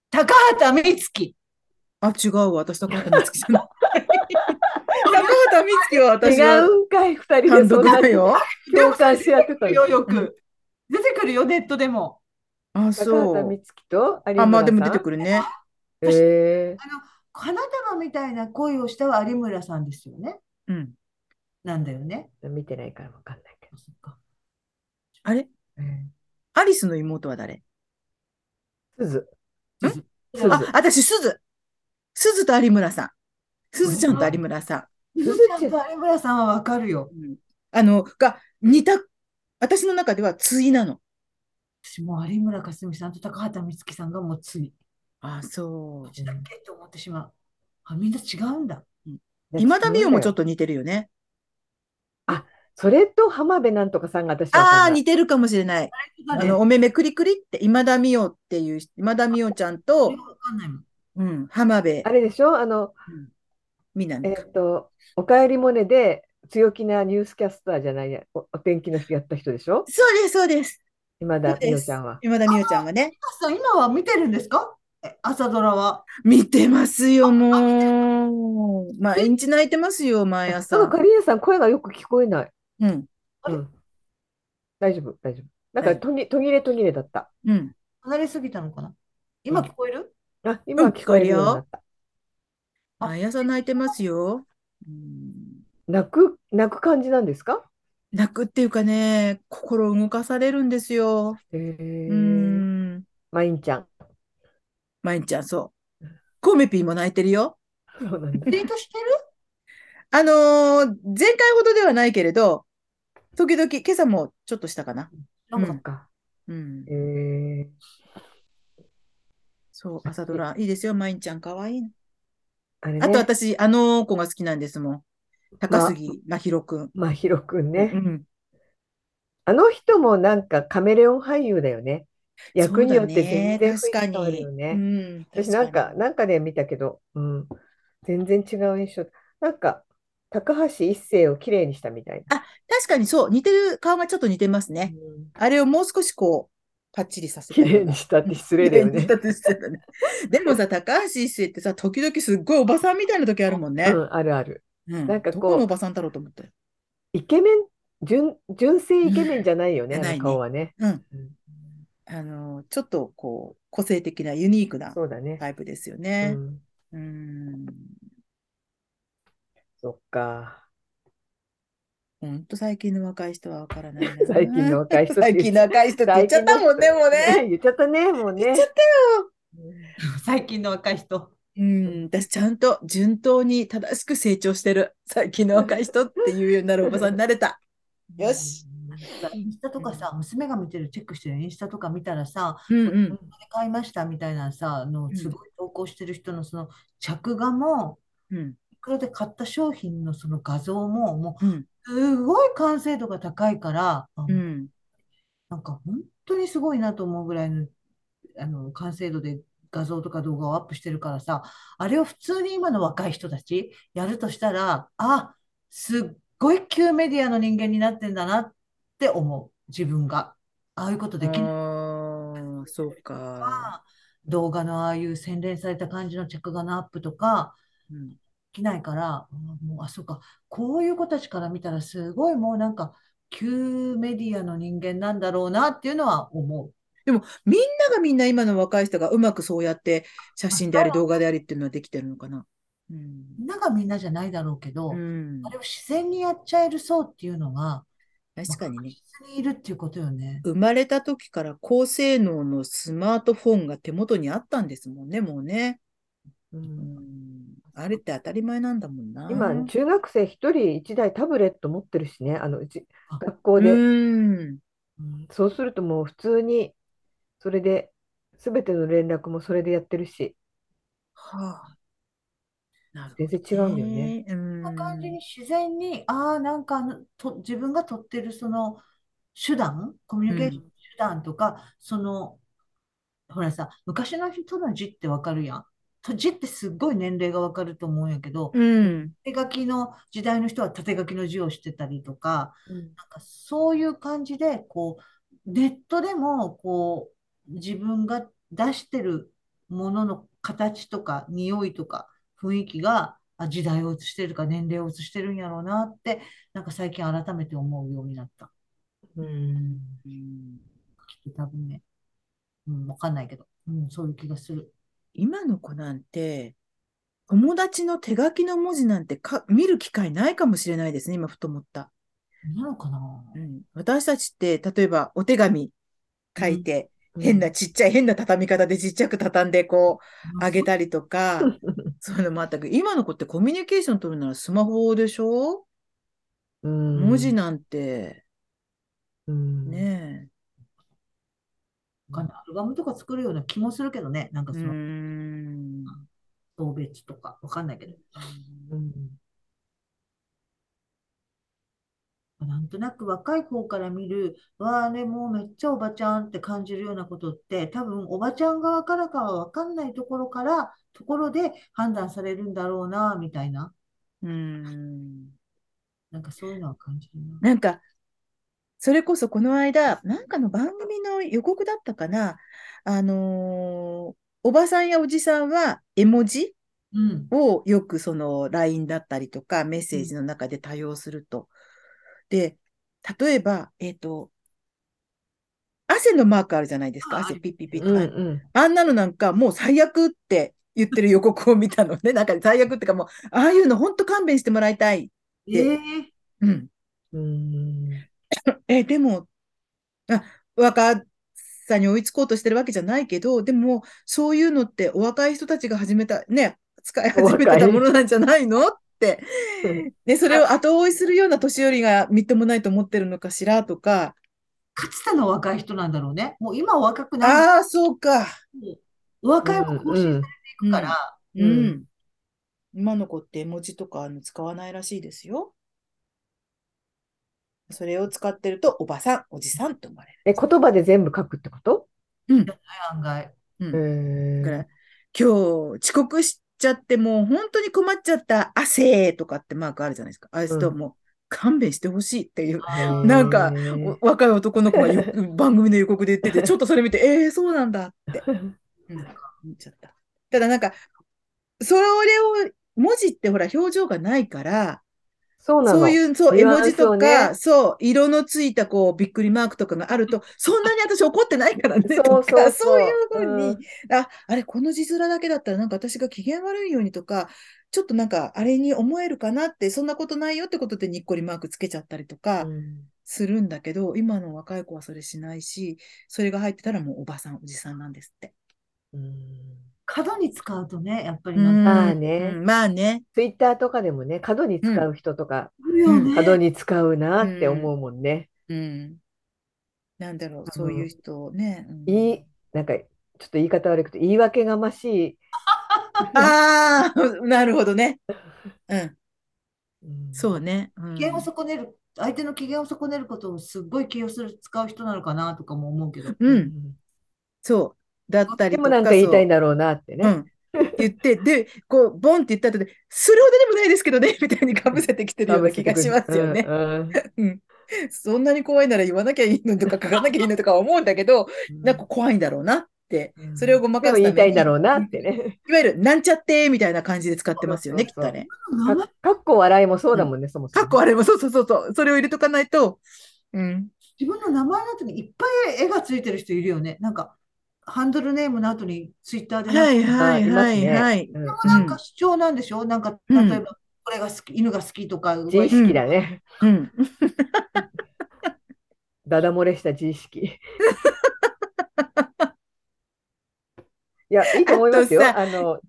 Speaker 2: 高畑美月。
Speaker 1: あ、違うわ、私、高畑充希じゃ
Speaker 3: *laughs*
Speaker 1: ない。高畑充希は私
Speaker 3: 違
Speaker 1: は
Speaker 3: うんかい、二人で
Speaker 1: 単
Speaker 3: そん
Speaker 1: 独 *laughs*
Speaker 3: な
Speaker 1: だよ。
Speaker 3: 共感し合ってた
Speaker 2: よ、
Speaker 3: の。
Speaker 2: よく。出てくるよ、ネットでも。
Speaker 1: あ、
Speaker 3: 高
Speaker 1: そ
Speaker 3: 畑
Speaker 1: う。
Speaker 3: 充希と有村
Speaker 1: あ、まあでも
Speaker 3: さ
Speaker 1: 出
Speaker 3: ん
Speaker 1: てくるね。
Speaker 3: え
Speaker 2: 花束みたいな恋をしたは有村さんですよね。
Speaker 1: うん。
Speaker 2: なんだよね。
Speaker 3: ー、見てないからわかんないけど。
Speaker 2: そっか
Speaker 1: あれアリスの妹は誰
Speaker 3: すず。
Speaker 2: そう
Speaker 1: あ、私、すず。すずと有村さん。すずちゃんと
Speaker 2: あ
Speaker 1: 有村さ
Speaker 2: すずちゃんと有村さんはわかるよ。
Speaker 1: ん。あの、が、似た、私の中では対なの。
Speaker 2: 私もう有村架純さんと高畑充希さんがもうつい。
Speaker 1: あ、そ
Speaker 2: どっちだっけと思ってしまう。あ、みんな違うんだ。
Speaker 1: 今田美桜もちょっと
Speaker 3: と。
Speaker 1: 似てるよね。
Speaker 3: それと浜辺なんとかさんが私わ
Speaker 1: あ
Speaker 3: か
Speaker 1: あ、
Speaker 3: んない
Speaker 1: 似てるかもしれない。あ
Speaker 2: 誰
Speaker 1: の、お目めくりくりって、今田美桜っていう、今田美桜ちゃんと
Speaker 2: わ、かんないもん。
Speaker 1: うん、浜辺
Speaker 3: あれでしょあの、
Speaker 1: 美奈
Speaker 3: え
Speaker 1: 美
Speaker 3: っ
Speaker 1: か。
Speaker 3: と、おかえりモネで強気なニュースキャスターじゃないや、おお天気の人やった人でしょ
Speaker 1: そうです、そうです。
Speaker 3: 今
Speaker 1: そ
Speaker 3: 田
Speaker 1: う
Speaker 3: 美
Speaker 1: で
Speaker 3: 桜
Speaker 1: す
Speaker 3: ちゃんは。
Speaker 1: 今田美桜ちゃんがね。
Speaker 2: 高橋さん、今は見てるんですかえ朝ドラは。
Speaker 1: 見てますよ、もう。毎日泣いてますよ、毎朝。
Speaker 3: なんかカリエさん声がよく聞こえない。
Speaker 1: うん、
Speaker 2: あれ
Speaker 3: うん、大丈夫、大丈夫。なんか
Speaker 1: 大丈
Speaker 3: 途切途切れ途切れだった。
Speaker 1: うん。
Speaker 2: 離れすぎたのかな今
Speaker 3: うん
Speaker 2: 聞こえる
Speaker 3: あ、今
Speaker 1: うん
Speaker 3: 聞こえるようになった。
Speaker 2: あ
Speaker 1: 毎朝泣いてますよ。うん
Speaker 3: 泣く、泣く感じなんですか
Speaker 1: 泣くっていうかね、心動かされるんですよ。
Speaker 3: へ
Speaker 1: う
Speaker 3: え
Speaker 1: ーん。
Speaker 3: まいんちゃん。 *laughs*
Speaker 1: まいんちゃん、そう。コウメピーも泣いてるよ。
Speaker 3: そうなんだ。
Speaker 2: デートしてる
Speaker 1: あのー前回ほどではないけれど、時々、今朝もちょっとしたかな。
Speaker 2: な
Speaker 1: うんん
Speaker 2: か
Speaker 3: そっか。
Speaker 1: うん。
Speaker 3: へえ
Speaker 1: そう、朝ドラ。いいですよ、まいんちゃん、かわいい。
Speaker 3: あれ
Speaker 1: あと
Speaker 3: ね、
Speaker 1: 私、あの子が好きなんですもん。高杉真宙くん。
Speaker 3: まひろくん
Speaker 1: う
Speaker 3: ね。
Speaker 1: ん。
Speaker 3: あの人もなんかカメレオン俳優だよね。役によって全然雰囲
Speaker 1: そう
Speaker 3: 気
Speaker 1: だね
Speaker 3: 変わるよ
Speaker 1: 確かに。
Speaker 3: ね。
Speaker 1: うん。
Speaker 3: 私なん
Speaker 1: 確
Speaker 3: か、
Speaker 1: に
Speaker 3: なんかで見たけど、うん、全然違う印象。なんか、高橋一生をきれいにしたみたいな。
Speaker 1: 確かにそう、似てる、顔がちょっと似てますね。
Speaker 3: うん
Speaker 1: あれをもう少しこう、パッチリさせ
Speaker 3: き
Speaker 1: て。
Speaker 3: れいにしたって失礼だ
Speaker 1: *laughs*
Speaker 3: よね。
Speaker 1: ね。でもさ、高橋一生ってさ、時々すっごいおばさんみたいな時あるもんね
Speaker 3: う。ん、あるある。
Speaker 1: うん
Speaker 3: なんかこう
Speaker 1: どこのおばさんだろうと思ったよ。
Speaker 3: イケメン、純、純正イケメンじゃないよね、
Speaker 1: うん
Speaker 3: あの顔はね。
Speaker 1: うん。
Speaker 3: うん
Speaker 1: あのー、ちょっとこう、個性的なユニークな
Speaker 3: そうだね。
Speaker 1: タイプですよ
Speaker 3: う
Speaker 1: ね。
Speaker 3: ん、
Speaker 1: うーん。
Speaker 3: そっか。
Speaker 1: ほんと最近の若い人はわからない *laughs* な
Speaker 3: 最近の若い人って
Speaker 1: 最近の若い人って言っちゃったもんね、もうね。。
Speaker 3: 言っちゃったね、もう
Speaker 1: *laughs*
Speaker 3: ね。
Speaker 1: 言っちゃったよ。
Speaker 2: 最近の若い人。
Speaker 1: うん、私ちゃんと順当に正しく成長してる。最近の若い人っていうようになるおばさんになれた。よし。
Speaker 3: うん
Speaker 2: インスタとかさ、娘が見てる、チェックしてるインスタとか見たらさ、
Speaker 1: うんう
Speaker 2: こ
Speaker 1: ん。
Speaker 2: れ買いましたみたいなさ、の
Speaker 1: うん
Speaker 2: すごい投稿してる人のその着画も、
Speaker 1: うん。
Speaker 2: いくらで買った商品のその画像も、も
Speaker 1: うん。
Speaker 2: うすごい完成度が高いから、あ
Speaker 1: うん。
Speaker 2: なんか本当にすごいなと思うぐらいの、あの完成度で画像とか動画をアップしてるからさ、あれを普通に今の若い人たちやるとしたら、あ、すっごい旧メディアの人間になってんだなって思う、自分が。ああいうことできない
Speaker 1: ああ、そうか。
Speaker 2: か、動画のああいう洗練された感じの着画のアップとか、
Speaker 1: うん。
Speaker 2: できないから、うんもう、あ、そうか、こういう子たちから見たら、すごいもうなんか、旧メディアの人間なんだろうなっていうのは思う。
Speaker 1: でも、みんながみんな今の若い人がうまくそうやって写真であり動画でありっていうのはできてるのかな。うん。
Speaker 2: みんながみんなじゃないだろうけど、
Speaker 1: うん
Speaker 2: あ。れを自然にやっちゃえる層っていうのが、
Speaker 1: 確かにね。
Speaker 2: 普通にいるっていうことよね。
Speaker 1: 生まれた時から高性能のスマートフォンが手元にあったんですもんね、もうね。うん。あれって当たり前なんだもんな。
Speaker 3: 今、中学生一人一台タブレット持ってるしね、あのうち
Speaker 2: あ
Speaker 3: 学校で。
Speaker 1: うん。
Speaker 2: うん
Speaker 3: そうするともう普通に、それで、すべての連絡もそれでやってるし、
Speaker 1: はあ。なる
Speaker 3: 全然
Speaker 1: ほ
Speaker 3: 違
Speaker 1: ど
Speaker 3: うんだよね。
Speaker 1: ね。うん。
Speaker 2: こんな感じに自然に、ああ、なんかあのと自分が取ってるその手段、コミュニケーションの手段とか、その、ほらさ、昔の人の字ってわかるやん。と字ってすっごい年齢がわかると思うんやけど、
Speaker 1: うん。
Speaker 2: 縦書きの時代の人は縦書きの字をしてたりとか、なんかそういう感じで、こう、ネットでも、こう、自分が出してるものの形とか、匂いとか、雰囲気が、あ時代を映してるか、年齢を映してるんやろうなって、なんか最近改めて思うようになった。
Speaker 3: うん
Speaker 1: うん
Speaker 2: きっと多分ね。うん、わかんないけど。うん、そういう気がする。
Speaker 1: 今の子なんて、友達の手書きの文字なんてか見る機会ないかもしれないですね、今ふと思った。
Speaker 2: なのかな
Speaker 1: うん、私たちって、例えばお手紙書いて、
Speaker 3: うん
Speaker 1: 変なちっちゃい、変な畳み方でちっちゃく畳んで、こう、
Speaker 2: あ
Speaker 1: あげたりとか、そういうのもあったけど、今の子ってコミュニケーション取るならスマホでしょ
Speaker 3: うん
Speaker 1: 文字なんて、
Speaker 3: うん
Speaker 1: ね
Speaker 2: わかんないアルバムとか作るような気もするけどね。なんか
Speaker 1: え。う
Speaker 2: そ
Speaker 1: ー
Speaker 2: の、
Speaker 1: ん。
Speaker 2: 送別とか、わかんないけど。
Speaker 3: うん
Speaker 2: なんとなく若い方から見る、わあね、もうめっちゃおばちゃんって感じるようなことって、多分おばちゃん側からかは分かんないところから、ところで判断されるんだろうな、みたいな、
Speaker 1: うーん。
Speaker 2: なんかそういうのは感じるな。
Speaker 1: なんか、それこそこの間、なんかの番組の予告だったかな、あのーおばさんやおじさんは絵文字
Speaker 2: うん。
Speaker 1: をよくその LINE だったりとかメッセージの中で多用すると。で、例えば、えっ、と、汗のマークあるじゃないですか、
Speaker 2: あ
Speaker 1: 汗ピッピッピッ
Speaker 3: うん
Speaker 1: とか。あんなのなんかもう最悪って言ってる予告を見たのね、なんか最悪ってかもう、ああいうの本当勘弁してもらいたい。
Speaker 2: ええ
Speaker 1: うん。
Speaker 3: うん
Speaker 1: え、でも、あ、若さに追いつこうとしてるわけじゃないけど、でも、そういうのってお若い人たちが始めた、ね、使い始めてたものなんじゃないのって。ね、それを後追いするような年寄りがみっともないと思ってるのかしらとか、
Speaker 2: かつての若い人なんだろうね。もう今は若くない
Speaker 1: ああ、そうか。
Speaker 2: し、若いも更新されていくか
Speaker 1: うん
Speaker 2: ら、
Speaker 1: う
Speaker 3: うん
Speaker 1: ん。今の子って絵文字とかあの使わないらしいですよ。それを使ってると、おばさん、おじさんって思われる。
Speaker 3: え、言葉で全部書くってこと
Speaker 2: 案外。
Speaker 1: うん
Speaker 3: へー
Speaker 1: だから今日遅刻しちゃってもう本当に困っちゃった汗とかってマークあるじゃないですか。あれと
Speaker 3: うん
Speaker 1: もう勘弁してほしいっていう、
Speaker 3: へー
Speaker 1: なんかお若い男の子がよ
Speaker 3: *laughs*
Speaker 1: 番組の予告で言ってて、ちょっとそれ見て、えー、そうなんだって、うん、思っちゃった。ただなんか、それを文字ってほら表情がないから、
Speaker 3: そうな
Speaker 1: そう
Speaker 3: の。
Speaker 1: いう、そう、
Speaker 3: ニ
Speaker 1: 絵
Speaker 3: ュア
Speaker 1: 文
Speaker 3: ン
Speaker 1: 字
Speaker 3: スを
Speaker 1: と
Speaker 3: ね
Speaker 1: か、そう、色のついた、こう、びっくりマークとかがあると、そんなに私怒ってないからね、と
Speaker 3: そうそう
Speaker 1: か、
Speaker 3: そう
Speaker 1: そういうふうに
Speaker 3: う、
Speaker 1: あ、あれ、この字面だけだったら、なんか私が機嫌悪いようにとか、ちょっとなんか、あれに思えるかなって、そんなことないよってことで、にっこりマークつけちゃったりとか
Speaker 3: うん
Speaker 1: するんだけど、今の若い子はそれしないし、それが入ってたらもうおばさん、おじさんなんですって。
Speaker 3: うん
Speaker 2: 角に使うとね、やっぱり
Speaker 1: う
Speaker 2: なん
Speaker 1: ん
Speaker 2: か
Speaker 3: まあね
Speaker 1: うんまあね。
Speaker 3: ツイッターとかでもね、過度に使う人とか、
Speaker 2: あるよね。
Speaker 3: 過度に使うなって思うもんね。
Speaker 1: うん。なんだろう、そういう人ね。うん
Speaker 3: いい、なんか、ちょっと言い方悪くて、言い訳がまし
Speaker 1: ああ、 *laughs* なるほどね。うん、
Speaker 3: い。うん
Speaker 1: そうね。うん
Speaker 2: 機嫌を損ねる、相手の機嫌を損ねることをすっごい気をする、使う人なのかなとかも思うけど。
Speaker 1: うんそう。だったり
Speaker 3: で
Speaker 1: と
Speaker 3: もなんか
Speaker 1: か、
Speaker 3: 言いたい
Speaker 1: そ
Speaker 3: んだろうなって
Speaker 1: う。う
Speaker 3: ね。
Speaker 1: ん。言って、で、こう、ボンって言った後で、するほどでもないですけどね、み *laughs* たいにかぶせてきてるような気がしますよね
Speaker 3: う。んうん
Speaker 1: そんなに怖いなら言わなきゃいいのとか書かなきゃいいのとか思うんだけど、 *laughs* なんか怖いんだろうなって、それをごま
Speaker 3: で
Speaker 1: か
Speaker 3: も
Speaker 1: す
Speaker 3: 言いた
Speaker 1: ため
Speaker 3: いん
Speaker 1: に、
Speaker 3: だろうなっ
Speaker 1: *laughs*
Speaker 3: てね。
Speaker 1: いわゆるなんちゃってみたいな感じで使ってますよね、きっ
Speaker 3: そうそう
Speaker 1: と
Speaker 3: そう
Speaker 1: ね。
Speaker 2: 名前
Speaker 3: かかっこ笑いもそうだもんね、そもそ
Speaker 1: か
Speaker 3: も。
Speaker 1: っこあれもそうそうそうそう、それを入れとかないと、うん、
Speaker 2: 自分の名前の後にいっぱい絵がついてる人いるよね。なんか、ハンドルネームの後にツイッターでなんか、
Speaker 1: はいはいはいはい。
Speaker 3: うん
Speaker 2: なんか主張なんでしょなんか、例
Speaker 1: うん
Speaker 2: えば、これが好き、犬が好きとか、
Speaker 3: 自意識だね。
Speaker 1: うん、
Speaker 3: ダダ漏れした自意識。
Speaker 1: *laughs*
Speaker 3: いや、いいと思いますよ。
Speaker 1: あと
Speaker 3: あの、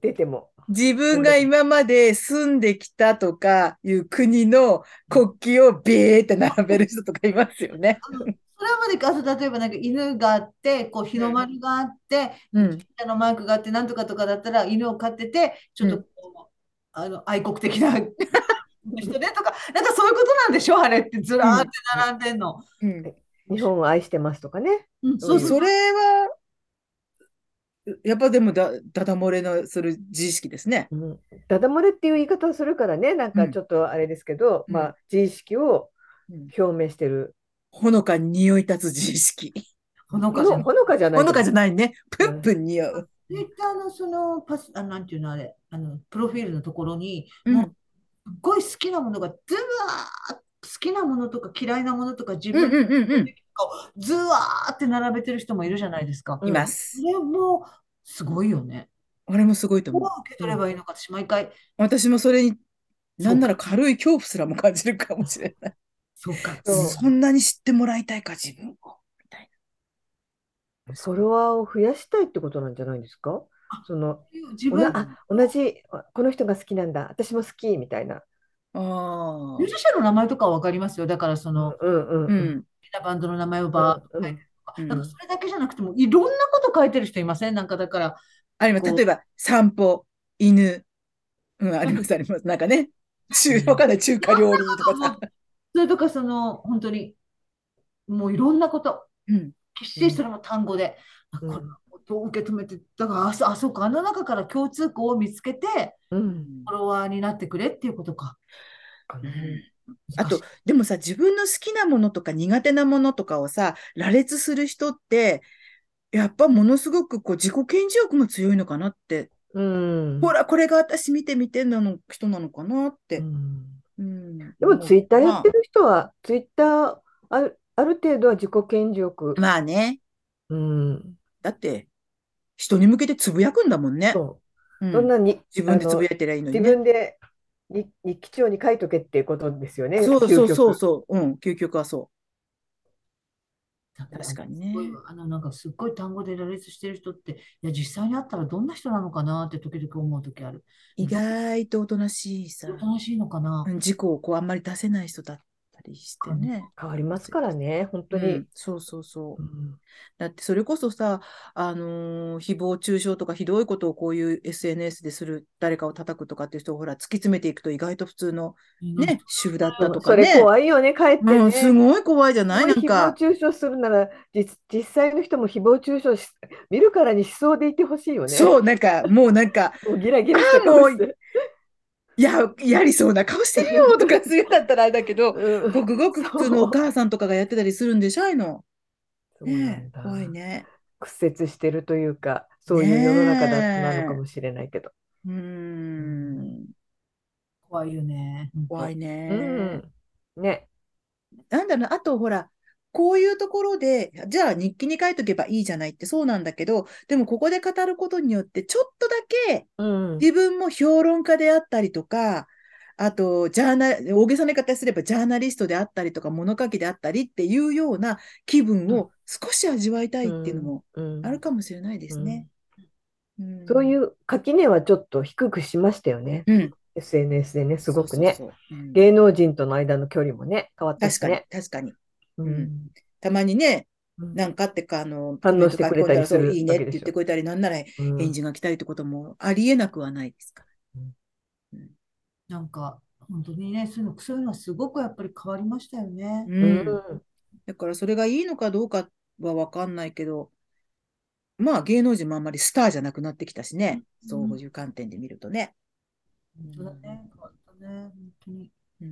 Speaker 3: 出ても。
Speaker 1: 自分が今まで住んできたとかいう国の国旗をベーって並べる人とかいますよね。
Speaker 2: それまでか、あと例えばなんか犬があって、こう日の丸があって、
Speaker 1: うん、
Speaker 2: あのマークがあって、なんとかとかだったら犬を飼ってて、ちょっとこう、あの愛国的な人ねとか、なんかそういうことなんでしょあれってずらーって並んでんの。
Speaker 1: うん
Speaker 3: 日本を愛してますとかね。
Speaker 2: うん、そ
Speaker 1: そうう、
Speaker 2: そう。
Speaker 1: それは、やっぱでもだ、だだ漏れのする自意識ですね。
Speaker 3: うん、ダダ漏れっていう言い方をするからね、なんかちょっとあれですけど、
Speaker 1: うん
Speaker 3: まあ、自意識を
Speaker 1: うん
Speaker 3: 表明してる。
Speaker 1: ほのかに匂い立つ自意識。
Speaker 2: ほの
Speaker 3: ほ
Speaker 2: かじゃ
Speaker 3: の
Speaker 2: ん。
Speaker 3: ほのかじゃな
Speaker 1: *laughs*
Speaker 3: い。
Speaker 1: ほのかじゃ
Speaker 3: ない。
Speaker 1: ないね。ぷんぷん匂う。
Speaker 2: ツイッターのそのパス、あの、なんていうのあれ、あの、プロフィールのところに、
Speaker 1: うん
Speaker 2: もう、すっごい好きなものが、ずわー好きなものとか嫌いなものとか自
Speaker 1: うん
Speaker 2: 分
Speaker 1: うんうんうん。
Speaker 2: ずわーって並べてる人もいるじゃないですか。
Speaker 3: うん
Speaker 1: いま
Speaker 2: そ
Speaker 1: す。
Speaker 2: れもすごいよね。
Speaker 1: 俺もすごいと
Speaker 2: どう
Speaker 1: 思う。
Speaker 2: 受け取ればいいのか、私毎回、
Speaker 1: 私もそれに、なんなら軽い恐怖すらも感じるかもしれない。
Speaker 2: そうか、
Speaker 3: そう
Speaker 1: そんなに知ってもらいたいか、自分を。みたい
Speaker 3: フォロワーを増やしたいってことなんじゃないですか
Speaker 2: あ
Speaker 3: その、
Speaker 2: 自
Speaker 3: お
Speaker 2: 分、
Speaker 3: なあ同じ、あこの人が好きなんだ、私も好きみたいな。
Speaker 1: な。ああ
Speaker 2: ミュー。ジシャンの名前とかは分かりますよ。だから、その、好
Speaker 3: うんうん
Speaker 1: う
Speaker 3: うん。
Speaker 1: ん。
Speaker 2: きなバンドの名前をバーッと書いてるとか、
Speaker 1: うん
Speaker 2: なんかそれだけじゃなくても、いろんなこと書いてる人いませんなんかだから、
Speaker 1: ありま
Speaker 2: こ
Speaker 1: す。
Speaker 2: う
Speaker 1: 例えば、散歩、犬。うん、あります、あります。なんかね、中、わかんない、中華料理とかさ。
Speaker 2: それとか、その、本当に、もういろんなこと、
Speaker 1: うん。
Speaker 2: 決してそれも単語で、あ
Speaker 3: うん
Speaker 2: これをどう受け止めて、だから、あ、そあそうか、あの中から共通項を見つけて、
Speaker 3: うん
Speaker 2: フォロワーになってくれっていうことか。
Speaker 3: か
Speaker 1: う
Speaker 3: なん
Speaker 1: あ
Speaker 2: 難しい
Speaker 1: と、でもさ、自分の好きなものとか苦手なものとかをさ、羅列する人って、やっぱものすごくこう自己顕示欲も強いのかなって、
Speaker 3: うん
Speaker 1: ほら、これが私見て見てなの人なのかなっ
Speaker 3: う
Speaker 1: て。
Speaker 3: ん
Speaker 1: うん、で
Speaker 3: でもツイッターやってる人は、ツイッターある、ある程度は自己顕示欲、
Speaker 1: まあね、
Speaker 3: うん、
Speaker 1: だって、人に向けてつぶやくんだもんね。
Speaker 3: そ
Speaker 1: うん
Speaker 3: う、どんなに、
Speaker 1: 自分で
Speaker 3: あの
Speaker 1: つぶやいてりゃいいのに
Speaker 3: 自
Speaker 1: ね。
Speaker 3: 分で日、日記帳に書いとけっていうことですよね、
Speaker 1: そう
Speaker 3: 究
Speaker 1: そう
Speaker 3: 極
Speaker 1: そうそう。うん、究極はそ
Speaker 2: なんか
Speaker 1: 確かに
Speaker 2: すごい
Speaker 1: ね
Speaker 2: あのなんかすっごい単語で羅列してる人って、いや、実際に会ったらどんな人なのかなって時々思う時ある。
Speaker 1: う。意外とおとなしいさ、
Speaker 2: 楽しいのかな
Speaker 1: うん事故をこうあんまり出せない人だったりしてね。
Speaker 3: 変わりますからね、本当
Speaker 1: う
Speaker 3: に
Speaker 1: ん。、そうそうそう
Speaker 3: う。ん
Speaker 1: だってそれこそさ、あのー誹謗中傷とかひどいことをこういう SNS でする誰かを叩くとかっていう人をほら突き詰めていくと意外と普通のね、主婦だったとか
Speaker 3: それ
Speaker 1: ね。
Speaker 3: 怖いよね、帰って
Speaker 1: うん、
Speaker 3: ね。
Speaker 1: すごい怖いじゃないなん
Speaker 3: 誹謗
Speaker 1: か、
Speaker 3: 中傷するなら、実、実際の人も誹謗中傷し、見るからにしそうでいてほしいよね。
Speaker 1: そう、なんか、もうなんか、
Speaker 3: もうギラギラした
Speaker 1: あもう
Speaker 3: 顔して。
Speaker 1: いや、やりそうな顔してるよとかするんだったらあれだけど、
Speaker 3: うん
Speaker 1: ごくごく普通のお母さんとかがやってたりするんでしょああいうの。
Speaker 3: そうな
Speaker 1: ね
Speaker 3: ん
Speaker 1: え
Speaker 3: だ
Speaker 1: 怖いね。
Speaker 3: 屈折してるというか、そういう世の中だなのかもしれないけど。
Speaker 1: うーん、
Speaker 2: 怖いよね。
Speaker 1: 怖いね。
Speaker 3: うん。ね。
Speaker 1: なんだろうな、あとほら、こういうところで、じゃあ日記に書いとけばいいじゃないってそうなんだけど、でもここで語ることによって、ちょっとだけ
Speaker 3: うん。
Speaker 1: 自分も評論家であったりとか、あと、ジャーナ、大げさな言い方すれば、ジャーナリストであったりとか、物書きであったりっていうような気分を少し味わいたいっていうのも
Speaker 3: うん
Speaker 1: あるかもしれないですね。
Speaker 3: そう
Speaker 1: う
Speaker 3: い
Speaker 1: ん、
Speaker 3: う垣根はちょっと低くしましたよね。
Speaker 1: うん、
Speaker 3: SNS でね、すごくね、
Speaker 1: そうそうそううん
Speaker 3: 芸能人との間の距離もね、変わった
Speaker 1: 確
Speaker 3: し
Speaker 1: かに
Speaker 3: ね。、
Speaker 1: 確かに。
Speaker 3: う
Speaker 1: に
Speaker 3: ん
Speaker 1: たまにね、
Speaker 3: うん
Speaker 1: なんかってか、あの、
Speaker 3: 反応してくれた
Speaker 1: コメント書き込んだ
Speaker 3: りする
Speaker 1: らそういいねっ
Speaker 3: わけでし
Speaker 1: て
Speaker 3: ょ
Speaker 1: 言ってくれたり、なんなら
Speaker 3: うん
Speaker 1: 返事が来たりってこともありえなくはないですから。
Speaker 2: なんか、本当にね、そういうの、そういうのはすごくやっぱり変わりましたよね。
Speaker 1: う。
Speaker 3: うんん
Speaker 1: だからそれがいいのかどうかはわかんないけど、まあ芸能人もあんまりスターじゃなくなってきたしね、
Speaker 2: うん
Speaker 1: そういう観点で見るとね。
Speaker 2: 本当だね、変わったね、本当に。
Speaker 1: うん。
Speaker 2: う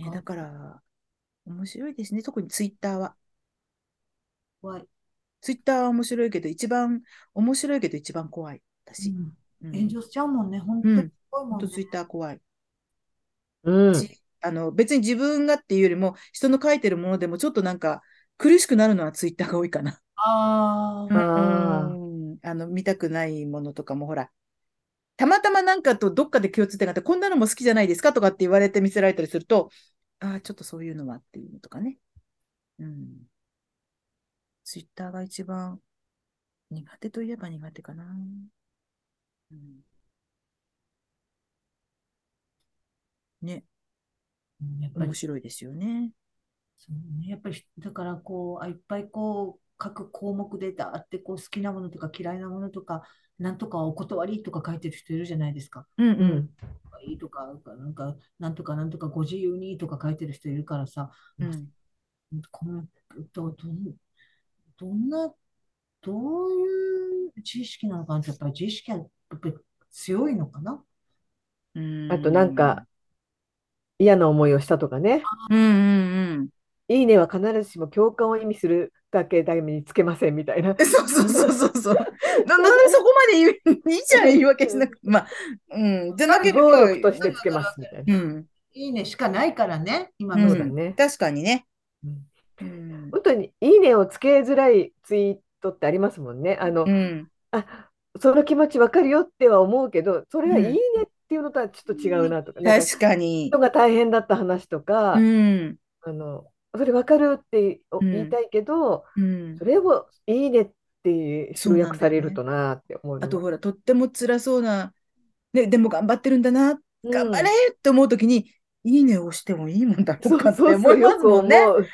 Speaker 2: ん
Speaker 1: ね、だから、面白いですね、特にツイッターは。
Speaker 2: 怖い。
Speaker 1: ツイッターは面白いけど、一番、面白いけど一番怖い。私。うん
Speaker 2: 炎上しちゃうもんね、本当にすごいも
Speaker 1: ほ
Speaker 2: ん
Speaker 1: ん
Speaker 2: ね
Speaker 1: とツイッター怖い。
Speaker 3: うん
Speaker 1: しあの、別に自分がっていうよりも、人の書いてるものでも、ちょっとなんか、苦しくなるのはツイッターが多いかな。
Speaker 2: あ
Speaker 3: ん
Speaker 2: あ、
Speaker 3: あー
Speaker 1: うんあの、見たくないものとかも、ほら、たまたまなんかとどっかで共通点があって、こんなのも好きじゃないですかとかって言われて見せられたりすると、ああ、ちょっとそういうのはっていうのとかね。うん。ツイッターが一番苦手といえば苦手かな。うん、ね、
Speaker 2: やっぱり
Speaker 1: 面白いですよね。
Speaker 2: そうね、やっぱりだからこうあいっぱいこう各項目でだーってこう好きなものとか嫌いなものとかなんとかお断りとか書いてる人いるじゃないですか。
Speaker 1: うんう。
Speaker 3: うんん
Speaker 2: いいとかなんかなんとかなんとかご自由にとか書いてる人いるからさ、
Speaker 1: うん
Speaker 2: このどどんどんなどういう自意識なのかなってやっぱり自意識はやっぱり強いのかな。
Speaker 1: うん
Speaker 3: あとなんか、、嫌な思いをしたとかね、
Speaker 1: うんうんうん。
Speaker 3: いいねは必ずしも共感を意味するだけだけに *laughs* つけませんみたいな。
Speaker 1: *laughs* そうそうそうそうそう。ななんでそこまで言ういいじゃん、言い訳しなくて。まあ、うん、じゃなけれ
Speaker 3: 暴
Speaker 1: ば、
Speaker 3: 力としてつけますみたいな。
Speaker 1: うん、
Speaker 2: いいねしかないからね、今
Speaker 1: うん
Speaker 2: の
Speaker 3: そう
Speaker 2: 時
Speaker 3: だ
Speaker 2: 代
Speaker 3: ね。
Speaker 1: 確かにね。
Speaker 3: うん
Speaker 1: うん、
Speaker 3: 本当にいいねをつけづらいツイートってありますもんね。あの、
Speaker 1: うん、
Speaker 3: あ、その気持ちわかるよっては思うけど、それは
Speaker 1: う
Speaker 3: い
Speaker 1: ん
Speaker 3: いねっていうのとはちょっと違うなとか、なんか
Speaker 1: 確かに
Speaker 3: 人。が大変だった話とか
Speaker 1: う、ん、
Speaker 3: あの、それわかるってお
Speaker 1: うん
Speaker 3: 言いたいけど、
Speaker 1: うん
Speaker 3: そ。れをいいねって集約されるとなって思うの
Speaker 1: あとほら、とっても辛そうな、ね、でも頑張ってるんだな、
Speaker 3: うん
Speaker 1: 頑張れって思うときに、いいねを押してもいいもんだ
Speaker 3: そ
Speaker 1: と
Speaker 3: う
Speaker 1: かって
Speaker 3: そう
Speaker 1: 思
Speaker 3: そう、
Speaker 1: います
Speaker 3: よく
Speaker 1: もんね。
Speaker 3: 思う。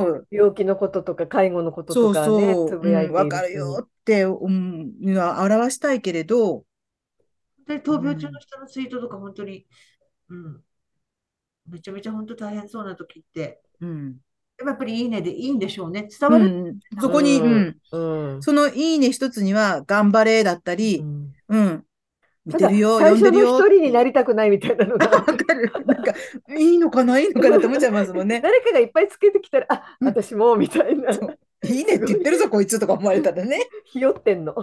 Speaker 1: 思う。
Speaker 3: 病気のこととか介護のこと
Speaker 1: そ
Speaker 3: と
Speaker 1: う
Speaker 3: かね、
Speaker 1: そう、
Speaker 3: つ
Speaker 1: う
Speaker 3: ぶやい
Speaker 1: ん、
Speaker 3: てい
Speaker 1: わ
Speaker 3: る
Speaker 1: かる
Speaker 3: し
Speaker 1: よって、うん、いうのは表したいけれど、
Speaker 2: で、闘病中の人のツイートとか本当に、うん、めちゃめちゃ本当大変そうな時って、
Speaker 1: うん、
Speaker 2: でもやっぱりいいねでいいんでしょうね。伝
Speaker 1: う
Speaker 2: わる。
Speaker 1: ん、そこに、
Speaker 3: う
Speaker 1: うんん、
Speaker 3: うん
Speaker 1: そのいいね一つには、頑張れだったり
Speaker 3: う、ん
Speaker 1: うん、見
Speaker 3: た
Speaker 1: て
Speaker 3: だ
Speaker 1: るよ、読ん
Speaker 3: 最初
Speaker 1: でるよ。
Speaker 3: の一人になりたくないみたいなのが
Speaker 1: わかる。なんか、いいのかな、いいのかなって思っちゃいますもん
Speaker 3: *laughs*
Speaker 1: ね。
Speaker 3: 誰かがいっぱいつけてきたらあ
Speaker 1: うん
Speaker 3: 私もみたいな
Speaker 1: そういいねって言ってるぞ、こいつとか思われたらね。
Speaker 3: ひよってんの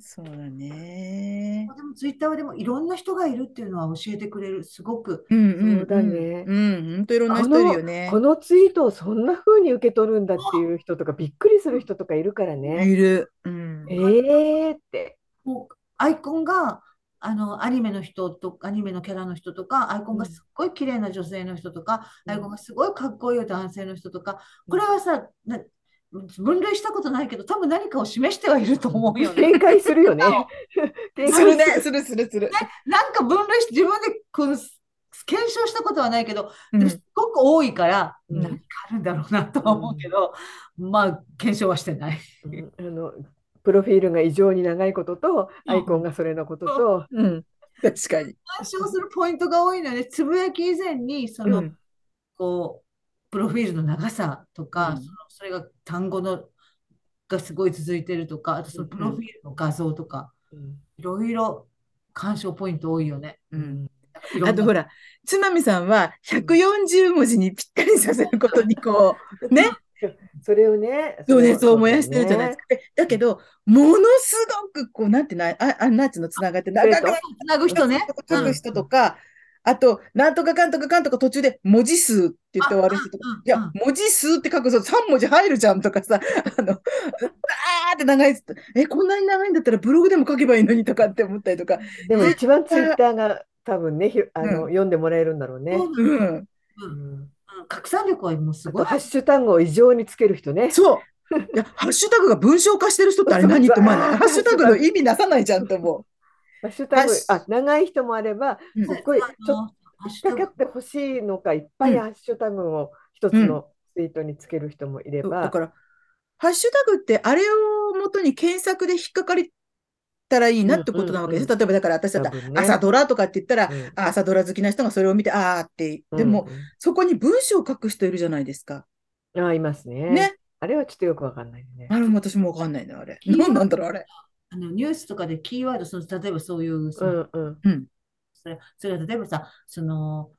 Speaker 1: そうだね。
Speaker 2: でもツイッターはでもいろんな人がいるっていうのは教えてくれる。すごく。
Speaker 1: うんうん、うん
Speaker 3: そうだね
Speaker 1: うん、本当いろんな人いるよね
Speaker 3: こ。のツイートをそんな風に受け取るんだっていう人とかびっくりする人とかいるからね
Speaker 1: いる。うん
Speaker 3: え。ーって
Speaker 2: もうアイコンがあのアニメの人とアニメのキャラの人とか、アイコンがすっごい綺麗な女性の人とか、
Speaker 3: うん
Speaker 2: アイコンがすごいかっこいい男性の人とか、これはさ、な分類したことないけど、多分何かを示してはいると思うよね。
Speaker 3: 警戒するよね警戒
Speaker 1: *laughs* するね、するするする。
Speaker 2: なんか分類して自分でこの検証したことはないけど、
Speaker 1: う
Speaker 2: でもす
Speaker 1: ん
Speaker 2: っごく多いから、
Speaker 3: うん
Speaker 2: 何かあるんだろうなとは思うけど、まあ、検証はしてない。
Speaker 3: うん *laughs* あのプロフィールが異常に長いことと
Speaker 2: うん
Speaker 3: アイコンがそれのことと、
Speaker 1: うん、確かに。
Speaker 2: 検証するポイントが多いので、つぶやき以前に、そうの、
Speaker 1: ん、
Speaker 2: こう、プロフィールの長さとか、
Speaker 1: うん
Speaker 2: そのそれが単語のがすごい続いてるとか、あとそのプロフィールの画像とか、いろいろ鑑賞ポイント多いよね。
Speaker 1: うん。
Speaker 2: いろん
Speaker 1: あ
Speaker 2: な
Speaker 1: とほら、つまみさんは140文字にぴったりさせることにこう、ね、
Speaker 3: それをね
Speaker 1: 情熱を
Speaker 3: そう
Speaker 1: 燃やしてるじゃないですか。でだけど、ものすごくこう、なんてない、あ、あなんつうのつながって、長く
Speaker 2: つなぐ人ね。
Speaker 1: 書く人とか、あと、なんとかかんとかかんとか途中で文字数って言って終わる人とか、いや、文字数って書くと3文字入るじゃんとかさ、あの、あー *laughs* って長いやつえ、こんなに長いんだったらブログでも書けばいいのにとかって思ったりとか、
Speaker 3: でも一番ツイッターが多分ね、ひろあの、読んでもらえるんだろうね。
Speaker 2: そう
Speaker 1: うん、
Speaker 3: うん
Speaker 2: 拡散力はもうす
Speaker 3: あ
Speaker 2: ご
Speaker 3: と
Speaker 2: い。
Speaker 3: ハッシュタグを異常につける人ね。
Speaker 1: そう、いや、ハッシュタグが文章化してる人ってあれ何って思わない。ハッシュタグの意味なさないじゃんと思う。
Speaker 3: ハッシュタ
Speaker 1: ハ
Speaker 3: グ
Speaker 1: ッシ、
Speaker 3: あ、長い人もあれば、
Speaker 1: うん
Speaker 3: すっごい、ちょっと
Speaker 2: あのハッシュ
Speaker 3: 引
Speaker 2: タ
Speaker 3: っか
Speaker 2: グ
Speaker 3: かってほしいのか、いっぱい
Speaker 1: うん
Speaker 3: ハッシュタグを一つのツイートにつける人もいれ
Speaker 1: そう
Speaker 3: ば、
Speaker 1: だから、ハッシュタグってあれを元に検索で引っかかりたらいいなってことなわけです。
Speaker 3: うんうん
Speaker 1: 例えばだから私だった
Speaker 3: 多分
Speaker 1: ら
Speaker 3: ね
Speaker 1: 朝ドラとかって言ったら、
Speaker 3: うん
Speaker 1: あ朝ドラ好きな人がそれを見て、あーって、でも、、そこに文章を書く人いるじゃないですか。
Speaker 3: うんあ、いますね。
Speaker 1: ね。あ
Speaker 3: あれはちょっとよくわかんないね。
Speaker 1: れも私もわかんないな、あれ。
Speaker 2: いや
Speaker 1: 何なんだろう、あれ。
Speaker 2: あのニュースとかでキーワード、その例えばそういう、そうの
Speaker 3: んうん。
Speaker 2: それ、それが例えばさ、その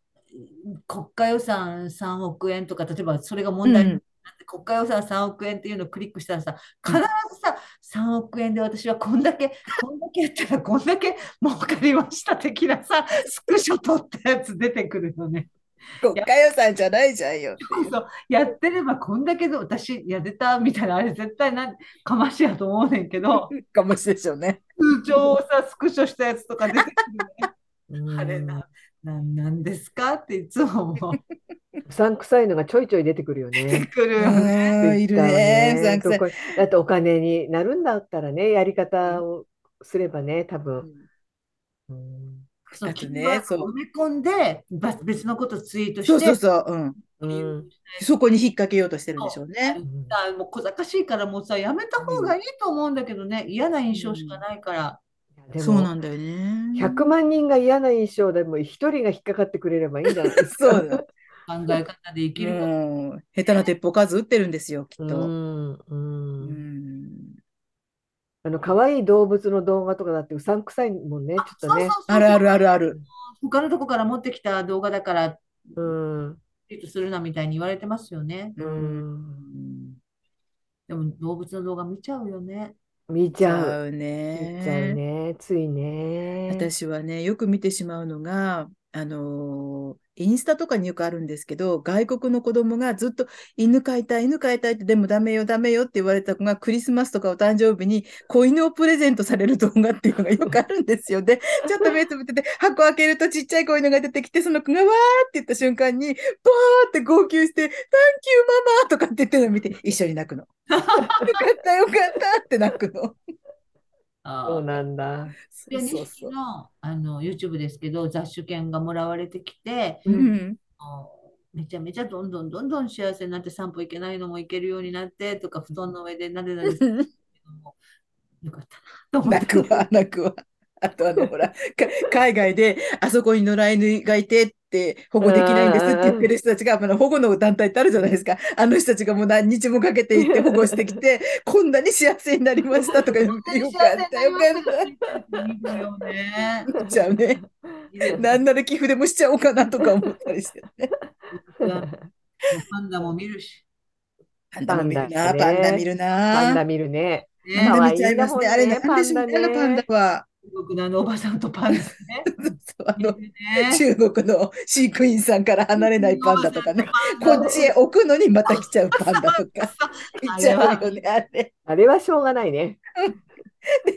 Speaker 2: うん国家予算3億円とか、例えばそれが問題になって、国家予算3億円っていうのをクリックしたら
Speaker 1: う
Speaker 2: さ、
Speaker 1: ん
Speaker 2: 必ずさ、3億円で私はこんだけ、こんだけやったらこんだけ儲かりました的なさ、スクショ撮ったやつ出てくるのね。
Speaker 1: 国家予算じゃないじゃんよっていう。
Speaker 2: そうやってればこんだけで私やれたみたいな、あれ絶対なんかましやと思うねんけど、
Speaker 1: かもしれでしょうね。
Speaker 2: 通帳をさ、スクショしたやつとか出てくるね。あれ
Speaker 3: うん
Speaker 2: な、な、なんですかっていつも思う。
Speaker 3: うさんくさいのがちょいちょい出てくるよ
Speaker 2: 出
Speaker 1: *laughs*
Speaker 2: て
Speaker 3: ね。
Speaker 2: くるよね。
Speaker 1: うんいるね、うさんくさい。
Speaker 3: どこだってお金になるんだったらね、やり方をすればね、多分。うん
Speaker 2: そ
Speaker 1: だ
Speaker 2: の
Speaker 1: って
Speaker 2: キー
Speaker 1: ね
Speaker 2: ワード
Speaker 1: そう
Speaker 2: を埋め込んで、ば別のことをツイート
Speaker 1: そう
Speaker 2: し
Speaker 1: そう
Speaker 2: て、
Speaker 1: そう、うん。
Speaker 3: うん
Speaker 1: そこに引っ掛けようとしてるんでしょうね。
Speaker 2: あもう小賢しいからもうさ、やめた方がいいと思うんだけどね、嫌な印象しかないから。
Speaker 3: で
Speaker 1: そう
Speaker 3: も
Speaker 1: なんだよね。
Speaker 3: 100万人が嫌な印象でも一人が引っかかってくれればいいんじゃないですか。
Speaker 1: そうだ。
Speaker 2: 考え方で生きる。
Speaker 1: うん下手な鉄砲数撃ってるんですよ、き
Speaker 3: う
Speaker 1: っと。
Speaker 3: ん
Speaker 1: う
Speaker 3: うん
Speaker 1: ん
Speaker 3: あの可愛い動物の動画とかだってうさんくさいもんね、ちょっと
Speaker 2: そうそう
Speaker 3: ね。
Speaker 2: そう
Speaker 1: あるあるあるある。
Speaker 2: 他のとこから持ってきた動画だから、ツ
Speaker 3: うん
Speaker 2: イートするなみたいに言われてますよね。
Speaker 1: う
Speaker 3: うん
Speaker 1: ん。
Speaker 2: でも動物の動画見ちゃうよね。
Speaker 3: 見
Speaker 1: ち
Speaker 3: ちゃ
Speaker 1: ゃ
Speaker 3: う。
Speaker 1: う
Speaker 3: 見ちゃう
Speaker 1: ね。
Speaker 3: ね。ついね。
Speaker 1: 私はね、よく見てしまうのが、あのーインスタとかによくあるんですけど、外国の子供がずっと犬飼いたい、犬飼いたいって、でもダメよ、ダメよって言われた子がクリスマスとかお誕生日に子犬をプレゼントされる動画っていうのがよくあるんですよ。 *laughs* で、ちょっと目つぶってて、箱開けるとちっちゃい子犬が出てきて、その子がわーって言った瞬間に、バーって号泣して、Thank you, ママとかって言ってるのを見て、一緒に *laughs* 泣くの。よかった、よかったって泣くの。
Speaker 3: そう
Speaker 2: ああ。
Speaker 3: なんだ。
Speaker 2: で、
Speaker 1: そうそ
Speaker 2: 2匹
Speaker 1: う。
Speaker 2: の、あの YouTube ですけど、雑種犬がもらわれてきて、
Speaker 1: う
Speaker 3: うん
Speaker 1: ん
Speaker 2: めちゃめちゃどんどんどんどん幸せになって散歩行けないのも行けるようになってとか布団の上でなでなでしてるのもよかったなと思っ
Speaker 1: 泣
Speaker 2: て
Speaker 1: くわ、泣くわ。あとあの、ほら、か海外で、あそこに野良犬がいてって、保護できないんですって言ってる人たちが、あの保護の団体ってあるじゃないですか。あの人たちがもう何日もかけて行 *laughs* って保護してきて、こんなに幸せになりましたとか言って、よかった、よかっ
Speaker 2: いいよね。
Speaker 1: た。じゃあね、なんなら寄付でもしちゃおうかなとか思ったりしてね。
Speaker 2: パンダも見るし。
Speaker 1: パンダも見るな、
Speaker 3: パンダ
Speaker 1: パ
Speaker 3: ね
Speaker 1: ンダ見る
Speaker 3: パンダ
Speaker 1: な。
Speaker 3: 見るね。
Speaker 1: パン
Speaker 2: ね
Speaker 1: ダ
Speaker 3: 可愛
Speaker 1: 見ちゃいますね。あ
Speaker 3: 可
Speaker 1: れ、
Speaker 3: 愛いんだも
Speaker 1: なん
Speaker 3: んね
Speaker 1: でしょうね、パ
Speaker 3: パ
Speaker 1: ン
Speaker 3: ン
Speaker 1: ダ
Speaker 3: ダね
Speaker 1: は。
Speaker 2: 中国のあのおばさんとパンダね。
Speaker 1: *laughs* そうあ
Speaker 2: 見
Speaker 1: の
Speaker 2: るね。
Speaker 1: 中国の飼育員さんから離れないパンダとかね。こっちへ置くのにまた来ちゃうパンダとか。行っちゃうよね、あれ。
Speaker 3: あれはしょうがな
Speaker 1: *laughs*
Speaker 3: いね。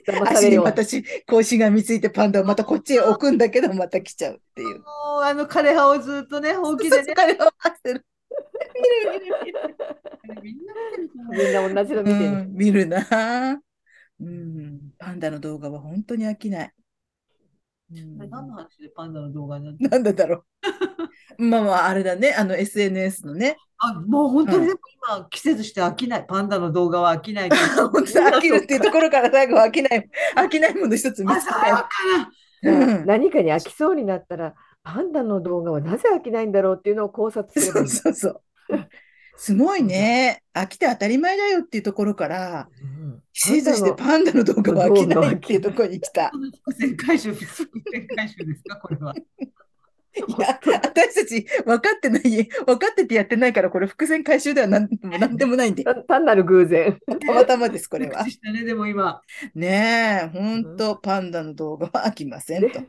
Speaker 3: 騙さ
Speaker 1: 足
Speaker 3: れ
Speaker 1: に
Speaker 3: よう。
Speaker 1: 私、こうしがみついてパンダをまたこっちへ置くんだけど、また来ちゃうっていう。
Speaker 2: もうあの枯葉をずっとね、ほうきでね。
Speaker 1: 彼を合わせる。見 *laughs* る見る見る。
Speaker 2: みんな見てるから
Speaker 3: みんな同じの見て
Speaker 1: う
Speaker 3: る。
Speaker 1: ん、見るな。うん、パンダの動画は本当に飽きない。うん
Speaker 2: あれ何の話でパンダの動画になってる
Speaker 1: なんでだろう。まあまあ、あれだね。あの SNS のね。
Speaker 2: あ、もう本当
Speaker 1: うん
Speaker 2: にでも今、季節して飽きない。パンダの動画は飽きないけど。
Speaker 1: 本当に飽きるっていうところから最後は飽きない、飽きないもの一つ見
Speaker 2: あ、
Speaker 1: つけ
Speaker 2: そう
Speaker 1: たい
Speaker 2: か。
Speaker 1: うん
Speaker 3: 何かに飽きそうになったら、パンダの動画はなぜ飽きないんだろうっていうのを考察すれ
Speaker 1: そ
Speaker 3: ばいうい。
Speaker 1: そうそう。すごいね。飽きて当たり前だよっていうところから、
Speaker 3: うん
Speaker 1: 季節してパンダの動画は飽きないっていうところに来た
Speaker 2: こ。の伏線回収、伏線回収ですか、これ
Speaker 1: *laughs*
Speaker 2: は。
Speaker 1: いや、私たち分かってない、分かっててやってないから、これ伏線回収ではなんもなんでもないん
Speaker 3: *laughs*
Speaker 1: で、
Speaker 3: 単単なる偶然。
Speaker 1: たまたまです、これは
Speaker 2: 告知。したね、でも今。
Speaker 1: ねえ、ほんと、パンダの動画は飽きませんと。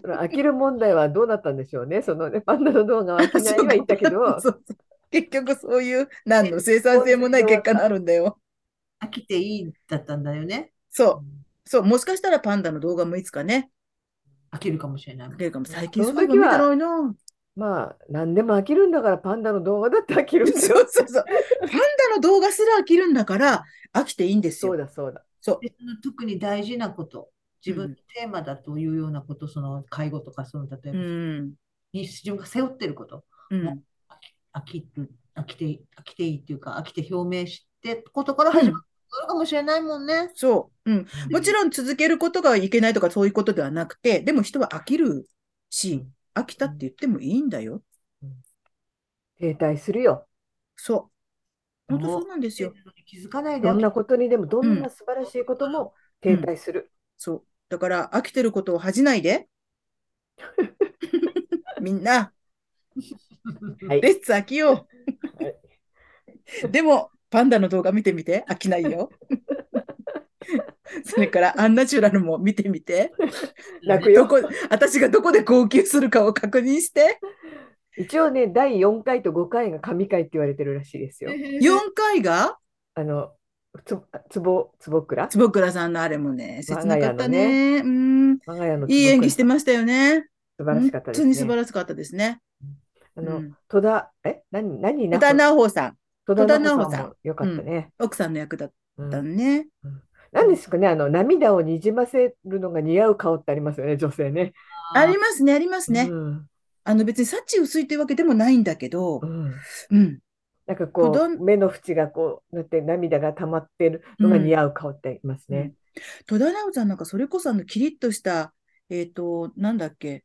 Speaker 3: その飽きる問題はどうなったんでしょうね。そのね、パンダの動画は飽きないは言ったけ
Speaker 1: *laughs*
Speaker 3: ど、
Speaker 1: そうそう結局そういう、何の生産性もない結果になるんだよ。
Speaker 2: 飽きていいだったんだよね。
Speaker 1: そう、そう、もしかしたらパンダの動画もいつかね、
Speaker 2: 飽きるかもしれない。
Speaker 1: 出るかも。最近
Speaker 3: そ
Speaker 1: そう
Speaker 3: の
Speaker 1: いえば
Speaker 3: 時
Speaker 1: 見
Speaker 3: は
Speaker 1: てないな。
Speaker 3: まあ、何でも飽きるんだから、パンダの動画だって飽きるん
Speaker 1: *laughs*
Speaker 3: だ
Speaker 1: そう
Speaker 3: よ。
Speaker 1: そうそう。パンダの動画すら飽きるんだから、飽きていいんです
Speaker 3: そう
Speaker 1: よ。
Speaker 3: だ、そうだ。
Speaker 1: そう。
Speaker 2: でその特に大事なこと、自分のテーマだというようなこと、その介護とか、その例え
Speaker 1: う
Speaker 2: ば、
Speaker 1: ん。
Speaker 2: に自分が背負ってること、
Speaker 1: うん。
Speaker 2: 飽きる、飽きて、飽きていいっていうか、飽きて表明してことから始まるかもしれないもんね。
Speaker 1: そう。うん。もちろん続けることがいけないとかそういうことではなくて、でも人は飽きるし、飽きたって言ってもいいんだよ。
Speaker 3: 停滞するよ。
Speaker 1: そう。本当そうなんですよ。
Speaker 2: 気づかない
Speaker 3: ど
Speaker 2: で飽
Speaker 3: ん
Speaker 2: き
Speaker 3: なことにでも、どんな素晴らしいことも停滞する。
Speaker 1: そう。だから飽きてることを恥じない *laughs* で。みんな、
Speaker 3: はい。
Speaker 1: レッツ飽き
Speaker 3: *laughs*
Speaker 1: よう。でも、パンダの動画見てみて。飽きない
Speaker 3: *laughs*
Speaker 1: よ。それから、アンナチュラルも見てみて。
Speaker 3: 泣く
Speaker 1: ど
Speaker 3: よ。
Speaker 1: こ、私がどこで号泣するかを確認して。
Speaker 3: 一応ね、第4回と5回が神回って言われてるらしいですよ。
Speaker 1: 4回が、
Speaker 3: あの、つ、つぼ、つぼくら
Speaker 1: 坪倉さんのあれもね、切なかったね。うん。
Speaker 3: 我が家のつぼ
Speaker 1: いい演
Speaker 3: くら
Speaker 1: 技してましたよね。
Speaker 3: 素晴らしかった
Speaker 1: 本
Speaker 3: で
Speaker 1: 当
Speaker 3: す
Speaker 1: に素晴
Speaker 3: ね。
Speaker 1: らしかったですね。
Speaker 3: あの、
Speaker 1: うん
Speaker 3: 戸田、え、何、何、
Speaker 1: 戸田
Speaker 3: な
Speaker 1: 直穂さん、
Speaker 3: 戸
Speaker 1: 田
Speaker 3: 田
Speaker 1: 奈
Speaker 3: 奈
Speaker 1: 穂
Speaker 3: 穂
Speaker 1: さん
Speaker 3: さんも良かったね。
Speaker 1: 奥さんの役だっ
Speaker 3: うん
Speaker 1: たね。
Speaker 3: 何ですかね、あの、涙をにじませるのが似合う顔ってありますよね、女性ね。
Speaker 1: ありますね、ありますね。
Speaker 3: うん
Speaker 1: あの別に幸薄いというわけでもないんだけど
Speaker 3: う、ん
Speaker 1: うん、
Speaker 3: なんかこ
Speaker 1: 戸田
Speaker 3: う、目の縁がこう、なって涙が溜まってるのが似合う顔ってありますね。
Speaker 1: 戸田奈緒さんなんかそれこそあのキリッとした、えっ、と、なんだっけ、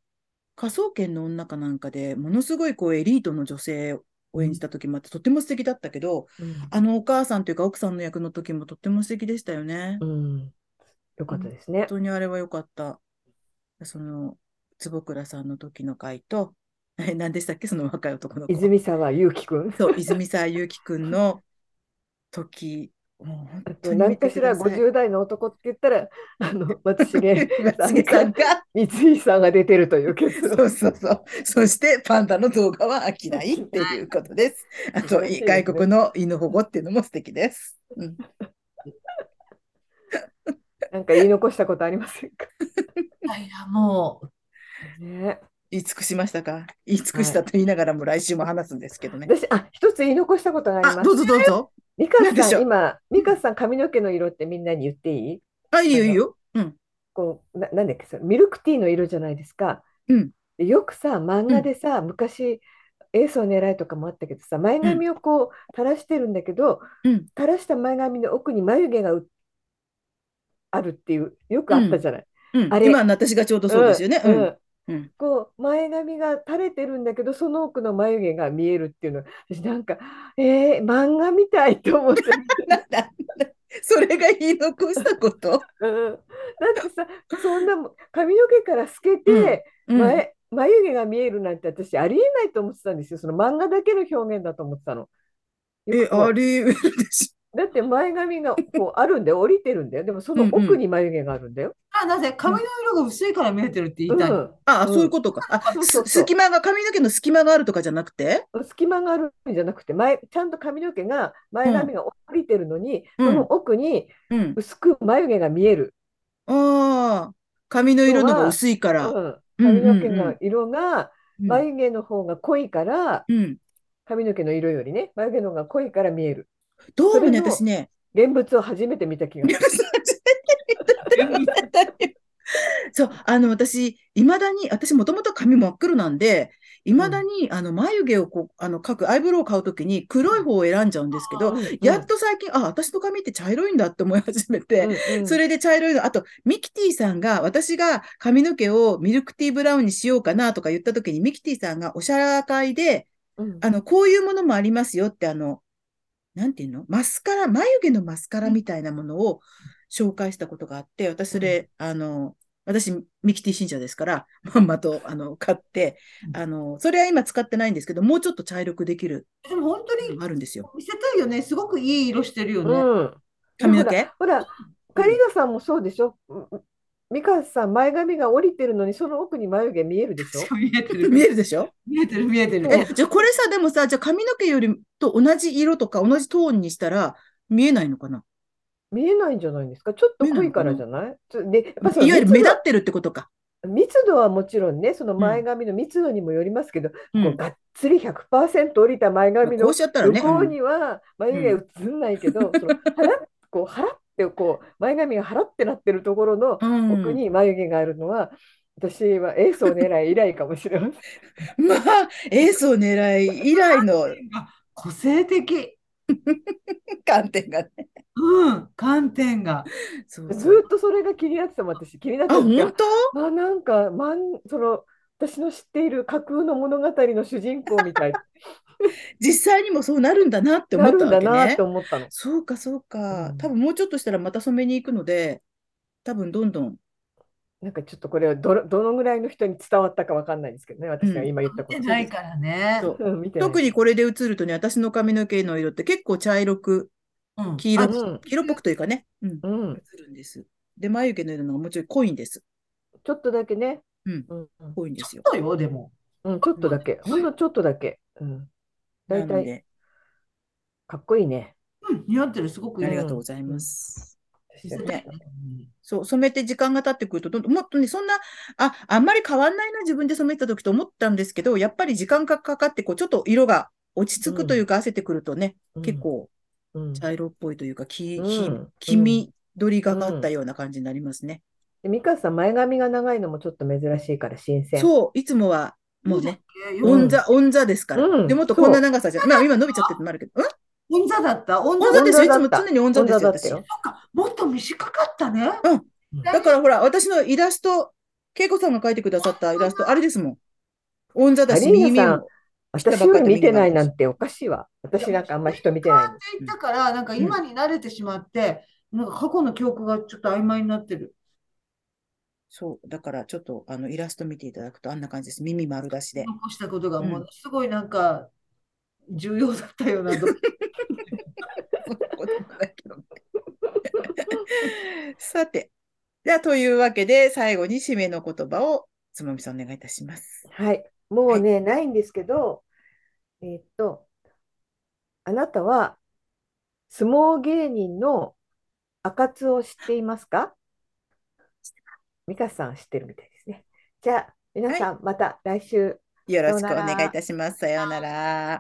Speaker 1: 科捜研の女かなんかでものすごいこうエリートの女性を演じた時もあって、とても素敵だったけど、あのお母さんというか奥さんの役の時もとっても素敵でしたよね。
Speaker 3: うん。うん良かったですね。
Speaker 1: 本当にあれは良かった。その、坪倉さんの時の回と、 *laughs* え何でしたっけ、その若い男の子。
Speaker 3: 泉沢祐樹くん。
Speaker 1: そう、泉沢祐希くんの時、もう本当に
Speaker 3: 何
Speaker 1: 見て
Speaker 3: か
Speaker 1: く
Speaker 3: し
Speaker 1: だ
Speaker 3: ら
Speaker 1: さい。
Speaker 3: 50代の男って言っ
Speaker 1: *laughs*
Speaker 3: たら、あの、松重
Speaker 1: 松重さんが、
Speaker 3: 三井さんが出てるという結
Speaker 1: そ
Speaker 3: 論。
Speaker 1: うそうそう。そしてパンダの動画は飽きないっていうことです。あと、
Speaker 3: 素晴らしいですね
Speaker 1: 外国の犬保護っていうのも素敵です。うん、
Speaker 3: なんか言い残したことありませんか。
Speaker 2: たいや、もう、
Speaker 3: ね、
Speaker 1: 言い尽くしましたか言い尽くしたと言いながらも来週も話すんですけどね。
Speaker 3: 私、あ、一つ言い残したことがあり
Speaker 1: あ、
Speaker 3: ま
Speaker 1: ど
Speaker 3: す。
Speaker 1: うぞどうぞ。
Speaker 3: ミカ
Speaker 1: なんでし
Speaker 3: さ、
Speaker 1: ょうん
Speaker 3: 今、ミカさん髪の毛の色ってみんなに言っていい
Speaker 1: あ、いいよいいよ。うん。
Speaker 3: こう、な、なんだっけ、それミルクティーの色じゃないですか。
Speaker 1: うん
Speaker 3: でよくさ、漫画でさ、昔、エースを狙いとかもあったけどさ、前髪をこう垂らしてるんだけど、
Speaker 1: うん
Speaker 3: 垂らした前髪の奥に眉毛がうあるっていう、よくあったじゃない。
Speaker 1: うん、
Speaker 3: あれ
Speaker 1: 今の私がちょうどそうですよね。うん。うん
Speaker 3: こう前髪が垂れてるんだけどその奥の眉毛が見えるっていうの私なんかえー、漫画みたいと
Speaker 1: *laughs*
Speaker 3: 思って、
Speaker 1: なんだそれが言い残したこと、
Speaker 3: うん、だってさそんなもん髪の毛から透けて、
Speaker 1: うん
Speaker 3: 前眉毛が見えるなんて私ありえないと思ってたんですよその漫画だけの表現だと思ってたの。
Speaker 1: え、
Speaker 3: よくこう
Speaker 1: あり得るでし
Speaker 3: だって前髪がこうあるんだよ降りてるんだよでもその
Speaker 1: うんうん
Speaker 3: 奥に眉毛があるんだよ。
Speaker 2: あ、なぜ髪の色が薄いから見えてるって言いたい。
Speaker 3: うん
Speaker 1: ょ。ああ、
Speaker 3: うん
Speaker 1: そういうことか。あ、
Speaker 3: そう
Speaker 1: す
Speaker 3: そうそう
Speaker 1: 隙間が、髪の毛の隙間があるとかじゃなくて
Speaker 3: 隙間があるんじゃなくて前ちゃんと髪の毛が前髪が降りてるのに、
Speaker 1: うん
Speaker 3: その奥に
Speaker 1: うん。
Speaker 3: 薄く眉毛が見える、
Speaker 1: ああ、髪の色のが薄いか
Speaker 3: う
Speaker 1: ら。う
Speaker 3: ん、
Speaker 1: んうん
Speaker 3: 髪
Speaker 1: うん
Speaker 3: の毛の色が
Speaker 1: うん
Speaker 3: 眉毛の方が濃いから
Speaker 1: うん。
Speaker 3: 髪の毛の色よりね眉毛の方が濃いから見える
Speaker 1: どうもね、
Speaker 3: それの
Speaker 1: 私ね。
Speaker 3: 現物を初めて見た気
Speaker 1: *laughs*
Speaker 3: がする。
Speaker 1: そう、あの、私、いまだに、私もともと髪真っ黒なんで、いまだに、あの、眉毛をこう、あの、描く、アイブロウを買うときに黒い方を選んじゃうんですけど、やっと最近、あ、私の髪って茶色いんだって思い始めて、そ
Speaker 3: れ
Speaker 1: れで茶色いの、あと、ミキティさんが、私が髪の毛をミルクティーブラウンにしようかなとか言った時に、ミキティさんがおしゃら会で、あの、こういうものもありますよって、あの、なんていうのマスカラ、眉毛のマスカラみたいなものを紹介したことがあって、私それ、あの、私、ミキティ信者ですから、 *laughs* まんまと、あの、買って、あの、それは今使ってないんですけど、もうちょっと茶色くできる
Speaker 2: でも本当
Speaker 1: の
Speaker 2: に
Speaker 1: があるんですよ。
Speaker 2: 見せたいよね。すごくいい色してるよね。
Speaker 3: うん、
Speaker 1: 髪の毛
Speaker 3: ほらカリガさんもそうでしょうんうん美香さん前髪が降りてるのにその奥に眉毛見えるでしょ
Speaker 2: そう見えてる、
Speaker 1: 見えるでしょ
Speaker 2: 見えてる、見えてる。
Speaker 1: え、じゃあこれさ、でもさ、じゃあ髪の毛よりと同じ色とか同じトーンにしたら見えないのかな
Speaker 3: 見えないんじゃないんですかちょっと濃いからじゃないつでやっぱその
Speaker 1: いわゆる目
Speaker 3: 熱
Speaker 1: 立
Speaker 3: が
Speaker 1: ってるってことか。
Speaker 3: 密度はもちろんね、その前髪の密度にもよりますけど、こうがっつり100%降りた前髪
Speaker 1: こ
Speaker 3: の
Speaker 1: うしちゃったらね。
Speaker 3: 向こう
Speaker 1: うん
Speaker 3: には眉毛映んないけど、その払っこう払ってこう前髪が払ってなってるところの
Speaker 1: うん
Speaker 3: 奥に眉毛があるのは、私はエースを狙い以来かもしれません。
Speaker 1: まあ、 *laughs* エースを狙い以来の
Speaker 2: 個性的。
Speaker 1: 観点がね。
Speaker 2: うん、観点が。
Speaker 1: そう
Speaker 3: ずーっとそれが気になってたもん私気になっ
Speaker 1: あ、
Speaker 3: てたっていう
Speaker 1: 本
Speaker 3: か
Speaker 1: 当
Speaker 3: あなんかまんその私の知っている架空の物語の主人公みたい
Speaker 1: 実際にもそうなるんだなって思
Speaker 3: な
Speaker 1: っ
Speaker 3: る
Speaker 1: た
Speaker 3: ん
Speaker 1: わ
Speaker 3: だ
Speaker 1: け
Speaker 3: なっ
Speaker 1: ね
Speaker 3: て。思ったの。
Speaker 1: そうか、そうか。
Speaker 3: うん
Speaker 1: 多分もうちょっとしたらまた染めに行くので、多分どんどん。
Speaker 3: なんかちょっとこれはどのどのぐらいの人に伝わったかわかんないですけどね私が今言ったこ
Speaker 2: 見て
Speaker 3: と。
Speaker 2: ないからね。
Speaker 1: そう
Speaker 3: うん見てない
Speaker 1: 特にこれで映るとね、私の髪の毛の色って結構茶色く、
Speaker 2: うん
Speaker 1: 黄色
Speaker 2: あ
Speaker 1: く、
Speaker 3: うん
Speaker 1: 黄色っぽくというかね、うん、
Speaker 3: うん、
Speaker 1: 映るんです。で、眉毛の色の方がもうちょい濃いんです。
Speaker 3: ちょっとだけね、
Speaker 1: うん
Speaker 3: うんうん
Speaker 1: 濃いんで
Speaker 2: ち
Speaker 1: す
Speaker 2: ょ
Speaker 1: よ
Speaker 2: っ。とよ、でも。
Speaker 3: うんちょっとだけ、ほんのちょっとだけ、うん、
Speaker 1: な
Speaker 3: 大
Speaker 1: の
Speaker 3: 体
Speaker 1: で、
Speaker 3: かっこいいね。
Speaker 2: うん、似合ってる、すごく
Speaker 1: あ
Speaker 2: 似
Speaker 1: り
Speaker 2: 合
Speaker 1: が
Speaker 2: って
Speaker 1: とうございます。
Speaker 3: 私
Speaker 2: る。
Speaker 1: ね
Speaker 2: うん
Speaker 1: そう、染めて時間が経ってくると、どんどんもっとね、そんな、あ、あんまり変わんないな、自分で染めてた時と思ったんですけど、やっぱり時間がかかって、こう、ちょっと色が落ち着くというか、焦ってくるとね、結、構
Speaker 3: うん
Speaker 1: 茶色っぽいというか、き、
Speaker 3: う
Speaker 1: き
Speaker 3: ん、
Speaker 1: 黄緑がかったような感じになりますね。
Speaker 3: で美香さん前髪が長いのもちょっと珍しいから新鮮。
Speaker 1: そう、いつもは、もうね、
Speaker 3: ん
Speaker 1: オ
Speaker 2: オ
Speaker 1: ンザ、オンザですから。
Speaker 3: うん
Speaker 1: でもっとこんな長さじゃ、まあ今伸びちゃってるのもあるけど、うん
Speaker 2: ンザだった。オン
Speaker 1: オ
Speaker 2: ザ
Speaker 1: ンザ
Speaker 2: だっ
Speaker 1: ですよ、い
Speaker 3: オ
Speaker 1: つ
Speaker 3: ンザだ
Speaker 1: も
Speaker 3: った
Speaker 1: 常にオンザですよ、
Speaker 3: オンザだったよ
Speaker 1: 私
Speaker 2: たか。もっと短かったね。
Speaker 3: うん
Speaker 1: だからほら、私のイラスト、恵子さんが描いてくださったイラスト、あれですもん。オンザだし、
Speaker 3: アリー
Speaker 1: 耳
Speaker 3: ナさん
Speaker 1: も。
Speaker 3: 私より見てないなんておかしいわ。私なんかあんま人見てないの。
Speaker 2: って言ったから、なんか今に慣れてしまって、なんか過去の記憶がちょっと曖昧になってる。
Speaker 1: そう、だからちょっとあのイラスト見ていただくとあんな感じです。耳丸出し
Speaker 2: *laughs*
Speaker 1: で。
Speaker 2: 残したことがものすごいなんか重要だったような。ど
Speaker 1: さて、じゃあというわけで最後に締めの言葉をつまみさんお願いいたします。
Speaker 3: はい。もうね、ないんですけど、えーっと、あなたは相撲芸人の赤津を知っていますか美香さんは知ってるみたいですね。じゃあ、皆さんまた来週。
Speaker 1: よろしくお願いいたします。さようなら。